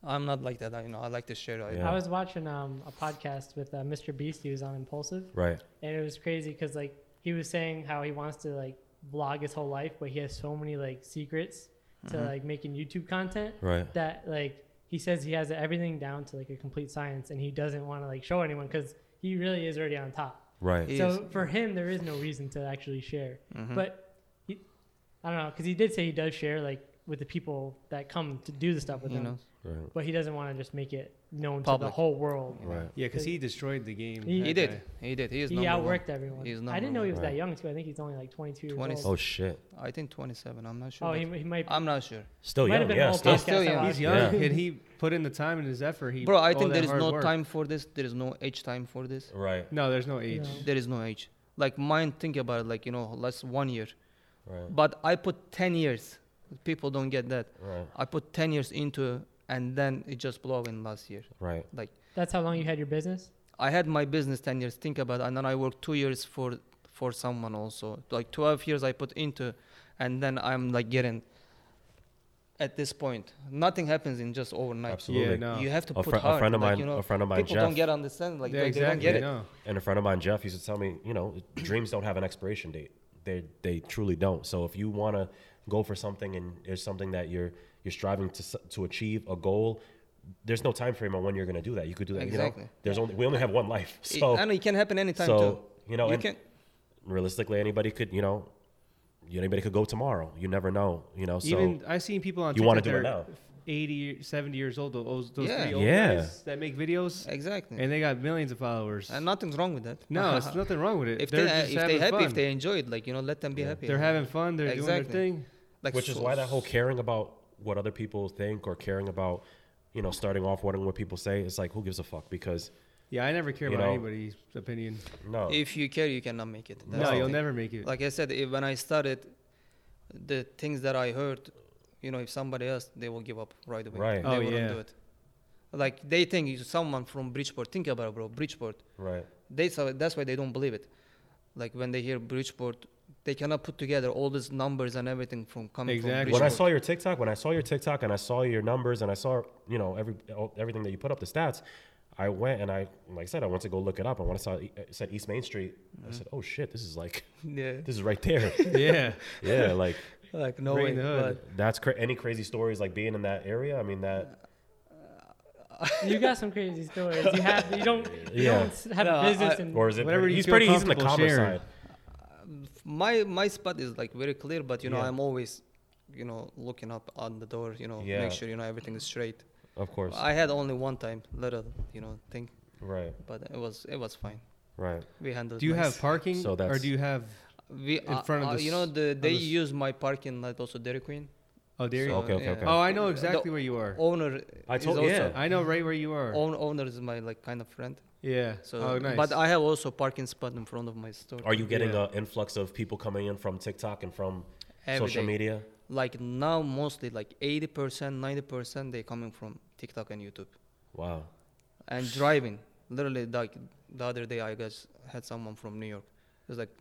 Speaker 1: I'm not like that. I, you know, I like to share. I,
Speaker 4: Yeah.
Speaker 6: I was watching um, a podcast with uh, Mr. Beast. He was on Impulsive,
Speaker 4: Right.
Speaker 6: and it was crazy because like he was saying how he wants to like vlog his whole life, but he has so many like secrets to
Speaker 1: Mm-hmm.
Speaker 6: like making YouTube content
Speaker 4: Right.
Speaker 6: that like he says he has everything down to like a complete science, and he doesn't want to like show anyone because he really is already on top.
Speaker 4: Right.
Speaker 1: He
Speaker 6: so
Speaker 1: is. Hmm.
Speaker 6: for him, there is no reason to actually share. But he, I don't know because he did say he does share like with the people that come to do the stuff with
Speaker 1: you
Speaker 6: him.
Speaker 1: know,
Speaker 4: Right.
Speaker 6: But he doesn't want to just make it known to the
Speaker 1: Public.
Speaker 6: whole world.
Speaker 4: Right.
Speaker 5: Yeah, because he destroyed the game. that
Speaker 6: He-
Speaker 1: Mm-hmm. he
Speaker 5: guy.
Speaker 1: did. He did. He is
Speaker 6: He
Speaker 1: number one.
Speaker 6: outworked everyone.
Speaker 1: He's
Speaker 6: I
Speaker 1: number
Speaker 6: didn't know he
Speaker 1: one.
Speaker 6: was
Speaker 4: Right.
Speaker 6: that young too. I think he's only like 22 years
Speaker 1: 20
Speaker 6: old.
Speaker 4: Oh shit.
Speaker 1: I think 27. I'm not sure.
Speaker 6: Oh,
Speaker 1: but
Speaker 6: he, he might.
Speaker 1: I'm not sure,
Speaker 4: Uh, Still
Speaker 6: might
Speaker 4: young.
Speaker 6: have been
Speaker 4: Yeah.
Speaker 6: all
Speaker 4: Still.
Speaker 6: podcast.
Speaker 1: still young.
Speaker 6: I
Speaker 5: He's
Speaker 6: watched.
Speaker 5: young,
Speaker 4: Yeah.
Speaker 5: and he put in the time and his effort. He
Speaker 1: bro. I
Speaker 5: all
Speaker 1: think
Speaker 5: that
Speaker 1: there is
Speaker 5: hard
Speaker 1: no
Speaker 5: work.
Speaker 1: time for this. There is no age time for this.
Speaker 4: Right.
Speaker 5: No, there's no age.
Speaker 6: No.
Speaker 1: There is no age. Like mine, think about it. Like you know, less one year.
Speaker 4: Right.
Speaker 1: But I put 10 years. People don't get that.
Speaker 4: Right.
Speaker 1: I put 10 years into, and then it just blew up in last year.
Speaker 4: Right.
Speaker 1: Like
Speaker 6: That's how long you had your business.
Speaker 1: I had my business 10 years, think about it, and then I worked two years for for someone also. Like 12 years I put into, and then I'm like getting at this point. Nothing happens in just overnight.
Speaker 4: Absolutely.
Speaker 5: Yeah, no.
Speaker 1: You have to
Speaker 4: A
Speaker 1: put
Speaker 4: fri- a
Speaker 1: hard.
Speaker 4: friend of
Speaker 1: like,
Speaker 4: mine-
Speaker 1: you know,
Speaker 4: a friend of mine,
Speaker 1: people don't
Speaker 4: Jeff.
Speaker 1: get understand. Like
Speaker 5: Yeah,
Speaker 1: they, they
Speaker 5: exactly.
Speaker 1: don't get it.
Speaker 5: No.
Speaker 4: And a friend of mine, Jeff, used to tell me, you know, dreams don't have an expiration date. They they truly don't. So if you want to go for something and there's something that you're you're striving to s- to achieve a goal, there's no time frame on when you're going to do that. You could do that. You
Speaker 1: Exactly.
Speaker 4: know, there's only we only have one life.
Speaker 1: It-
Speaker 4: So
Speaker 1: and it can happen anytime
Speaker 4: so
Speaker 1: too.
Speaker 4: you know,
Speaker 1: you
Speaker 4: and
Speaker 1: can.
Speaker 4: realistically, anybody could you know, you- anybody could go tomorrow. You never know. You know, so
Speaker 5: Even I've seen people on
Speaker 4: You wanna
Speaker 5: TikTok
Speaker 4: do it
Speaker 5: that
Speaker 4: now.
Speaker 5: are 80, 70 years old. Those, those
Speaker 1: Yeah.
Speaker 5: three old
Speaker 4: Yeah.
Speaker 5: guys that make videos,
Speaker 1: Exactly. And,
Speaker 5: and they got millions of followers.
Speaker 1: nothing's wrong with that.
Speaker 5: no, it's nothing wrong with it.
Speaker 1: if
Speaker 5: they're
Speaker 1: they if
Speaker 5: just
Speaker 1: they
Speaker 5: having
Speaker 1: happy,
Speaker 5: fun.
Speaker 1: if they enjoy it, like you know, let them be happy.
Speaker 5: are having fun. They're
Speaker 1: Exactly.
Speaker 5: doing
Speaker 1: like
Speaker 4: which is
Speaker 1: so-
Speaker 4: why that whole caring about what other people think or caring about you know starting off wondering what people say it's like who gives a fuck because
Speaker 5: their thing. Yeah, I never care
Speaker 4: You
Speaker 5: about
Speaker 4: know.
Speaker 5: anybody's opinion.
Speaker 4: no
Speaker 1: If you care, you cannot make it. That's
Speaker 5: no,
Speaker 1: the
Speaker 5: you'll
Speaker 1: thing.
Speaker 5: never make it.
Speaker 1: like I said, if, when I started, the things that I heard, you know, if somebody else, they will give up right away.
Speaker 4: Right.
Speaker 1: They
Speaker 5: Oh,
Speaker 1: wouldn't
Speaker 5: yeah.
Speaker 1: do it. Like they think you- someone from Bridgeport. Think about it, bro. Bridgeport.
Speaker 4: right
Speaker 1: They so that's why they don't believe it. Like when they hear Bridgeport, they cannot put together all these numbers and everything from coming
Speaker 5: Exactly.
Speaker 1: from
Speaker 4: when
Speaker 1: Bridgeport.
Speaker 4: i saw your tiktok when i saw your tiktok and i saw your numbers and i saw you know every all- everything that you put up the stats i went and i like i said i went to go look it up and when i saw it said east main street
Speaker 5: Mm-hmm.
Speaker 4: i said oh shit this is like
Speaker 1: yeah,
Speaker 4: this is right there
Speaker 5: yeah,
Speaker 4: yeah like
Speaker 1: like no
Speaker 5: Right
Speaker 1: way.
Speaker 5: in the hood.
Speaker 1: But
Speaker 4: that's cra- any crazy stories like being in that area i mean that
Speaker 6: You got some crazy stories. You have. You don't. You
Speaker 4: Yeah.
Speaker 6: don't s- have
Speaker 1: No,
Speaker 6: a business.
Speaker 1: I-
Speaker 6: and
Speaker 4: or is it
Speaker 5: Whatever you
Speaker 4: he's
Speaker 5: feel
Speaker 4: pretty he's in the
Speaker 5: comfortable
Speaker 4: commerce
Speaker 5: sharing.
Speaker 4: side
Speaker 1: my my spot is like very clear but you know
Speaker 4: Yeah.
Speaker 1: i'm always you know looking up on the door you know
Speaker 4: Yeah.
Speaker 1: make sure you know everything is straight
Speaker 4: of course
Speaker 1: i had only one time little you know thing
Speaker 4: right
Speaker 1: but it was it was fine
Speaker 4: right
Speaker 1: we handled
Speaker 5: do you
Speaker 1: nice.
Speaker 5: have parking,
Speaker 4: So
Speaker 5: or
Speaker 4: that's-
Speaker 5: do you have?
Speaker 1: we in
Speaker 5: front
Speaker 1: front
Speaker 5: of
Speaker 1: of
Speaker 5: the
Speaker 1: you
Speaker 5: s-
Speaker 1: know the they
Speaker 5: the s-
Speaker 1: use my parking lot also dairy queen
Speaker 5: Oh, there you
Speaker 1: So,
Speaker 5: go.
Speaker 4: Okay, okay, okay.
Speaker 5: Oh, I know
Speaker 1: The
Speaker 5: exactly where you are.
Speaker 1: owner
Speaker 4: I
Speaker 1: is
Speaker 4: told-
Speaker 1: also
Speaker 4: yeah.
Speaker 5: I know right where you are.
Speaker 1: own, owner is my like kind of friend
Speaker 5: Yeah.
Speaker 1: so
Speaker 5: oh, nice.
Speaker 1: but i have also parking spot in front of my store
Speaker 4: Are you getting
Speaker 5: Yeah.
Speaker 4: an influx of people coming in from TikTok and from
Speaker 1: Every
Speaker 4: social
Speaker 1: day.
Speaker 4: media?
Speaker 1: like now mostly like 80% 90% they coming from tiktok and youtube
Speaker 4: Wow.
Speaker 1: and driving. Literally, like the other day, I guess had someone from New York. It was like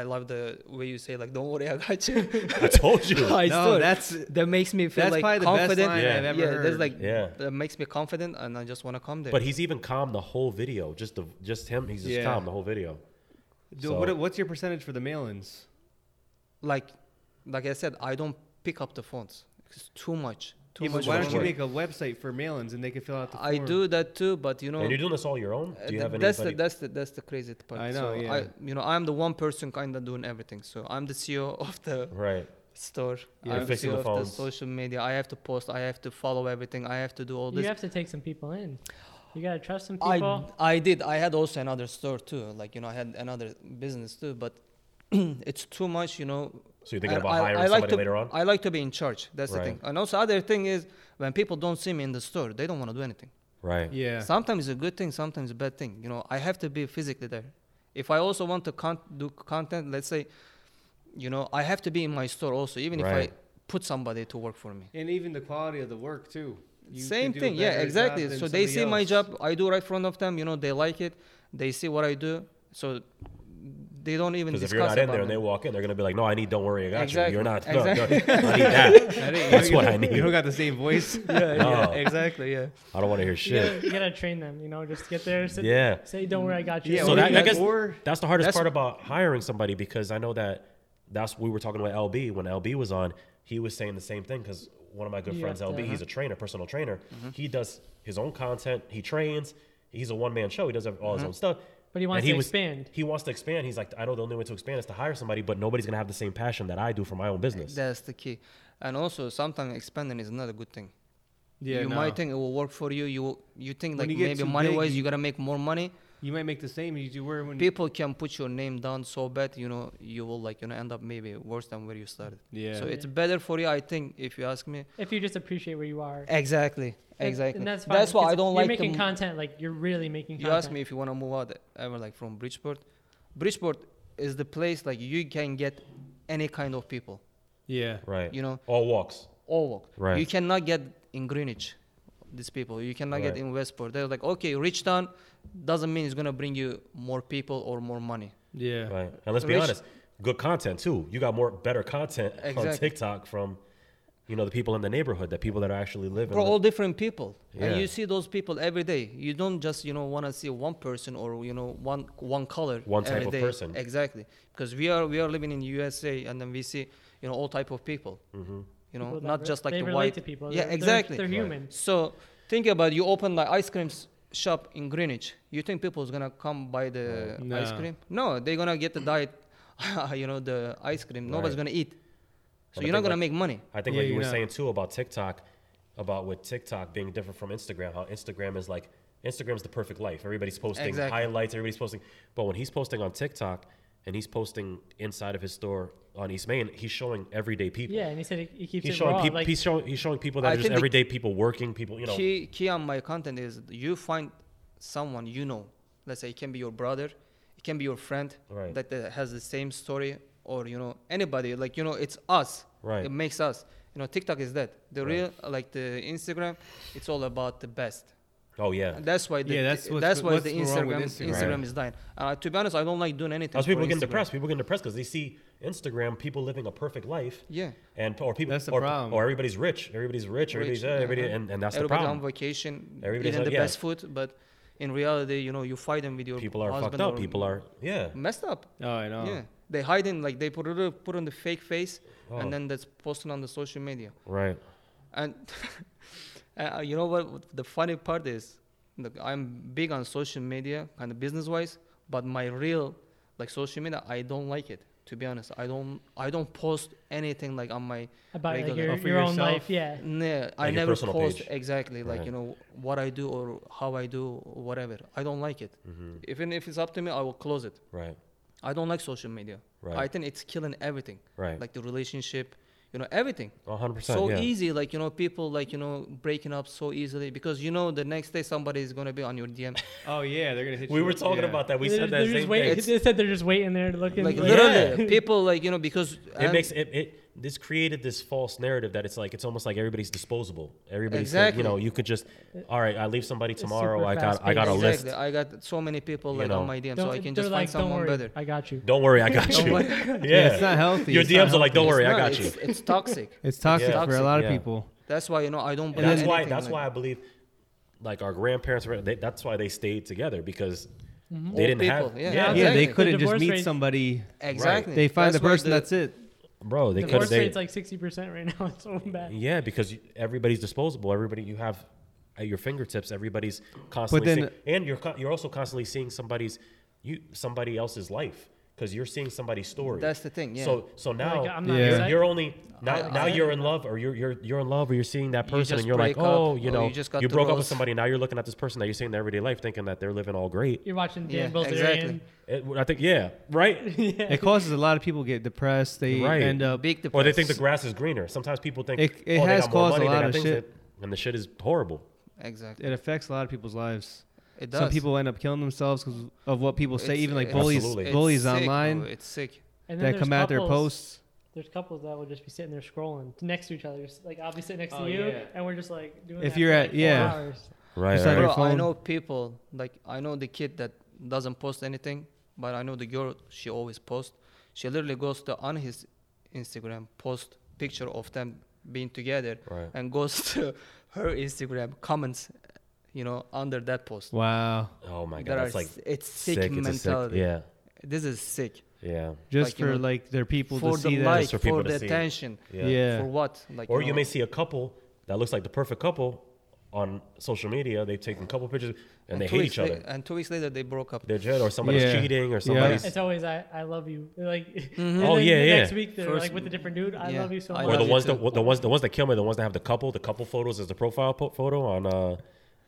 Speaker 1: I love the way you say like, "Don't worry, I got you."
Speaker 4: I told you.
Speaker 1: I
Speaker 5: No,
Speaker 1: stood.
Speaker 5: that's-
Speaker 1: that makes me feel
Speaker 5: That's
Speaker 1: like
Speaker 5: probably the best
Speaker 1: confident.
Speaker 5: line
Speaker 4: I've
Speaker 5: ever
Speaker 1: yeah, that's
Speaker 5: heard.
Speaker 1: like
Speaker 4: Yeah.
Speaker 1: that makes me confident, and I just want to come there.
Speaker 4: But he's even calm the whole video. Just the just him. He's just
Speaker 5: Yeah.
Speaker 4: calm the whole video.
Speaker 5: Dude,
Speaker 4: So-
Speaker 5: what, what's your percentage for the mail-ins?
Speaker 1: like, like I said, I don't pick up the phones. It's too much. Too
Speaker 5: Yeah, but
Speaker 1: much.
Speaker 5: why
Speaker 1: of
Speaker 5: don't you
Speaker 1: work.
Speaker 5: make a website for mail-ins and they can fill out the form?
Speaker 1: I do that too, but you know,
Speaker 4: and you're doing this all your own.
Speaker 1: uh,
Speaker 4: Do you
Speaker 1: th-
Speaker 4: have
Speaker 1: that's
Speaker 4: anybody?
Speaker 1: the that's the that's the crazy part.
Speaker 5: I know,
Speaker 1: So
Speaker 5: yeah.
Speaker 1: I, you know, I'm the one person kind of doing everything. So I'm the CEO of the
Speaker 4: right.
Speaker 1: store.
Speaker 4: Yeah.
Speaker 1: I'm the
Speaker 4: Fixing
Speaker 1: CEO
Speaker 4: the
Speaker 1: of the
Speaker 4: phones.
Speaker 1: social media. I have to post. I have to follow everything. I have to do all
Speaker 6: You
Speaker 1: this.
Speaker 6: have to take some people in. You gotta trust some
Speaker 1: I,
Speaker 6: people.
Speaker 1: I did. I had also another store too. Like you know, I had another business too. But it's too much, you know.
Speaker 4: So you're thinking
Speaker 1: And
Speaker 4: about hiring
Speaker 1: like
Speaker 4: somebody
Speaker 1: to,
Speaker 4: later on?
Speaker 1: I like to be in charge. That's the
Speaker 4: Right.
Speaker 1: thing. And also, other thing is when people don't see me in the store, they don't want to do anything.
Speaker 4: Right.
Speaker 5: Yeah.
Speaker 1: Sometimes a good thing, sometimes a bad thing. You know, I have to be physically there. If I also want to con- do content, let's say, you know, I have to be in my store also, even if
Speaker 4: Right.
Speaker 1: I put somebody to work for me.
Speaker 5: and even the quality of the work too. You
Speaker 1: Same
Speaker 5: could do a
Speaker 1: thing, yeah,
Speaker 5: better job
Speaker 1: exactly.
Speaker 5: than
Speaker 1: So they
Speaker 5: somebody
Speaker 1: see my
Speaker 5: else.
Speaker 1: job, I do right front of them. You know, they like it, they see what I do, so they don't even
Speaker 4: Because
Speaker 1: discuss
Speaker 4: if you're not in
Speaker 1: about
Speaker 4: there and
Speaker 1: me.
Speaker 4: they walk in, they're gonna be like, "No, I need. Don't worry, I got you. You're not.
Speaker 1: Exactly.
Speaker 4: No, no, I need that.
Speaker 5: I think-
Speaker 4: That's
Speaker 5: you
Speaker 4: what
Speaker 5: don't-
Speaker 4: I need.
Speaker 5: You don't got the same voice.
Speaker 1: yeah,
Speaker 4: No.
Speaker 1: yeah, exactly, yeah.
Speaker 4: I don't want to hear
Speaker 6: You
Speaker 4: shit."
Speaker 6: gotta, you gotta train them. You know, just get there. Sit,
Speaker 4: Yeah.
Speaker 6: Say, don't worry, I got you.
Speaker 5: Yeah,
Speaker 4: So
Speaker 5: or
Speaker 4: that,
Speaker 5: you
Speaker 4: I
Speaker 5: got-
Speaker 4: guess
Speaker 5: or-
Speaker 4: that's the hardest
Speaker 1: That's-
Speaker 4: part about hiring somebody because I know that that's we were talking about LB when LB was on. He was saying the same thing because one of my good
Speaker 6: You
Speaker 4: friends,
Speaker 6: have
Speaker 4: LB,
Speaker 6: to-
Speaker 4: he's a trainer, personal trainer. He does his own content. He trains. He's a one man show. He does all his own stuff.
Speaker 6: But he wants
Speaker 4: And
Speaker 6: to
Speaker 4: was-
Speaker 6: expand.
Speaker 4: He wants to expand. He's like, I know the only way to expand is to hire somebody, but nobody's gonna have the same passion that I do for my own business.
Speaker 1: That's the key. And also, sometimes expanding is not a good thing.
Speaker 5: Yeah,
Speaker 1: you
Speaker 5: no.
Speaker 1: might think it will work for you. You you think
Speaker 5: When
Speaker 1: like
Speaker 5: you get
Speaker 1: maybe
Speaker 5: too
Speaker 1: money wise,
Speaker 5: big,
Speaker 1: you gotta make more money.
Speaker 5: you might make the same as you were when.
Speaker 1: People can put your name down so bad, you know, you will like you know end up maybe worse than where you started.
Speaker 5: Yeah.
Speaker 1: So it's better for you, I think, if you ask me.
Speaker 6: If you just appreciate where you are.
Speaker 1: Exactly.
Speaker 6: And-
Speaker 1: E, Exactly.
Speaker 6: And that's,
Speaker 1: that's,
Speaker 6: fine,
Speaker 1: why I
Speaker 6: because
Speaker 1: don't
Speaker 6: you're
Speaker 1: like
Speaker 6: making
Speaker 1: to m-
Speaker 6: content. Like you're really making.
Speaker 1: You
Speaker 6: content.
Speaker 1: asked me if you want to move out ever like from Bridgeport. Bridgeport is the place like you can get any kind of people,
Speaker 5: yeah.
Speaker 4: Right.
Speaker 1: you know,
Speaker 4: all walks.
Speaker 1: all walk.
Speaker 4: Right.
Speaker 1: You cannot get in Greenwich these people. You cannot get
Speaker 4: Right.
Speaker 1: in Westport. They're like, okay, rich town doesn't mean it's gonna bring you more people or more money.
Speaker 5: Yeah.
Speaker 4: Right. And let's be
Speaker 1: Rich-
Speaker 4: honest, good content too. You got more better content on
Speaker 1: Exactly.
Speaker 4: TikTok from you know the people in the neighborhood, the people that are actually living.
Speaker 1: Bro, all different people, and
Speaker 4: Yeah.
Speaker 1: you see those people every day. You don't just you know want to see one person or you know one one color,
Speaker 4: One type
Speaker 1: every
Speaker 4: of
Speaker 1: day.
Speaker 4: person.
Speaker 1: Exactly, because we are we are living in USA, and then we see you know all type of people.
Speaker 4: Mm-hmm.
Speaker 1: You know,
Speaker 6: People that
Speaker 1: not
Speaker 6: re-
Speaker 1: just like
Speaker 6: they
Speaker 1: the
Speaker 6: relate
Speaker 1: white.
Speaker 6: to people.
Speaker 1: Yeah,
Speaker 6: They're- they're-
Speaker 1: exactly.
Speaker 6: They're, human.
Speaker 1: So think about you open like ice cream s- shop in Greenwich. You think people's gonna come buy the
Speaker 5: No.
Speaker 1: ice cream? No, they're gonna get the diet. you know the ice cream. Nobody's
Speaker 4: Right.
Speaker 1: gonna eat. So
Speaker 4: But I
Speaker 1: you're not
Speaker 4: think,
Speaker 1: gonna make
Speaker 4: like-
Speaker 1: money.
Speaker 4: I think
Speaker 5: Yeah,
Speaker 4: like you
Speaker 5: you
Speaker 4: were
Speaker 5: know.
Speaker 4: saying too about TikTok, about with TikTok being different from Instagram, how Instagram is like Instagram's the perfect life. Everybody's posting
Speaker 1: Exactly.
Speaker 4: highlights, everybody's posting. But when he's posting on TikTok and he's posting inside of his store on East Main, he's showing everyday people.
Speaker 6: Yeah, and he said he, he keeps
Speaker 4: He's
Speaker 6: it
Speaker 4: showing,
Speaker 6: raw.
Speaker 4: peop
Speaker 6: like,
Speaker 4: he's showing he's showing people that
Speaker 1: I
Speaker 4: are just
Speaker 1: think the-
Speaker 4: everyday people working people you know
Speaker 1: key key on my content is you find someone you know. Let's say it can be your brother, it can be your friend
Speaker 4: Right.
Speaker 1: that uh, has the same story, or you know anybody. Like you know, it's us.
Speaker 4: Right.
Speaker 1: It makes us. You know, TikTok is that. The
Speaker 4: Right.
Speaker 1: real like the Instagram, it's all about the best.
Speaker 4: oh yeah
Speaker 1: And that's why the
Speaker 5: Yeah, that's what's
Speaker 1: that's
Speaker 5: go-
Speaker 1: why the
Speaker 5: what's wrong with
Speaker 1: Instagram
Speaker 5: Instagram.
Speaker 1: Instagram,
Speaker 4: Right.
Speaker 1: is dying. Uh, to be honest, I don't like doing anything.
Speaker 4: That's
Speaker 1: for
Speaker 4: people getting
Speaker 1: Instagram.
Speaker 4: depressed. People getting depressed because they see Instagram people living a perfect life.
Speaker 1: Yeah.
Speaker 4: And or people
Speaker 5: That's the
Speaker 4: or,
Speaker 5: problem.
Speaker 4: or everybody's rich. Everybody's rich. Everybody's
Speaker 1: Rich,
Speaker 4: uh, everybody
Speaker 1: uh-huh.
Speaker 4: and, and that's
Speaker 1: Everybody
Speaker 4: the
Speaker 1: on
Speaker 4: problem.
Speaker 1: vacation,
Speaker 4: Everybody's
Speaker 1: eating
Speaker 4: on-
Speaker 1: the
Speaker 4: yeah.
Speaker 1: best food, but in reality, you know, you fight them with your
Speaker 4: People are
Speaker 1: husband
Speaker 4: fucked up.
Speaker 1: or
Speaker 4: People are yeah.
Speaker 1: messed up.
Speaker 5: Oh, I know.
Speaker 1: Yeah, they hide in like they put it up- put on the fake face,
Speaker 4: Oh.
Speaker 1: and then that's posted on the social media.
Speaker 4: Right.
Speaker 1: And uh, you know what? what The funny part is, look, I'm big on social media, kind of business wise, but my real like social media, I don't like it. To be honest, I don't I don't post anything like on my
Speaker 6: about like,
Speaker 1: regular.
Speaker 6: your,
Speaker 5: Oh, for
Speaker 6: your own
Speaker 5: yourself?
Speaker 6: life. Yeah.
Speaker 1: Nah, I
Speaker 4: your
Speaker 1: never
Speaker 4: personal
Speaker 1: post
Speaker 4: page.
Speaker 1: exactly like
Speaker 4: Right.
Speaker 1: you know what I do or how I do or whatever. I don't like it.
Speaker 4: Mm-hmm.
Speaker 1: Even if it's up to me, I will close it.
Speaker 4: Right.
Speaker 1: I don't like social media.
Speaker 4: Right.
Speaker 1: I think it's killing everything.
Speaker 4: Right.
Speaker 1: Like the relationship, you know, everything.
Speaker 4: One hundred percent.
Speaker 1: So
Speaker 4: yeah.
Speaker 1: easy, like you know, people like you know breaking up so easily because you know the next day somebody is gonna be on your DM.
Speaker 5: Oh yeah, they're gonna hit.
Speaker 4: We
Speaker 5: you
Speaker 4: were
Speaker 5: up,
Speaker 4: talking
Speaker 5: yeah.
Speaker 4: about that. We
Speaker 6: they're,
Speaker 4: said
Speaker 6: they're
Speaker 4: that
Speaker 6: just
Speaker 4: same
Speaker 6: waiting.
Speaker 4: thing.
Speaker 1: It's-
Speaker 6: they said they're just waiting there looking.
Speaker 1: like
Speaker 6: like-
Speaker 1: literally, people like you know because
Speaker 4: It
Speaker 1: and
Speaker 4: makes it, it this created this false narrative that it's like it's almost like everybody's disposable. Everybody's
Speaker 1: Exactly.
Speaker 4: like, you know, you could just all right, I leave somebody tomorrow.
Speaker 6: super
Speaker 4: I got I
Speaker 6: fast-paced.
Speaker 4: got a
Speaker 1: exactly.
Speaker 4: list.
Speaker 1: I got so many people
Speaker 4: You
Speaker 1: like
Speaker 4: know.
Speaker 1: on my DM, so
Speaker 6: Don't-
Speaker 1: I can
Speaker 6: they're
Speaker 1: just
Speaker 6: like,
Speaker 1: find
Speaker 6: "Don't
Speaker 1: someone
Speaker 6: worry,
Speaker 1: better.
Speaker 6: I got you.
Speaker 4: Don't worry, I got you. yeah.
Speaker 3: Yeah, it's not healthy.
Speaker 4: Your
Speaker 3: It's not
Speaker 4: DMs are like,
Speaker 3: healthy.
Speaker 4: don't worry,
Speaker 1: it's
Speaker 4: I
Speaker 1: not-
Speaker 4: got you.
Speaker 1: It's, it's toxic.
Speaker 3: It's toxic
Speaker 1: Yeah.
Speaker 3: for a lot of
Speaker 4: Yeah.
Speaker 3: people.
Speaker 1: That's why you know I don't.
Speaker 4: And that's
Speaker 1: buy
Speaker 4: why
Speaker 1: anything
Speaker 4: that's
Speaker 1: like
Speaker 4: why I believe like our grandparents were they, that's why they stayed together because they
Speaker 1: Mm-hmm. Old
Speaker 4: didn't have
Speaker 1: people, yeah.
Speaker 3: Yeah,
Speaker 1: Yeah,
Speaker 3: they
Speaker 1: exactly.
Speaker 3: couldn't just
Speaker 6: Divorce
Speaker 3: meet
Speaker 6: rate-
Speaker 3: somebody.
Speaker 1: Exactly.
Speaker 3: They find
Speaker 1: That's
Speaker 3: the
Speaker 1: why
Speaker 3: person.
Speaker 1: the-
Speaker 3: that's it.
Speaker 4: bro they could
Speaker 6: Divorce
Speaker 4: they
Speaker 6: rate's like sixty percent right now. It's so bad.
Speaker 4: yeah because you- everybody's disposable everybody you have at your fingertips everybody's constantly
Speaker 3: then-
Speaker 4: seeing- and you're co- you're also constantly seeing somebody's you somebody else's life because you're seeing somebody's story
Speaker 1: That's the thing, yeah.
Speaker 4: so so now
Speaker 6: Like, I'm not
Speaker 3: Yeah.
Speaker 6: excited.
Speaker 4: you're only now,
Speaker 1: I-
Speaker 4: now
Speaker 1: I-
Speaker 4: you're in love or you're you're you're in love or you're seeing that
Speaker 1: You
Speaker 4: person
Speaker 1: just
Speaker 4: and you're like
Speaker 1: break up,
Speaker 4: oh you
Speaker 1: or
Speaker 4: know
Speaker 1: you just got
Speaker 4: you broke up with
Speaker 1: divorced.
Speaker 4: somebody now you're looking at this person that you're seeing in their everyday life thinking that they're living all great
Speaker 6: You're watching Dan
Speaker 1: Yeah,
Speaker 6: Bilzerian.
Speaker 1: exactly.
Speaker 4: It, I think, yeah, right.
Speaker 3: It causes a lot of people get depressed. They
Speaker 4: Right.
Speaker 3: end up.
Speaker 1: big
Speaker 4: or they
Speaker 1: depressed.
Speaker 4: think the grass is greener. Sometimes people think
Speaker 3: It- it
Speaker 4: oh, they
Speaker 3: has
Speaker 4: got more
Speaker 3: caused a
Speaker 4: money, they
Speaker 3: lot
Speaker 4: got
Speaker 3: of
Speaker 4: things
Speaker 3: shit.
Speaker 4: that- and the shit is horrible.
Speaker 1: exactly.
Speaker 3: It affects a lot of people's lives.
Speaker 1: It does.
Speaker 3: Some people end up killing themselves because of what people say.
Speaker 1: It's-
Speaker 3: Even like
Speaker 1: it's-
Speaker 3: bullies,
Speaker 4: Absolutely.
Speaker 3: bullies
Speaker 1: sick,
Speaker 3: online
Speaker 1: bro. It's sick.
Speaker 6: And then
Speaker 3: that
Speaker 6: there's
Speaker 3: come out their
Speaker 6: couples-
Speaker 3: posts.
Speaker 6: There's couples that will just be sitting there scrolling next to each other. Just, Like I'll be sitting next
Speaker 3: Oh,
Speaker 6: to you,
Speaker 3: yeah.
Speaker 6: and we're just like doing.
Speaker 3: If
Speaker 6: that
Speaker 3: you're
Speaker 6: for,
Speaker 3: at-
Speaker 6: like, four
Speaker 3: yeah.
Speaker 6: hours.
Speaker 4: Right.
Speaker 3: Just like-
Speaker 4: right.
Speaker 3: their
Speaker 1: Bro, I
Speaker 3: phone.
Speaker 1: know people like I know the kid that doesn't post anything, but I know the girl she always posts. She literally goes to on his Instagram, post picture of them being together,
Speaker 4: Right.
Speaker 1: and goes to her Instagram comments, you know, under that post.
Speaker 3: Wow.
Speaker 4: Oh my
Speaker 1: There
Speaker 4: god,
Speaker 1: are
Speaker 4: it's like
Speaker 1: s- it's sick,
Speaker 4: sick. It's a sick.
Speaker 1: mentality.
Speaker 4: Yeah,
Speaker 1: This is sick
Speaker 4: yeah.
Speaker 3: Just
Speaker 1: Like, you
Speaker 3: for
Speaker 1: know,
Speaker 3: like their people
Speaker 1: for
Speaker 3: to see
Speaker 1: the
Speaker 3: that.
Speaker 1: like,
Speaker 4: Just for
Speaker 1: for,
Speaker 4: people to
Speaker 1: the
Speaker 4: see.
Speaker 1: attention,
Speaker 4: Yeah.
Speaker 3: Yeah. Oh,
Speaker 1: for what? Like,
Speaker 4: Or you
Speaker 1: know,
Speaker 4: may see a couple that looks like the perfect couple on social media. They've taken a couple pictures and, they
Speaker 1: two
Speaker 4: hate
Speaker 1: weeks
Speaker 4: each
Speaker 1: la-
Speaker 4: other.
Speaker 1: and two weeks later they broke up.
Speaker 4: They're dead, or somebody's
Speaker 3: Yeah.
Speaker 4: cheating, or
Speaker 3: Yeah.
Speaker 4: somebody's
Speaker 6: It's always I, I love you. They're Like and
Speaker 4: Oh,
Speaker 6: then
Speaker 4: yeah,
Speaker 6: the
Speaker 4: yeah.
Speaker 6: Next week they're
Speaker 1: Mm-hmm. First-
Speaker 6: like with a different dude. I
Speaker 1: yeah.
Speaker 6: love you so
Speaker 1: I
Speaker 6: much.
Speaker 4: or the
Speaker 1: love you
Speaker 4: ones
Speaker 1: too.
Speaker 4: that the ones the ones that kill me, the ones that have the couple, the couple photos as the profile po- photo on uh,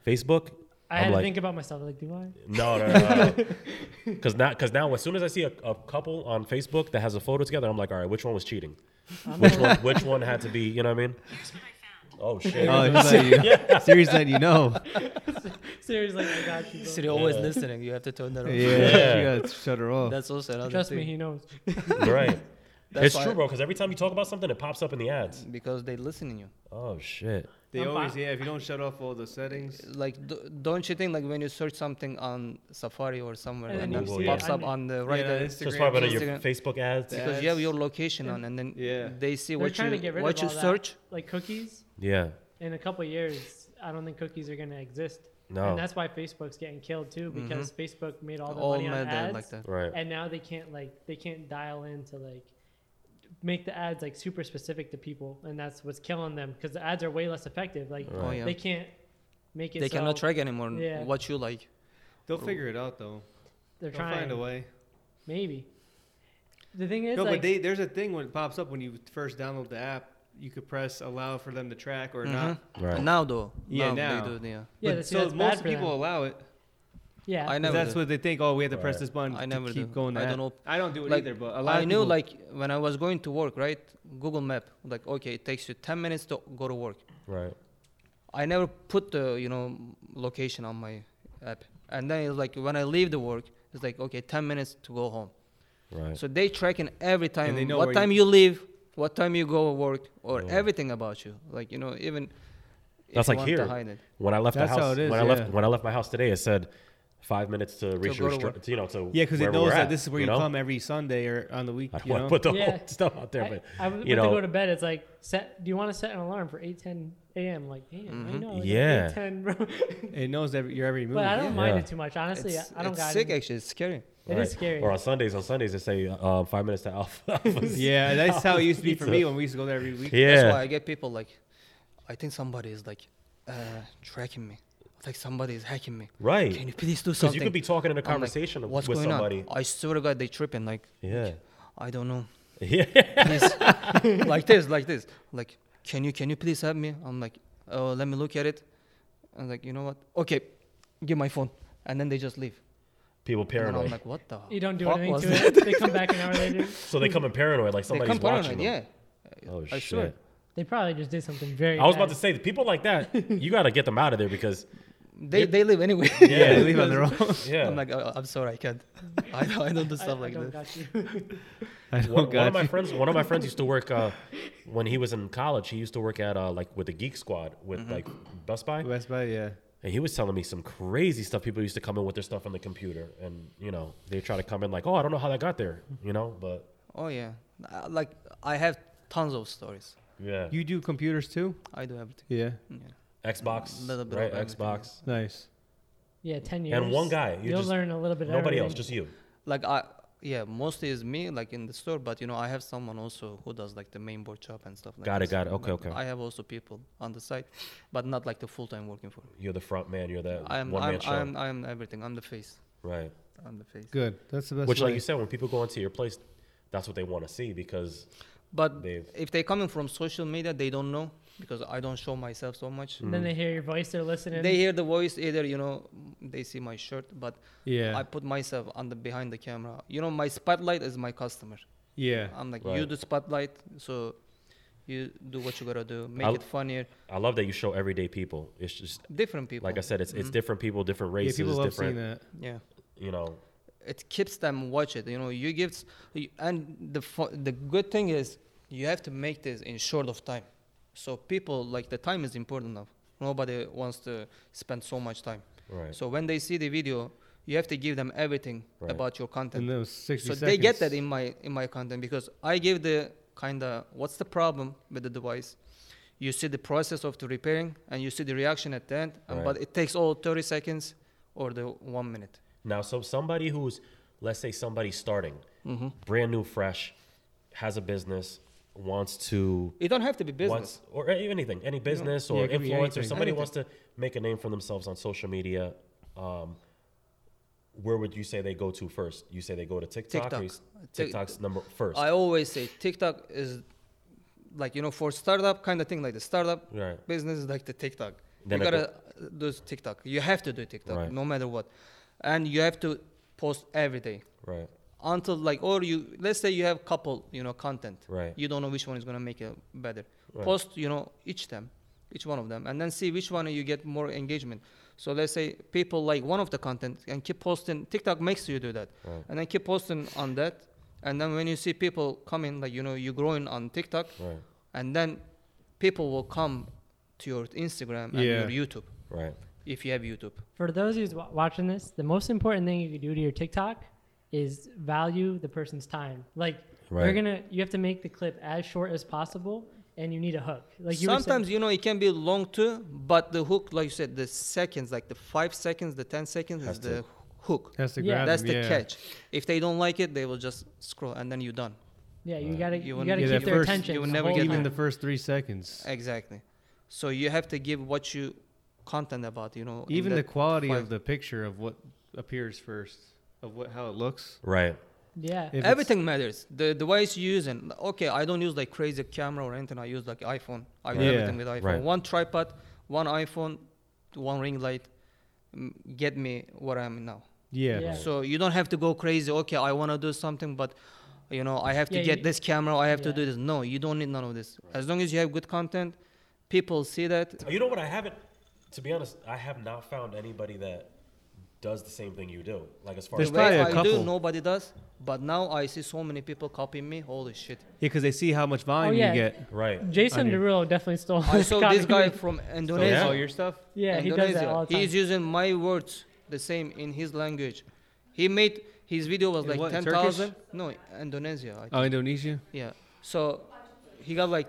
Speaker 4: Facebook.
Speaker 6: I
Speaker 4: I'm
Speaker 6: had to
Speaker 4: like,
Speaker 6: think about myself. Like, do I?
Speaker 4: No, no, no. Because now, because now, as soon as I see a, a couple on Facebook that has a photo together, I'm like, all right, which one was cheating?
Speaker 3: Um,
Speaker 4: Which one? Which one had to be? You know what I mean? Oh shit!
Speaker 3: Oh, just let you, serious let you know.
Speaker 6: Seriously, I got you.
Speaker 1: Siri always listening. You have to turn that
Speaker 3: Yeah,
Speaker 1: off.
Speaker 3: you gotta shut her off.
Speaker 1: That's also another
Speaker 6: bro. Trust me,
Speaker 1: thing.
Speaker 6: he knows.
Speaker 4: right.
Speaker 1: That's
Speaker 4: it's
Speaker 1: why-
Speaker 4: true, bro. Because every time you talk about something, it pops up in the ads.
Speaker 1: because they listening you.
Speaker 4: Oh shit!
Speaker 5: They
Speaker 6: I'm
Speaker 5: always
Speaker 6: fine.
Speaker 5: yeah. If you don't shut off all the settings,
Speaker 1: Like, d- don't you think like when you search something on Safari or somewhere
Speaker 6: And
Speaker 1: and,
Speaker 4: then
Speaker 1: then
Speaker 4: you
Speaker 1: it
Speaker 4: see
Speaker 1: pops
Speaker 6: it.
Speaker 1: up on the right
Speaker 5: yeah,
Speaker 1: there
Speaker 4: So it's
Speaker 5: Instagram,
Speaker 4: probably your
Speaker 1: Instagram.
Speaker 4: Facebook ads.
Speaker 5: Yeah.
Speaker 1: because you have your location on, and then
Speaker 5: Yeah.
Speaker 1: they see
Speaker 6: They're
Speaker 1: what
Speaker 6: trying to
Speaker 1: you
Speaker 6: get rid
Speaker 1: what
Speaker 6: of
Speaker 1: you
Speaker 6: all that,
Speaker 1: search.
Speaker 6: like cookies.
Speaker 4: Yeah.
Speaker 6: In a couple years, I don't think cookies are gonna exist.
Speaker 4: No.
Speaker 6: And that's why Facebook's getting killed too,
Speaker 5: Mm-hmm.
Speaker 6: because Facebook made all the
Speaker 1: All
Speaker 6: money on
Speaker 1: made that
Speaker 6: ads,
Speaker 1: like that.
Speaker 4: Right.
Speaker 6: and now they can't like they can't dial in to like make the ads like super specific to people, and that's what's killing them because the ads are way less effective. Like
Speaker 1: Oh, yeah.
Speaker 6: they can't make it.
Speaker 1: They
Speaker 6: so
Speaker 1: cannot track anymore
Speaker 6: yeah.
Speaker 1: what you like.
Speaker 5: they'll figure it out though.
Speaker 6: They're
Speaker 5: They'll
Speaker 6: trying
Speaker 5: find a way.
Speaker 6: Maybe. The thing is,
Speaker 5: no,
Speaker 6: like,
Speaker 5: but they, there's a thing when it pops up when you first download the app. You could press allow for them to track or
Speaker 1: Mm-hmm.
Speaker 5: not.
Speaker 4: Right.
Speaker 1: Now though,
Speaker 5: Yeah,
Speaker 1: now,
Speaker 5: now.
Speaker 1: they do. Yeah,
Speaker 6: yeah,
Speaker 5: But
Speaker 6: that's,
Speaker 5: so
Speaker 6: that's
Speaker 5: most
Speaker 6: bad for
Speaker 5: people
Speaker 6: people.
Speaker 5: allow it.
Speaker 6: Yeah,
Speaker 1: I never.
Speaker 5: That's
Speaker 1: do.
Speaker 5: what they think. Oh, we have to press
Speaker 4: Right.
Speaker 5: this button
Speaker 1: I
Speaker 5: to
Speaker 1: never
Speaker 5: keep
Speaker 1: do.
Speaker 5: going. to
Speaker 1: I
Speaker 5: that.
Speaker 1: don't know.
Speaker 5: I don't do it
Speaker 1: Like,
Speaker 5: either. But a lot
Speaker 1: I
Speaker 5: of
Speaker 1: knew
Speaker 5: people,
Speaker 1: like when I was going to work, right? Google Map, like okay, it takes you 10 minutes to go to work.
Speaker 4: Right.
Speaker 1: I never put the you know location on my app, and then it's like when I leave the work, it's like okay, 10 minutes to go home.
Speaker 4: Right.
Speaker 1: So they tracking every time.
Speaker 5: they know
Speaker 1: what
Speaker 5: where
Speaker 1: time
Speaker 5: you-
Speaker 1: you, leave, what time you go to work, or
Speaker 4: Yeah.
Speaker 1: everything about you. Like you know, even if
Speaker 4: That's
Speaker 1: you
Speaker 4: like
Speaker 1: want
Speaker 4: here.
Speaker 1: to hide it.
Speaker 4: When I left
Speaker 3: That's
Speaker 4: the house,
Speaker 3: how it is,
Speaker 4: when I
Speaker 3: yeah.
Speaker 4: left when I left my house today, it said five minutes to reach
Speaker 1: go
Speaker 4: your
Speaker 1: to
Speaker 4: str-
Speaker 1: work.
Speaker 4: you know to
Speaker 3: yeah, because it
Speaker 4: wherever we're
Speaker 3: knows that
Speaker 4: at,
Speaker 3: this is where you,
Speaker 4: know?
Speaker 3: come every Sunday or on the week.
Speaker 4: I don't
Speaker 3: you
Speaker 4: want to
Speaker 3: know?
Speaker 4: put the
Speaker 6: Yeah.
Speaker 4: whole stuff out there,
Speaker 6: I,
Speaker 4: but
Speaker 6: I was
Speaker 4: you
Speaker 6: about to
Speaker 4: know-
Speaker 6: go to bed. It's like, set. Do you want to set an alarm for eight ten a.m.? Like, damn,
Speaker 5: Mm-hmm.
Speaker 6: I know. It's
Speaker 4: Yeah.
Speaker 6: 8:10, bro.
Speaker 3: It knows every, your every move.
Speaker 6: but I don't mind
Speaker 4: Yeah.
Speaker 6: it too much, honestly.
Speaker 1: it's,
Speaker 6: I don't
Speaker 1: it's
Speaker 6: got
Speaker 1: sick.
Speaker 6: it.
Speaker 1: Actually, it's scary.
Speaker 6: It is
Speaker 4: Right.
Speaker 6: scary.
Speaker 4: Or on Sundays, on Sundays they say uh, five minutes to alpha.
Speaker 3: yeah, that's how it used to be for me when we used to go there every week.
Speaker 1: That's why
Speaker 4: yeah.
Speaker 1: I get people like, I think somebody is like uh, tracking me. Like somebody is hacking me. Can
Speaker 4: Right.
Speaker 1: you please do
Speaker 4: Because
Speaker 1: something?
Speaker 4: you could be talking in a
Speaker 1: I'm like,
Speaker 4: conversation of-
Speaker 1: What's
Speaker 4: with
Speaker 1: going
Speaker 4: somebody.
Speaker 1: on? I swear to God, they tripping. Like
Speaker 4: Yeah.
Speaker 1: I don't know.
Speaker 4: Yeah.
Speaker 1: Please, like this, like this. Like, can you can you please help me? I'm like, oh, let me look at it. I'm like, you know what? Okay, give my phone. And then they just leave.
Speaker 4: People
Speaker 1: And then I'm
Speaker 4: paranoid.
Speaker 1: like, what the?
Speaker 6: you don't do
Speaker 1: fuck
Speaker 6: anything
Speaker 1: was
Speaker 6: to
Speaker 1: that?
Speaker 6: it. They come back an hour later.
Speaker 4: so they come in paranoid, like
Speaker 1: They
Speaker 4: somebody's
Speaker 1: come
Speaker 4: watching
Speaker 1: paranoid,
Speaker 4: them.
Speaker 1: yeah.
Speaker 4: Oh
Speaker 1: I
Speaker 4: shit.
Speaker 1: swear.
Speaker 6: They probably just did something very.
Speaker 4: I was
Speaker 6: bad.
Speaker 4: about to say the people like that, you gotta get them out of there because
Speaker 1: They they live anyway.
Speaker 3: Yeah, they leave on their own.
Speaker 4: Yeah.
Speaker 1: I'm like, oh, I'm sorry, I can't. I don't, I don't do stuff like this.
Speaker 3: I don't
Speaker 1: oh,
Speaker 4: One, one
Speaker 3: got
Speaker 4: of my
Speaker 3: you.
Speaker 4: friends, one of my friends used to work uh, when he was in college. He used to work at uh, like with the Geek Squad with
Speaker 1: Mm-hmm.
Speaker 4: like Best Buy,
Speaker 3: West Buy, yeah.
Speaker 4: and he was telling me some crazy stuff. People used to come in with their stuff on the computer, and you know they try to come in like, oh, I don't know how that got there, you know, but
Speaker 1: Oh yeah, Uh, like I have tons of stories.
Speaker 4: yeah,
Speaker 3: You do computers too?
Speaker 1: I do everything.
Speaker 3: Yeah.
Speaker 1: Yeah.
Speaker 4: Xbox,
Speaker 1: Little bit
Speaker 4: right?
Speaker 1: of everything,
Speaker 4: Xbox,
Speaker 3: Nice.
Speaker 6: Yeah, ten years.
Speaker 4: and one guy. You
Speaker 6: You'll
Speaker 4: just
Speaker 6: learn a little bit. of
Speaker 4: nobody
Speaker 6: everything.
Speaker 4: else, just you.
Speaker 1: Like I yeah, mostly is me like in the store, but you know I have someone also who does like the main board job and stuff. like
Speaker 4: Got it,
Speaker 1: this.
Speaker 4: got it. Okay,
Speaker 1: Like,
Speaker 4: okay.
Speaker 1: I have also people on the side, but not like the full time working for me.
Speaker 4: You're the front man. You're the
Speaker 1: I'm
Speaker 4: one
Speaker 1: I'm,
Speaker 4: man show,
Speaker 1: I'm I'm everything. I'm the face.
Speaker 4: right?
Speaker 1: I'm the face.
Speaker 3: Good. That's the best.
Speaker 4: Which,
Speaker 3: way.
Speaker 4: like you said, when people go into your place, that's what they want to see because
Speaker 1: But
Speaker 4: They've-
Speaker 1: if they coming from social media, they don't know because I don't show myself so much.
Speaker 4: Mm.
Speaker 6: And then they hear your voice. They're listening.
Speaker 1: They hear the voice either, you know, they see my shirt, but
Speaker 3: Yeah.
Speaker 1: I put myself on the behind the camera. You know, my spotlight is my customer.
Speaker 3: yeah.
Speaker 1: I'm like, you
Speaker 4: Right.
Speaker 1: do spotlight, so you do what you gotta do, make
Speaker 4: I'll-
Speaker 1: it funnier.
Speaker 4: I love that you show everyday people. It's just
Speaker 1: Different people.
Speaker 4: like I said, it's it's different people, different
Speaker 3: Yeah,
Speaker 4: races,
Speaker 3: people love seeing
Speaker 4: different.
Speaker 3: that.
Speaker 1: yeah,
Speaker 4: You know,
Speaker 1: it keeps them watch it. You know, you give, and the fu- the good thing is you have to make this in short of time. So people like the time is important now. Nobody wants to spend so much time.
Speaker 4: right?
Speaker 1: So when they see the video, you have to give them everything
Speaker 4: Right.
Speaker 1: about your content.
Speaker 3: In those 60
Speaker 1: so
Speaker 3: seconds.
Speaker 1: they get that in my in my content because I give the kind of what's the problem with the device. You see the process of the repairing and you see the reaction at the end, and,
Speaker 4: Right.
Speaker 1: but it takes all 30 seconds or the one minute.
Speaker 4: now, so somebody who's let's say somebody starting,
Speaker 3: Mm-hmm.
Speaker 4: brand new, fresh, has a business, wants to
Speaker 1: It don't have to be business.
Speaker 4: wants or a- anything, any business
Speaker 3: Yeah,
Speaker 4: or
Speaker 3: it could be
Speaker 4: influencer,
Speaker 3: anything.
Speaker 4: somebody wants to make a name for themselves on social media. Um, where would you say they go to first? You say they go to TikTok. or
Speaker 1: TikTok.
Speaker 4: you s-
Speaker 1: Tik-
Speaker 4: TikTok's number first.
Speaker 1: I always say TikTok is like you know for startup kind of thing like the startup
Speaker 4: Right.
Speaker 1: business is like the TikTok.
Speaker 4: Then
Speaker 1: you
Speaker 4: I go-
Speaker 1: gotta do TikTok. You have to do TikTok
Speaker 4: Right.
Speaker 1: no matter what, and you have to post every day.
Speaker 4: right.
Speaker 1: until like or you let's say you have couple you know content
Speaker 4: Right.
Speaker 1: you don't know which one is going to make it better
Speaker 4: Right.
Speaker 1: post you know each them each one of them and then see which one you get more engagement so let's say people like one of the content and keep posting tiktok makes you do that
Speaker 4: Right.
Speaker 1: and then keep posting on that and then when you see people coming like you know you're growing on tiktok
Speaker 4: Right.
Speaker 1: and then people will come to your instagram and
Speaker 3: Yeah.
Speaker 1: your youtube
Speaker 4: Right.
Speaker 1: if you have youtube
Speaker 6: For those who's wa- watching this, the most important thing you can do to your TikTok is value the person's time. Like
Speaker 4: Right.
Speaker 6: you're gonna, you have to make the clip as short as possible, and you need a hook. Like you were saying-
Speaker 1: sometimes you know it can be long too but the hook like you said the seconds like the five seconds the ten seconds
Speaker 4: Has
Speaker 1: is
Speaker 4: to-
Speaker 1: the hook
Speaker 3: Has to
Speaker 6: Yeah.
Speaker 3: grab
Speaker 1: that's
Speaker 3: them,
Speaker 1: the
Speaker 3: yeah.
Speaker 1: catch if they don't like it they will just scroll and then you're done
Speaker 6: yeah, you gotta,
Speaker 1: You
Speaker 6: you,
Speaker 1: wanna-
Speaker 6: gotta
Speaker 1: Yeah,
Speaker 6: keep
Speaker 1: that
Speaker 6: their
Speaker 3: first-
Speaker 6: attention.
Speaker 1: you will
Speaker 6: the
Speaker 1: never
Speaker 6: whole
Speaker 1: get
Speaker 3: Even
Speaker 6: time.
Speaker 3: the first three seconds.
Speaker 1: exactly so you have to give what you content about you know in
Speaker 3: Even the
Speaker 1: that
Speaker 3: quality
Speaker 1: five-
Speaker 3: of the picture of what appears first, of what how it looks.
Speaker 4: Right.
Speaker 6: Yeah,
Speaker 3: If it's-
Speaker 1: everything matters the device you using okay i don't use like crazy camera or anything i use like iphone i do
Speaker 3: Right.
Speaker 1: everything
Speaker 3: Yeah.
Speaker 1: with iphone
Speaker 4: Right.
Speaker 1: one tripod one iphone one ring light mm, get me what i'm now
Speaker 3: Yeah.
Speaker 6: Yeah.
Speaker 1: So you don't have to go crazy. Okay, I want to do something, but you know, I have to
Speaker 6: Yeah,
Speaker 1: get
Speaker 6: you-
Speaker 1: this camera. I have to
Speaker 6: yeah.
Speaker 1: do this. No, you don't need none of this. As long as you have good content, people see that.
Speaker 4: You know what? I haven't. To be honest, I have not found anybody that does the same thing you do. Like as far
Speaker 3: There's
Speaker 4: as
Speaker 1: The way
Speaker 3: probably a
Speaker 1: I do,
Speaker 3: couple.
Speaker 1: nobody does. But now I see so many people copying me. Holy shit!
Speaker 3: because they see how much volume
Speaker 6: Oh, yeah.
Speaker 3: you get.
Speaker 4: right,
Speaker 6: Jason
Speaker 3: On your-
Speaker 6: Derulo definitely stole.
Speaker 1: I
Speaker 6: his
Speaker 1: saw this
Speaker 6: content.
Speaker 1: guy from
Speaker 3: So
Speaker 1: Indonesia.
Speaker 3: all your stuff.
Speaker 6: Yeah, he does that
Speaker 1: Indonesia.
Speaker 6: all the time.
Speaker 1: He's using my words the same in his language. He made his video was
Speaker 3: In
Speaker 1: like
Speaker 3: what,
Speaker 1: ten
Speaker 3: Turkish?
Speaker 1: thousand. No, Indonesia. I think.
Speaker 3: Oh, Indonesia.
Speaker 1: Yeah. So he got like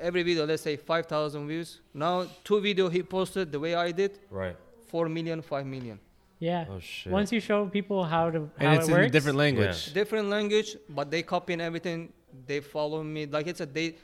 Speaker 1: every video, let's say 5,000 views. Now two video he posted the way I did,
Speaker 4: right.
Speaker 1: 4 million, 5 million.
Speaker 6: Yeah.
Speaker 4: Oh, shit.
Speaker 6: Once you show people how to how
Speaker 3: And it's
Speaker 6: it
Speaker 3: in
Speaker 6: works,
Speaker 3: a different language.
Speaker 1: Different language, but they copying everything. They follow me. Like I said, they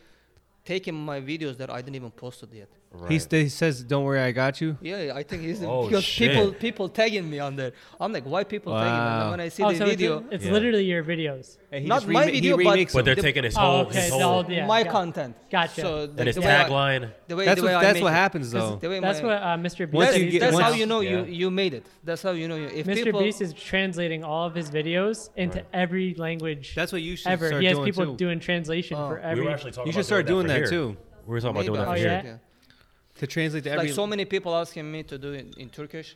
Speaker 1: taking my videos that I didn't even posted yet.
Speaker 4: right.
Speaker 3: He, st- he says, "Don't worry, I got you."
Speaker 1: Yeah, I think he's
Speaker 4: Oh,
Speaker 1: because
Speaker 4: shit.
Speaker 1: people people tagging me on there. I'm like, why people tagging me? And then
Speaker 3: Wow.
Speaker 1: when I see
Speaker 6: oh,
Speaker 1: the
Speaker 6: so it's-
Speaker 1: video,
Speaker 6: it's
Speaker 4: Yeah.
Speaker 6: literally your videos.
Speaker 3: And he
Speaker 1: Not
Speaker 3: just
Speaker 1: my
Speaker 3: remake- he
Speaker 1: video, but-
Speaker 3: remakes
Speaker 4: but they're
Speaker 3: them.
Speaker 4: taking his
Speaker 6: Oh,
Speaker 4: whole,
Speaker 6: okay,
Speaker 4: his
Speaker 6: the
Speaker 4: whole,
Speaker 6: whole- yeah,
Speaker 1: my
Speaker 6: got-
Speaker 1: content.
Speaker 6: gotcha.
Speaker 1: So
Speaker 4: and his
Speaker 1: the way I-
Speaker 4: tagline.
Speaker 1: the way,
Speaker 3: That's
Speaker 1: the way
Speaker 3: what
Speaker 1: I
Speaker 3: that's
Speaker 1: make
Speaker 3: what
Speaker 1: it.
Speaker 3: happens though.
Speaker 1: The way
Speaker 6: That's
Speaker 1: my-
Speaker 6: what uh, Mr. Beast.
Speaker 3: Once
Speaker 1: that's,
Speaker 3: you get-
Speaker 1: that's
Speaker 3: once-
Speaker 1: how you know you,
Speaker 4: Yeah.
Speaker 1: you made it. That's how you know you. If
Speaker 6: Mr.
Speaker 1: people,
Speaker 6: Beast is translating all of his videos into every language
Speaker 3: That's what you should
Speaker 6: ever.
Speaker 3: start
Speaker 6: He has
Speaker 3: doing
Speaker 6: people
Speaker 3: too.
Speaker 6: doing translation
Speaker 1: Oh.
Speaker 6: for
Speaker 4: We
Speaker 6: every.
Speaker 4: were actually talking.
Speaker 3: You
Speaker 4: about
Speaker 3: should start
Speaker 4: doing
Speaker 3: doing
Speaker 4: that,
Speaker 3: that
Speaker 4: for here.
Speaker 3: too.
Speaker 4: We were talking about doing that
Speaker 6: Oh,
Speaker 4: for
Speaker 6: yeah?
Speaker 4: here.
Speaker 6: here.
Speaker 5: to translate to every.
Speaker 1: like so many people asking me to do it in Turkish,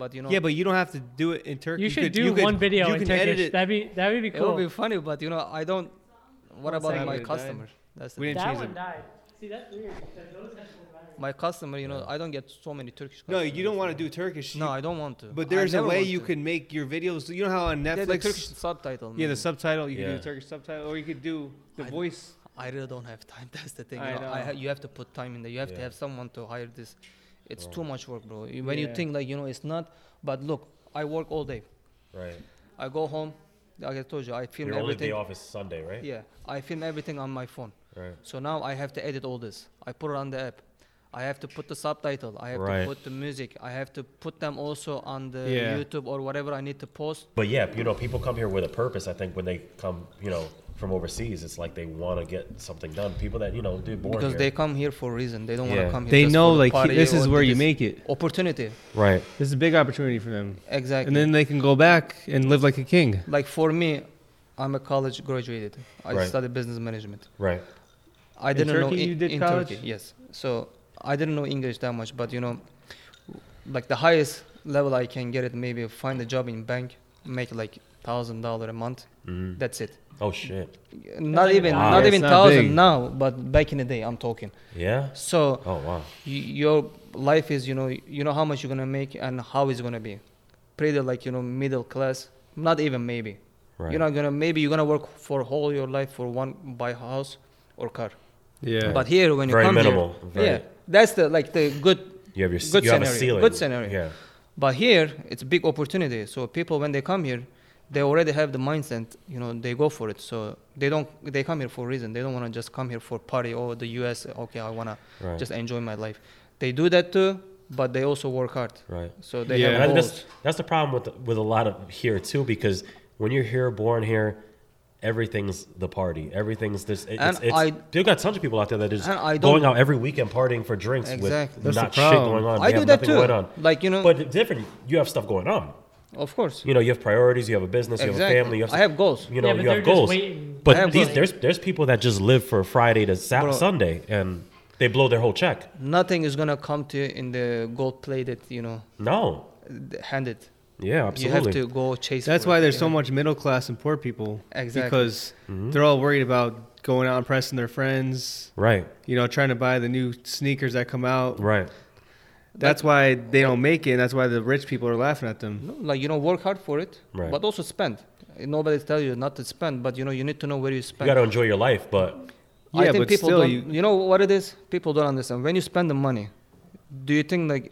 Speaker 1: but you know,
Speaker 5: yeah, but you don't have to do it in Turkey.
Speaker 6: You should
Speaker 5: could-
Speaker 6: do
Speaker 5: could-
Speaker 6: one video
Speaker 5: you
Speaker 6: in
Speaker 5: can edit
Speaker 6: Turkish.
Speaker 5: it.
Speaker 6: That'd be that would be
Speaker 1: it would
Speaker 6: cool.
Speaker 1: be funny. But you know, I don't. What
Speaker 6: Oh. One
Speaker 1: about
Speaker 6: second.
Speaker 1: my
Speaker 5: Died.
Speaker 1: customer? That's the
Speaker 5: We
Speaker 1: thing.
Speaker 5: didn't
Speaker 6: that
Speaker 5: change
Speaker 6: one
Speaker 5: it.
Speaker 6: died. See, that's weird. because those have full batteries.
Speaker 1: My customer, you know, I don't get so many Turkish.
Speaker 5: No,
Speaker 1: customers.
Speaker 5: you don't want to do Turkish.
Speaker 1: No,
Speaker 5: you-
Speaker 1: I don't want to.
Speaker 5: but
Speaker 1: I
Speaker 5: there's a
Speaker 1: never
Speaker 5: way
Speaker 1: want
Speaker 5: you
Speaker 1: to.
Speaker 5: can make your videos. You know how on
Speaker 1: Yeah, the
Speaker 5: Netflix.
Speaker 1: Turkish subtitle.
Speaker 5: yeah, the
Speaker 1: man.
Speaker 5: subtitle. You can do
Speaker 4: Yeah.
Speaker 5: the Turkish subtitle, or you could do the
Speaker 1: I-
Speaker 5: voice.
Speaker 1: I really don't have time. That's the thing. You,
Speaker 5: I
Speaker 1: know, I
Speaker 5: know.
Speaker 1: ha- you have to put time in there. You have to
Speaker 4: Yeah.
Speaker 1: have someone to hire this. It's
Speaker 4: Oh.
Speaker 1: too much work, bro. You- When you
Speaker 5: Yeah.
Speaker 1: think like you know, it's not. But look, I work all day.
Speaker 4: Right.
Speaker 1: I go home. Like I told you, I film
Speaker 4: Your only day
Speaker 1: everything.
Speaker 4: off is Sunday, right?
Speaker 1: Yeah, I film everything on my phone.
Speaker 4: Right.
Speaker 1: So now I have to edit all this. I put it on the app. I have to put the subtitle. I have to
Speaker 4: Right.
Speaker 1: put the music. I have to put them also on the
Speaker 5: Yeah.
Speaker 1: YouTube or whatever I need to post.
Speaker 4: But yeah, you know, people come here with a purpose. I think when they come, you know, from overseas, it's like they want to get something done. People that you know did born
Speaker 1: because
Speaker 4: here.
Speaker 1: they come here for a reason. They don't want to
Speaker 4: Yeah.
Speaker 1: come here.
Speaker 5: They
Speaker 1: just
Speaker 5: know
Speaker 1: for the
Speaker 5: like
Speaker 1: party
Speaker 5: this
Speaker 1: or
Speaker 5: is
Speaker 1: the-
Speaker 5: where you
Speaker 1: this
Speaker 5: make it.
Speaker 1: opportunity.
Speaker 4: right.
Speaker 5: This is a big opportunity for them,
Speaker 1: Exactly.
Speaker 5: and then they can go back and live like a king.
Speaker 1: like for me, I'm a college graduated. I
Speaker 4: Right.
Speaker 1: studied business management.
Speaker 4: Right.
Speaker 1: I
Speaker 5: In
Speaker 1: didn't know
Speaker 5: Turkey
Speaker 1: in,
Speaker 5: you did
Speaker 1: in
Speaker 5: college?
Speaker 1: Turkey. Yes. So I didn't know English that much, but you know, like the highest level I can get it, maybe find a job in bank, make like thousand dollar a month. That's it.
Speaker 4: Oh shit.
Speaker 1: Not even
Speaker 4: Wow.
Speaker 1: not
Speaker 5: Yeah,
Speaker 1: even
Speaker 5: it's not big.
Speaker 1: thousand now, but back in the day, I'm talking.
Speaker 4: Yeah.
Speaker 1: So
Speaker 4: Oh wow.
Speaker 1: y- your life is you know you know how much you're gonna make and how it's gonna be pretty like you know middle class not even maybe
Speaker 4: Right.
Speaker 1: you're not gonna maybe you're gonna work for whole your life for one buy house or car
Speaker 5: Yeah.
Speaker 1: but here when you
Speaker 4: Very
Speaker 1: come
Speaker 4: minimal,
Speaker 1: here
Speaker 4: very-
Speaker 1: yeah that's the like the good
Speaker 4: you have your s-
Speaker 1: good
Speaker 4: you have a
Speaker 1: scenario,
Speaker 4: ceiling.
Speaker 1: good scenario.
Speaker 4: Yeah.
Speaker 1: but here it's big opportunity so people when they come here they already have the mindset you know they go for it so they don't they come here for a reason they don't want to just come here for party or the us okay i want to
Speaker 4: Right.
Speaker 1: just enjoy my life they do that too but they also work hard
Speaker 4: Right.
Speaker 1: so they
Speaker 5: Yeah.
Speaker 4: And I
Speaker 1: have
Speaker 4: think
Speaker 1: goals.
Speaker 4: that's that's the problem with with a lot of here too because when you're here, born here, everything's the party. Everything's this. It's,
Speaker 1: And
Speaker 4: it's,
Speaker 1: I-
Speaker 4: you got tons of people out there that are just
Speaker 1: And I
Speaker 4: going
Speaker 1: don't-
Speaker 4: out every weekend partying for drinks
Speaker 1: Exactly.
Speaker 4: with
Speaker 5: That's the
Speaker 4: not shit
Speaker 5: problem.
Speaker 4: going on.
Speaker 1: I
Speaker 4: They
Speaker 1: do
Speaker 4: have
Speaker 1: that
Speaker 4: nothing
Speaker 1: too.
Speaker 4: Going on.
Speaker 1: Like you know,
Speaker 4: But it's different, you have stuff going on.
Speaker 1: of course,
Speaker 4: You know, you have priorities. You have a business. You
Speaker 1: exactly.
Speaker 4: have a family. You have
Speaker 1: I have goals.
Speaker 4: you know,
Speaker 6: Yeah, but
Speaker 4: you
Speaker 6: they're
Speaker 4: have
Speaker 6: just
Speaker 4: goals.
Speaker 6: waiting.
Speaker 1: I have
Speaker 4: But these,
Speaker 1: goals.
Speaker 4: there's there's people that just live for Friday to Sat
Speaker 1: Bro.
Speaker 4: Sunday, and they blow their whole check.
Speaker 1: Nothing is gonna come to you in the gold-plated, you know,
Speaker 4: No,
Speaker 1: th- handed.
Speaker 4: yeah,
Speaker 1: You have
Speaker 4: absolutely.
Speaker 1: to go chase.
Speaker 5: That's
Speaker 1: for
Speaker 5: why
Speaker 1: it,
Speaker 5: there's
Speaker 1: you
Speaker 5: so
Speaker 1: know?
Speaker 5: much middle class and poor people.
Speaker 1: Exactly.
Speaker 5: Because they're all worried about going out and pressing their friends.
Speaker 4: Right,
Speaker 5: You know, trying to buy the new sneakers that come out.
Speaker 4: right,
Speaker 5: That's why they don't make it. And that's why the rich people are laughing at them.
Speaker 1: No, like you know, work hard for it,
Speaker 4: Right.
Speaker 1: but also spend. Nobody tells you not to spend, but you know you need to know where you
Speaker 4: you
Speaker 1: spend.
Speaker 4: got to enjoy your life, but
Speaker 1: I
Speaker 5: Yeah,
Speaker 1: think
Speaker 5: but
Speaker 1: people
Speaker 5: still,
Speaker 1: don't,
Speaker 5: you-
Speaker 1: you know what it is. People don't understand when you spend the money. Do you think like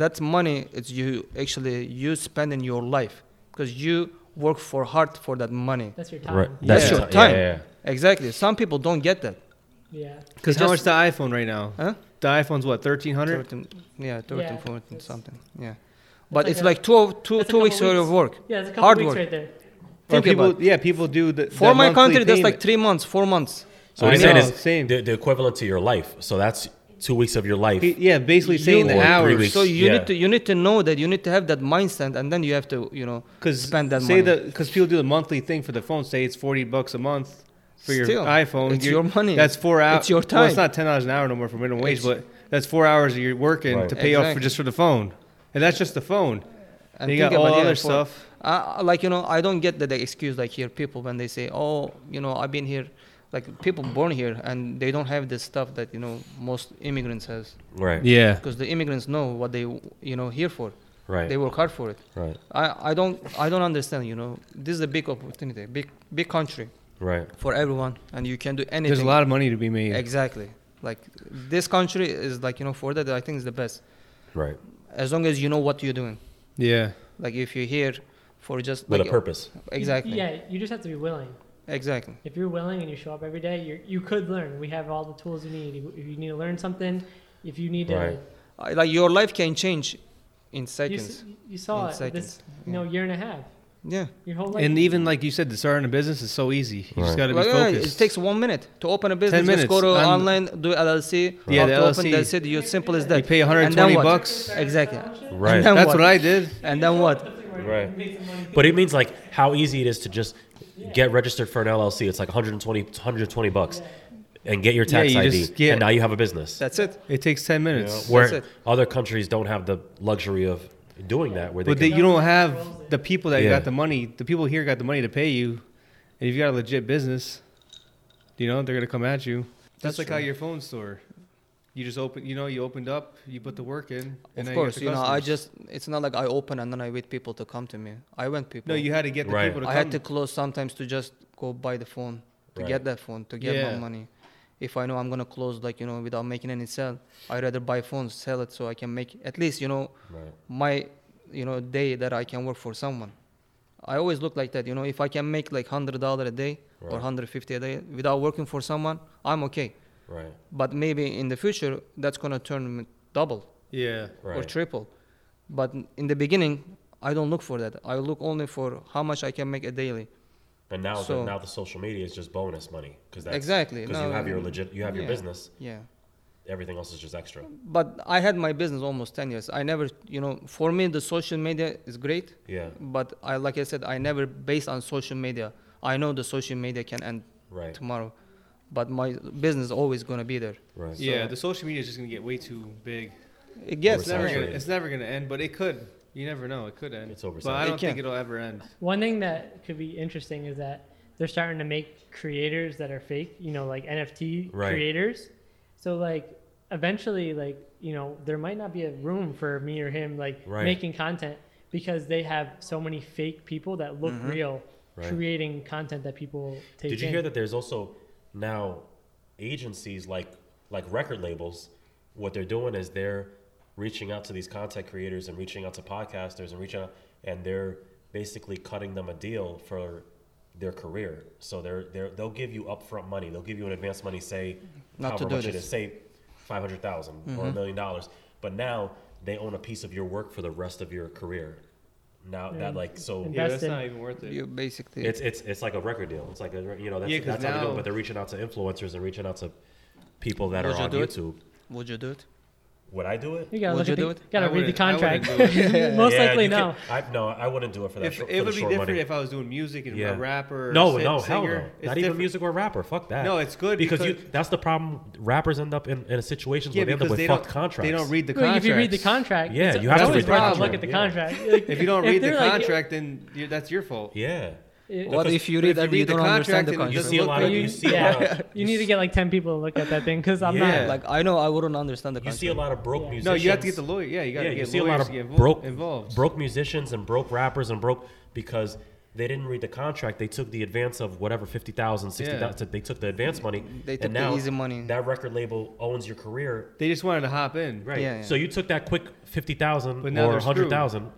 Speaker 1: that's money? It's you actually you spend in your life because you work for hard for that money.
Speaker 6: That's your time.
Speaker 4: right.
Speaker 1: That's
Speaker 4: yeah.
Speaker 1: your time.
Speaker 4: Yeah, yeah,
Speaker 1: Exactly. Some people don't get that.
Speaker 6: Yeah.
Speaker 5: Because
Speaker 1: It
Speaker 5: how
Speaker 1: just-
Speaker 5: much the iPhone right now?
Speaker 1: Huh?
Speaker 5: The iPhone's what, thirteen hundred?
Speaker 1: 13, yeah, 13,
Speaker 6: Yeah,
Speaker 1: 14,
Speaker 6: it's-
Speaker 1: something. Yeah. But
Speaker 6: like
Speaker 1: it's
Speaker 6: a-
Speaker 1: like two, two,
Speaker 6: that's a
Speaker 1: two weeks,
Speaker 6: couple
Speaker 1: worth of work.
Speaker 6: Yeah, it's a couple
Speaker 1: Hard
Speaker 6: weeks
Speaker 1: work.
Speaker 6: right there.
Speaker 5: Or
Speaker 1: Think
Speaker 5: people,
Speaker 1: about it.
Speaker 5: yeah, people do the
Speaker 1: For my country, that's like three months, four months.
Speaker 4: So what
Speaker 5: I
Speaker 4: he's saying
Speaker 5: know,
Speaker 4: is
Speaker 5: same.
Speaker 4: The, the equivalent to your life. So that's two weeks of your life.
Speaker 5: yeah, basically saying
Speaker 4: Or
Speaker 5: the
Speaker 4: three
Speaker 5: hours.
Speaker 4: weeks.
Speaker 1: So you
Speaker 4: Yeah.
Speaker 1: need to you need to know that you need to have that mindset, and then you have to you know
Speaker 5: Because
Speaker 1: spend that
Speaker 5: say
Speaker 1: money.
Speaker 5: the because people do the monthly thing for the phone. Say it's forty bucks a month for your
Speaker 1: Still,
Speaker 5: iPhone.
Speaker 1: it's
Speaker 5: You're-
Speaker 1: your money.
Speaker 5: That's four hours.
Speaker 1: It's your
Speaker 5: Well, it's
Speaker 1: time.
Speaker 5: not ten dollars an hour no more for minimum wage,
Speaker 1: It's-
Speaker 5: but that's four hours that you're working
Speaker 4: Right.
Speaker 5: to pay off for
Speaker 1: Exactly.
Speaker 5: just for the phone, and that's just the phone.
Speaker 1: and
Speaker 5: you got
Speaker 1: think about,
Speaker 5: all
Speaker 1: yeah,
Speaker 5: other
Speaker 1: for-
Speaker 5: stuff.
Speaker 1: I- I- uh, like you know, I don't get that excuse like here people when they say, oh, you know, I've been here, like people born here, and they don't have this stuff that you know most immigrants has,
Speaker 4: Right,
Speaker 5: Yeah,
Speaker 1: because the immigrants know what they you know here for.
Speaker 4: right,
Speaker 1: They work hard for it.
Speaker 4: right,
Speaker 1: I, I don't I don't understand. You know, this is a big opportunity, big big country
Speaker 4: right.
Speaker 1: for everyone, and you can do anything.
Speaker 5: there's a lot of money to be made.
Speaker 1: Exactly. Like this country is like you know for that I think is the best.
Speaker 4: Right,
Speaker 1: As long as you know what you're doing.
Speaker 5: yeah,
Speaker 1: Like if you're here for just
Speaker 4: with
Speaker 1: like
Speaker 4: a purpose.
Speaker 1: exactly
Speaker 6: Yeah, you just have to be willing.
Speaker 1: exactly.
Speaker 6: If you're willing and you show up every day, you you could learn. We have all the tools you need. If you need to learn something, if you need to,
Speaker 4: Right.
Speaker 1: I, like your life can change in
Speaker 6: you,
Speaker 1: seconds.
Speaker 6: s- you saw
Speaker 1: In
Speaker 6: it
Speaker 1: seconds,
Speaker 6: this you know year and a half.
Speaker 1: yeah.
Speaker 6: Your whole life.
Speaker 5: and even like you said, the starting a business is so easy. You just
Speaker 4: Right.
Speaker 5: got to be
Speaker 1: Like, yeah,
Speaker 5: focused.
Speaker 1: it takes one minute to open a business.
Speaker 5: minutes
Speaker 1: Just go to
Speaker 5: on-
Speaker 1: online, do LLC.
Speaker 5: Yeah,
Speaker 1: how
Speaker 5: the
Speaker 1: to Open,
Speaker 5: LLC.
Speaker 1: that's it. You simple as that.
Speaker 5: you pay
Speaker 1: And then
Speaker 5: 120
Speaker 1: what?
Speaker 5: bucks.
Speaker 1: Exactly.
Speaker 4: Right.
Speaker 1: And then
Speaker 5: That's
Speaker 1: what?
Speaker 5: what I did.
Speaker 1: And then what?
Speaker 4: Right. But it means like how easy it is to just get registered for an LLC. It's like 120, 120 bucks. and get your tax
Speaker 5: you
Speaker 4: ID,
Speaker 5: just- yeah.
Speaker 4: and now you have a business.
Speaker 1: That's it.
Speaker 5: It takes ten
Speaker 4: You know,
Speaker 5: minutes.
Speaker 1: that's
Speaker 4: where
Speaker 1: it.
Speaker 4: other countries don't have the luxury of doing that, where they
Speaker 5: But they,
Speaker 4: can,
Speaker 5: you don't have the people that
Speaker 4: Yeah.
Speaker 5: got the money. The people here got the money to pay you, and if you got a legit business, you know they're gonna come at you. That's,
Speaker 1: That's
Speaker 5: like
Speaker 1: true.
Speaker 5: how your phone store. You just open, you know, you opened up, you put the work in. And now
Speaker 1: of
Speaker 5: got
Speaker 1: course,
Speaker 5: the
Speaker 1: you know, I
Speaker 5: customers.
Speaker 1: just it's not like I open and then I wait people to come to me. I went people.
Speaker 5: no, you had to get the
Speaker 4: Right.
Speaker 5: people to
Speaker 1: I
Speaker 5: come.
Speaker 1: had to close sometimes to just go buy the phone to
Speaker 4: Right.
Speaker 1: get that phone to get my
Speaker 5: Yeah.
Speaker 1: money. If I know I'm gonna close like you know without making any sell, I would rather buy phones, sell it so I can make at least you know
Speaker 4: Right.
Speaker 1: my you know day that I can work for someone. I always look like that. You know, if I can make like hundred dollar a day or
Speaker 4: Right.
Speaker 1: hundred fifty a day without working for someone, I'm okay.
Speaker 4: right,
Speaker 1: But maybe in the future that's gonna turn me double
Speaker 5: yeah,
Speaker 4: right,
Speaker 1: or triple. But in the beginning, I don't look for that. I look only for how much I can make a daily.
Speaker 4: and now
Speaker 1: so-
Speaker 4: the, now the social media is just bonus money because
Speaker 1: Exactly,
Speaker 4: because
Speaker 1: no,
Speaker 4: you have your
Speaker 1: um,
Speaker 4: legit you have your
Speaker 1: yeah.
Speaker 4: business,
Speaker 1: Yeah.
Speaker 4: everything else is just extra.
Speaker 1: But I had my business almost 10 years. I never, you know, for me, the social media is great.
Speaker 4: Yeah,
Speaker 1: But I, like I said, I never based on social media. I know the social media can end
Speaker 4: right,
Speaker 1: tomorrow, but my business always gonna be there.
Speaker 4: right.
Speaker 5: yeah. The social media is just gonna get way too big.
Speaker 1: It gets
Speaker 5: It's never, gonna,
Speaker 4: Oversaturated.
Speaker 5: it's never gonna end, but it could. You never know. It could end.
Speaker 4: It's
Speaker 5: But I
Speaker 4: oversaturated.
Speaker 5: don't
Speaker 1: It
Speaker 5: think
Speaker 1: can.
Speaker 5: it'll ever end.
Speaker 6: One thing that could be interesting is that they're starting to make creators that are fake, you know, like NFT
Speaker 4: Right.
Speaker 6: creators. So like eventually like, you know, there might not be a room for me or him like
Speaker 4: Right.
Speaker 6: making content because they have so many fake people that look real
Speaker 4: Right.
Speaker 6: creating content that people take
Speaker 4: Did you
Speaker 6: in.
Speaker 4: hear that there's also now agencies like like record labels what they're doing is they're reaching out to these content creators and reaching out to podcasters and reaching out and they're basically cutting them a deal for their career. So they're they're they'll give you upfront money. They'll give you an advance money say
Speaker 1: Not to
Speaker 4: however
Speaker 1: do
Speaker 4: much it
Speaker 1: this. Mm-hmm.
Speaker 4: is, say 500,000 or a million dollars. But now they own a piece of your work for the rest of your career. Now that like so
Speaker 6: And
Speaker 5: Yeah, that's
Speaker 6: Invested.
Speaker 5: not even worth it.
Speaker 1: You basically.
Speaker 4: it's it's it's like a record deal. It's like a re- you know that's,
Speaker 5: Yeah, 'cause
Speaker 4: that's how they do
Speaker 5: now-
Speaker 4: it. But they're reaching out to influencers and reaching out to people that
Speaker 1: Would
Speaker 4: are
Speaker 1: you
Speaker 4: on
Speaker 1: do it?
Speaker 4: YouTube.
Speaker 1: would you do it?
Speaker 4: Would I do it?
Speaker 6: You gotta
Speaker 1: Would
Speaker 6: look
Speaker 1: you
Speaker 6: at the,
Speaker 1: do it?
Speaker 6: gotta
Speaker 5: I
Speaker 6: read the
Speaker 5: wouldn't- I wouldn't
Speaker 6: contract.
Speaker 5: do it.
Speaker 6: Most
Speaker 4: Yeah,
Speaker 6: likely
Speaker 4: you
Speaker 6: no.
Speaker 4: can- I, no, I wouldn't do it for that.
Speaker 5: If,
Speaker 4: short,
Speaker 5: it
Speaker 4: for
Speaker 5: would
Speaker 4: the
Speaker 5: be
Speaker 4: short
Speaker 5: different
Speaker 4: money.
Speaker 5: if I was doing music and
Speaker 4: Yeah.
Speaker 5: a rapper. Or
Speaker 4: no,
Speaker 5: si-
Speaker 4: no, hell
Speaker 5: singer.
Speaker 4: no.
Speaker 5: It's
Speaker 4: Not
Speaker 5: different.
Speaker 4: even music or rapper. Fuck that.
Speaker 5: No, it's good
Speaker 4: because, you
Speaker 5: because-
Speaker 4: that's the problem. Rappers end up in, in situations
Speaker 5: Yeah,
Speaker 4: where they end up
Speaker 5: because
Speaker 4: with
Speaker 5: they
Speaker 4: fucked
Speaker 5: don't,
Speaker 4: contracts.
Speaker 5: they don't read the
Speaker 6: Like,
Speaker 5: contract.
Speaker 6: if you read the contract,
Speaker 4: Yeah,
Speaker 6: it's-
Speaker 4: you have
Speaker 6: it's
Speaker 5: to
Speaker 6: always
Speaker 5: read the
Speaker 6: hard to Look at the
Speaker 4: contract.
Speaker 6: contract. Like,
Speaker 5: If you don't read the
Speaker 6: they're, like,
Speaker 5: contract, then you, that's your fault.
Speaker 4: Yeah,
Speaker 6: it-
Speaker 1: What
Speaker 4: Because
Speaker 1: if you
Speaker 5: but
Speaker 1: read
Speaker 5: if you
Speaker 1: that and you
Speaker 5: read the
Speaker 1: don't understand the
Speaker 5: contract
Speaker 4: you
Speaker 5: and
Speaker 1: contract?
Speaker 5: it
Speaker 4: see a
Speaker 5: look
Speaker 4: lot
Speaker 5: like
Speaker 4: of
Speaker 6: you-
Speaker 4: you see a
Speaker 6: yeah.
Speaker 4: lot of-
Speaker 6: You need to get like ten people to look at that thing because I'm
Speaker 4: Yeah.
Speaker 6: not.
Speaker 1: Like I know I wouldn't understand the
Speaker 4: you
Speaker 1: contract.
Speaker 4: see a lot of broke musicians.
Speaker 5: No, you have to get the lawyer. Yeah, you got
Speaker 4: yeah,
Speaker 5: to
Speaker 4: you
Speaker 5: get
Speaker 4: see a lot
Speaker 5: lawyers
Speaker 4: of
Speaker 5: to get invol-
Speaker 4: broke
Speaker 5: involved.
Speaker 4: broke musicians and broke rappers and broke because they didn't read the contract. They took the advance of whatever 50,000, 60,000. They took the advance money.
Speaker 1: They took
Speaker 4: and
Speaker 1: the
Speaker 4: now
Speaker 1: easy money.
Speaker 4: That record label owns your career.
Speaker 5: They just wanted to hop in.
Speaker 4: Right.
Speaker 1: Yeah, yeah.
Speaker 4: So you took that quick 50,000 or
Speaker 5: But now they're screwed.
Speaker 4: 100,000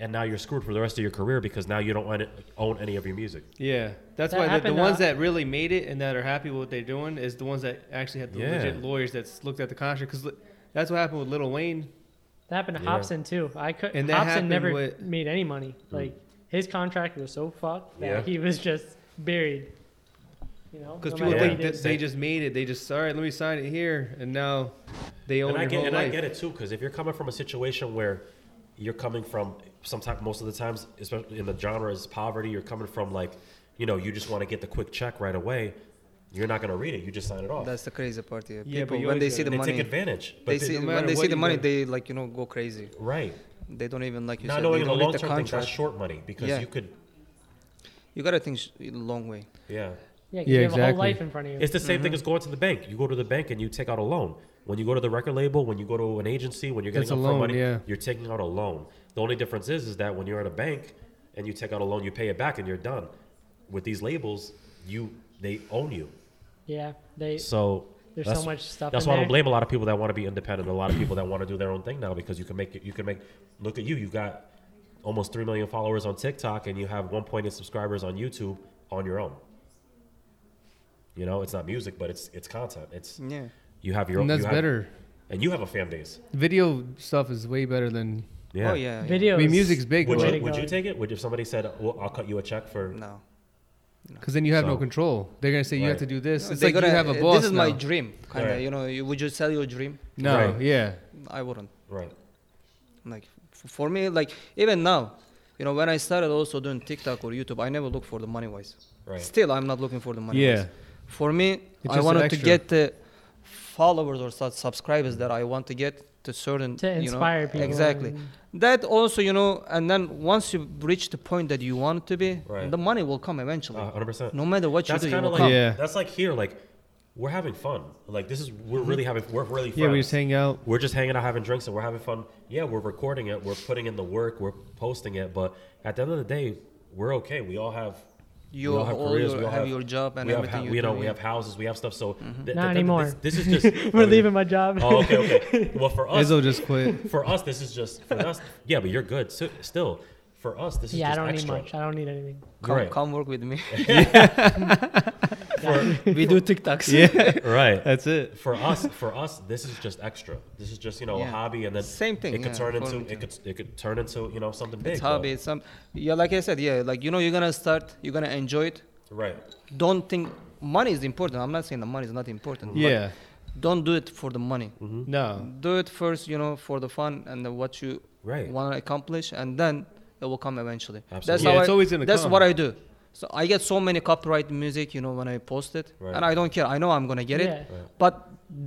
Speaker 4: and now you're screwed for the rest of your career because now you don't want to own any of your music.
Speaker 5: Yeah, that's
Speaker 6: That
Speaker 5: why the, the
Speaker 6: happened,
Speaker 5: ones
Speaker 6: uh,
Speaker 5: that really made it and that are happy with what they're doing is the ones that actually had the
Speaker 4: Yeah.
Speaker 5: legit lawyers that's looked at the contract. Because that's what happened with Lil Wayne.
Speaker 6: That happened to
Speaker 4: Yeah.
Speaker 6: Hobson too. I could.
Speaker 5: And that
Speaker 6: Hobson
Speaker 5: happened
Speaker 6: never
Speaker 5: with-
Speaker 6: made any money. Like his contract was so fucked that
Speaker 4: Hmm. Yeah.
Speaker 6: he was just buried. You know,
Speaker 5: Because
Speaker 6: no
Speaker 5: people
Speaker 6: matter what
Speaker 4: Yeah.
Speaker 5: think
Speaker 6: he
Speaker 5: that
Speaker 6: did.
Speaker 5: they just made it. They just all right, let me sign it here, and now they own
Speaker 4: and I
Speaker 5: your
Speaker 4: get
Speaker 5: whole
Speaker 4: and I
Speaker 5: life.
Speaker 4: get it too because if you're coming from a situation where you're coming from sometimes most of the times especially in the genre is poverty you're coming from like you know you just want to get the quick check right away you're not going to read it you just sign it off
Speaker 1: That's the crazy part here.
Speaker 5: Yeah, but
Speaker 1: People
Speaker 5: you
Speaker 1: when they
Speaker 5: always
Speaker 1: see the
Speaker 4: they take
Speaker 1: money,
Speaker 4: advantage but
Speaker 1: they
Speaker 4: they-
Speaker 1: see
Speaker 5: no
Speaker 1: when
Speaker 5: matter
Speaker 1: they see
Speaker 5: what
Speaker 1: the
Speaker 5: you
Speaker 1: money,
Speaker 5: do.
Speaker 1: they like you know go crazy.
Speaker 4: right
Speaker 1: They don't even like you
Speaker 4: not
Speaker 1: said.
Speaker 4: knowing
Speaker 1: they
Speaker 4: in the
Speaker 1: don't read
Speaker 4: long term things that's
Speaker 1: contract.
Speaker 4: short money because
Speaker 1: Yeah.
Speaker 4: you could
Speaker 1: You gotta think sh- long way.
Speaker 4: yeah
Speaker 6: yeah, 'cause
Speaker 5: Yeah,
Speaker 6: you have a whole
Speaker 5: exactly.
Speaker 6: life in front of you.
Speaker 4: it's the same
Speaker 5: Mm-hmm.
Speaker 4: thing as going to the bank you go to the bank and you take out a loan when you go to the record label when you go to an agency when you're getting
Speaker 5: It's a
Speaker 4: upfront
Speaker 5: loan,
Speaker 4: money
Speaker 5: yeah.
Speaker 4: you're taking out a loan the only difference is is that when you're at a bank and you take out a loan you pay it back and you're done with these labels you they own you
Speaker 6: yeah, they
Speaker 4: So
Speaker 6: There's
Speaker 4: that's-
Speaker 6: so much stuff
Speaker 4: That's
Speaker 6: in
Speaker 4: why I
Speaker 6: there.
Speaker 4: don't blame a lot of people that want to be independent. A lot of people that want to do their own thing now because you can make it. You can make. Look at you. You got almost three million followers on TikTok, and you have 1.8 subscribers on YouTube on your own. You know, it's not music, but it's it's content. It's
Speaker 1: Yeah.
Speaker 4: you have your own.
Speaker 5: and that's
Speaker 4: you have-
Speaker 5: better.
Speaker 4: And you have a fan base.
Speaker 5: Video stuff is way better than.
Speaker 4: Yeah.
Speaker 1: Oh yeah. yeah.
Speaker 6: videos.
Speaker 5: I mean, music's big,
Speaker 4: Would
Speaker 6: Way
Speaker 4: you,
Speaker 6: to
Speaker 4: would
Speaker 6: go.
Speaker 4: you take it? Would if somebody said, well, "I'll cut you a check for"?
Speaker 1: No.
Speaker 5: because then you have no
Speaker 4: So-
Speaker 5: control. They're gonna say you
Speaker 4: Right.
Speaker 5: have to do this.
Speaker 1: No,
Speaker 5: it's
Speaker 1: they
Speaker 5: like
Speaker 1: gotta-
Speaker 5: you have a
Speaker 1: uh,
Speaker 5: boss.
Speaker 1: This is
Speaker 5: now.
Speaker 1: my dream, kind of.
Speaker 4: Right.
Speaker 1: You know, you, would you sell your dream?
Speaker 5: No,
Speaker 4: Right.
Speaker 5: yeah.
Speaker 1: I wouldn't.
Speaker 4: Right.
Speaker 1: Like f- for me, like even now, you know, when I started also doing TikTok or YouTube, I never looked for the money wise.
Speaker 4: Right.
Speaker 1: Still, I'm not looking for the money.
Speaker 5: Yeah.
Speaker 1: Wise. For me,
Speaker 5: It's
Speaker 1: I
Speaker 5: just an
Speaker 1: wanted to
Speaker 5: extra.
Speaker 1: get the followers or sub- subscribers that I want to get to certain
Speaker 6: to
Speaker 1: you know,
Speaker 6: inspire people.
Speaker 1: Exactly.
Speaker 6: and-
Speaker 1: That also, you know, and then once you reach the point that you want it to be,
Speaker 4: Right.
Speaker 1: the money will come eventually.
Speaker 4: hundred percent.
Speaker 1: no matter what
Speaker 4: That's
Speaker 1: you do, it
Speaker 4: kind
Speaker 1: will
Speaker 4: of
Speaker 1: come.
Speaker 4: like
Speaker 5: Yeah.
Speaker 4: that's like here. Like we're having fun. Like this is we're really having we're really friends.
Speaker 5: Yeah, we just hang out.
Speaker 4: we're just hanging out, having drinks, and we're having fun. Yeah, we're recording it. We're putting in the work. We're posting it. But at the end of the day, we're okay. We all have.
Speaker 1: You
Speaker 4: we all
Speaker 1: have
Speaker 4: have
Speaker 1: all
Speaker 4: careers.
Speaker 1: your-
Speaker 4: we all
Speaker 1: have your job and
Speaker 4: we have
Speaker 1: everything Mm-hmm.
Speaker 4: hou-
Speaker 1: you
Speaker 4: you know,
Speaker 1: do,
Speaker 4: we
Speaker 1: yeah.
Speaker 4: have houses. We have stuff. So th- th-
Speaker 6: Not
Speaker 4: th-
Speaker 6: anymore.
Speaker 4: This, this is just.
Speaker 6: We're leaving my job.
Speaker 4: Oh, okay, okay. Well, for us,
Speaker 5: Izzo just quit.
Speaker 4: for us, this is just for us. Yeah, but you're good. So, still, for us, this is
Speaker 6: yeah, I
Speaker 4: just
Speaker 6: don't
Speaker 4: extra.
Speaker 6: need much. I don't need anything.
Speaker 1: Come,
Speaker 4: Right.
Speaker 1: come work with me.
Speaker 6: Yeah.
Speaker 1: we do TikToks.
Speaker 5: Yeah,
Speaker 4: Right.
Speaker 5: that's it.
Speaker 4: for us for us this is just extra this is just you know
Speaker 1: Yeah.
Speaker 4: a hobby and then
Speaker 1: Same thing,
Speaker 4: it could
Speaker 1: yeah,
Speaker 4: turn
Speaker 1: for
Speaker 4: into
Speaker 1: me
Speaker 4: it
Speaker 1: too.
Speaker 4: could it could turn into you know something big
Speaker 1: It's
Speaker 4: though.
Speaker 1: hobby. It's some. Yeah, like I said, yeah, like you know, you're gonna start. You're gonna enjoy it.
Speaker 4: right
Speaker 1: Don't think money is important. I'm not saying the money is not important. but
Speaker 5: Yeah,
Speaker 1: don't do it for the money.
Speaker 4: Mm-hmm. Hmm?
Speaker 5: no,
Speaker 1: Do it first, you know, for the fun and the, what you
Speaker 4: Right.
Speaker 1: want to accomplish, and then it will come eventually. That's
Speaker 4: Absolutely.
Speaker 1: how
Speaker 5: Yeah, it's
Speaker 1: I,
Speaker 5: always gonna
Speaker 1: That's
Speaker 5: come.
Speaker 1: what I do. So I get so many copyright music, you know, when I post it,
Speaker 4: Right.
Speaker 1: and I don't care. I know I'm gonna get it,
Speaker 6: Yeah.
Speaker 1: but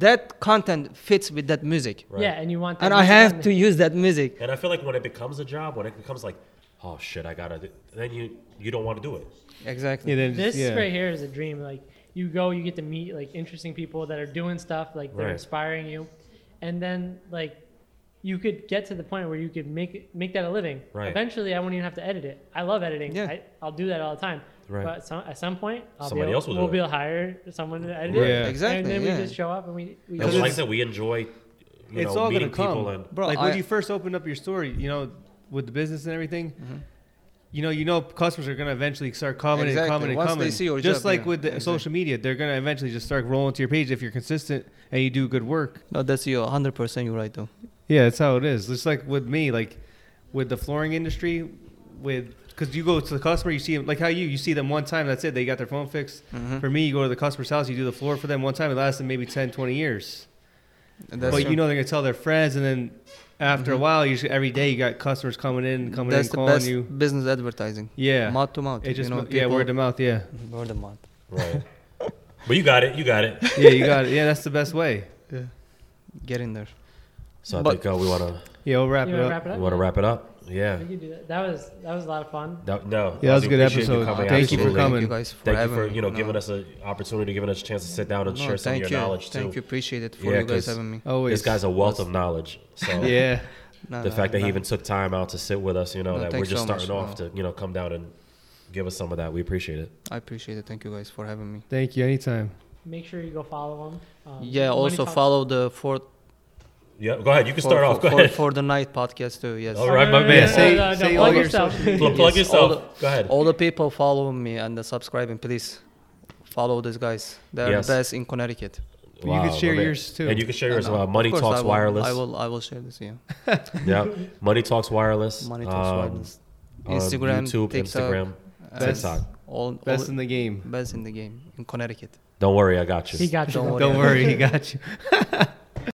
Speaker 1: that content fits with that music,
Speaker 4: right
Speaker 6: Yeah, and you want. that
Speaker 1: and I
Speaker 6: music
Speaker 1: have
Speaker 6: on
Speaker 1: to
Speaker 6: there.
Speaker 1: use that music.
Speaker 4: and i feel like when it becomes a job when it becomes like oh shit i gotta do, then you you don't want to do it
Speaker 1: Exactly.
Speaker 5: yeah, then
Speaker 6: This
Speaker 5: just, yeah.
Speaker 6: right here is a dream. Like you go, you get to meet like interesting people that are doing stuff, like they're
Speaker 4: Right.
Speaker 6: inspiring you, and then like you could get to the point where you could make it- make that a living.
Speaker 4: Right.
Speaker 6: Eventually, I won't even have to edit it. I love editing.
Speaker 1: Yeah.
Speaker 6: I, I'll do that all the time.
Speaker 4: Right.
Speaker 6: But some, at some point, I'll
Speaker 4: Somebody
Speaker 6: be able,
Speaker 4: else will do
Speaker 6: we'll be
Speaker 4: it.
Speaker 6: able to hire someone to edit
Speaker 4: Right.
Speaker 6: it.
Speaker 1: Exactly,
Speaker 6: And then
Speaker 1: yeah.
Speaker 6: we just show up and we. we
Speaker 4: it's
Speaker 5: it's-
Speaker 4: like that we enjoy you
Speaker 5: it's
Speaker 4: know
Speaker 5: all
Speaker 4: meeting
Speaker 5: gonna
Speaker 4: people
Speaker 5: come.
Speaker 4: and
Speaker 1: Bro,
Speaker 5: like
Speaker 1: I-
Speaker 5: when you first opened up your store, you know, with the business and everything,
Speaker 1: Mm-hmm.
Speaker 5: you know, you know, customers are gonna eventually start coming
Speaker 1: Exactly.
Speaker 5: and coming and
Speaker 1: Once they
Speaker 5: coming.
Speaker 1: see your
Speaker 5: just
Speaker 1: job,
Speaker 5: like
Speaker 1: yeah,
Speaker 5: with the
Speaker 1: exactly.
Speaker 5: social media, they're gonna eventually just start rolling to your page if you're consistent and you do good work.
Speaker 1: No, that's you. 100 percent, you're right though.
Speaker 5: Yeah, that's how it is. Just like with me, like with the flooring industry, with because you go to the customer, you see them like how you you see them one time. That's it. They got their phone fixed.
Speaker 1: Mm-hmm.
Speaker 5: For me, you go to the customer's house, you do the floor for them one time. It lasts them maybe 10, 20 years.
Speaker 1: And That's
Speaker 5: but
Speaker 1: true. Mm-hmm.
Speaker 5: you know they're gonna tell their friends, and then after a while, you just, every day you got customers coming in, coming
Speaker 1: that's
Speaker 5: in,
Speaker 1: the
Speaker 5: calling
Speaker 1: best
Speaker 5: you.
Speaker 1: business advertising.
Speaker 5: Yeah,
Speaker 1: Mouth to mouth.
Speaker 5: it just
Speaker 1: you know,
Speaker 5: yeah
Speaker 1: people-
Speaker 5: word of mouth. Yeah,
Speaker 1: Word of mouth.
Speaker 4: right but you got it you got it
Speaker 5: yeah, you got it. Yeah, that's the best way.
Speaker 1: Get in there.
Speaker 4: so i
Speaker 1: But-
Speaker 4: think uh, we want to
Speaker 5: Yeah, we'll wrap
Speaker 6: you
Speaker 5: it
Speaker 6: wanna
Speaker 5: up.
Speaker 6: wrap it
Speaker 4: we
Speaker 6: up?
Speaker 4: want to wrap it up yeah
Speaker 6: We can do that. That was that was a lot of fun.
Speaker 4: that, no
Speaker 5: Yeah, that was
Speaker 4: Ozzy,
Speaker 5: a good
Speaker 4: appreciate you
Speaker 5: episode.
Speaker 4: coming,
Speaker 5: Thank you for
Speaker 4: absolutely.
Speaker 5: coming.
Speaker 1: Thank you guys for
Speaker 4: thank you
Speaker 1: having
Speaker 4: for
Speaker 1: me.
Speaker 4: you know
Speaker 1: No.
Speaker 4: giving us an opportunity giving us a chance to sit down and
Speaker 1: No,
Speaker 4: share some of
Speaker 1: thank
Speaker 4: your
Speaker 1: you.
Speaker 4: knowledge too
Speaker 1: Thank you. Appreciate it for
Speaker 4: Yeah,
Speaker 1: you guys
Speaker 4: 'cause-
Speaker 1: having me.
Speaker 5: Always.
Speaker 4: this guy's a wealth of knowledge so
Speaker 5: Yeah,
Speaker 1: No,
Speaker 4: the
Speaker 1: no,
Speaker 4: fact that
Speaker 1: no.
Speaker 4: he even took time out to sit with us, you know,
Speaker 1: No,
Speaker 4: that we're
Speaker 1: thanks
Speaker 4: just
Speaker 1: so much,
Speaker 4: starting off
Speaker 1: bro.
Speaker 4: to, you know, come down and give us some of that. We appreciate it.
Speaker 1: I appreciate it. Thank you guys for having me.
Speaker 5: thank you. Anytime.
Speaker 6: Make sure you go follow them. Um,
Speaker 1: Yeah.
Speaker 6: Money
Speaker 1: Also
Speaker 6: Talks-
Speaker 1: follow the fourth.
Speaker 4: Yeah, go ahead. You can
Speaker 1: for-
Speaker 4: start
Speaker 1: for,
Speaker 4: off. Go
Speaker 1: for,
Speaker 4: ahead.
Speaker 1: for the night podcast too. Yes.
Speaker 4: All
Speaker 6: Oh,
Speaker 4: right,
Speaker 6: no,
Speaker 4: my
Speaker 6: no,
Speaker 4: man.
Speaker 6: no, no,
Speaker 5: Say-
Speaker 6: no, no,
Speaker 5: say
Speaker 6: plug
Speaker 5: all your
Speaker 6: yourself.
Speaker 4: Pl- plug
Speaker 1: Yes, all
Speaker 4: yourself. go ahead.
Speaker 1: All the people following me and the subscribing, please follow these guys. They're
Speaker 4: Yes.
Speaker 1: the best in Connecticut.
Speaker 4: Wow,
Speaker 5: you
Speaker 4: my
Speaker 5: could share
Speaker 4: man.
Speaker 5: yours too.
Speaker 4: And you can share yours.
Speaker 1: And, uh,
Speaker 4: Uh,
Speaker 1: of
Speaker 4: Money
Speaker 1: course
Speaker 4: Talks
Speaker 1: I will-
Speaker 4: Wireless.
Speaker 1: I will. I will share this. Yeah.
Speaker 4: yeah. Money Talks Wireless.
Speaker 1: Money talks
Speaker 4: um,
Speaker 1: wireless.
Speaker 4: on
Speaker 1: Instagram,
Speaker 4: YouTube,
Speaker 1: TikTok,
Speaker 4: Instagram,
Speaker 1: and
Speaker 5: Best-
Speaker 4: TikTok.
Speaker 1: All,
Speaker 5: Best
Speaker 1: all
Speaker 5: in the game.
Speaker 1: best in the game in Connecticut.
Speaker 4: Don't worry, I got you.
Speaker 6: He got you.
Speaker 1: Don't worry.
Speaker 5: Don't worry, he got you.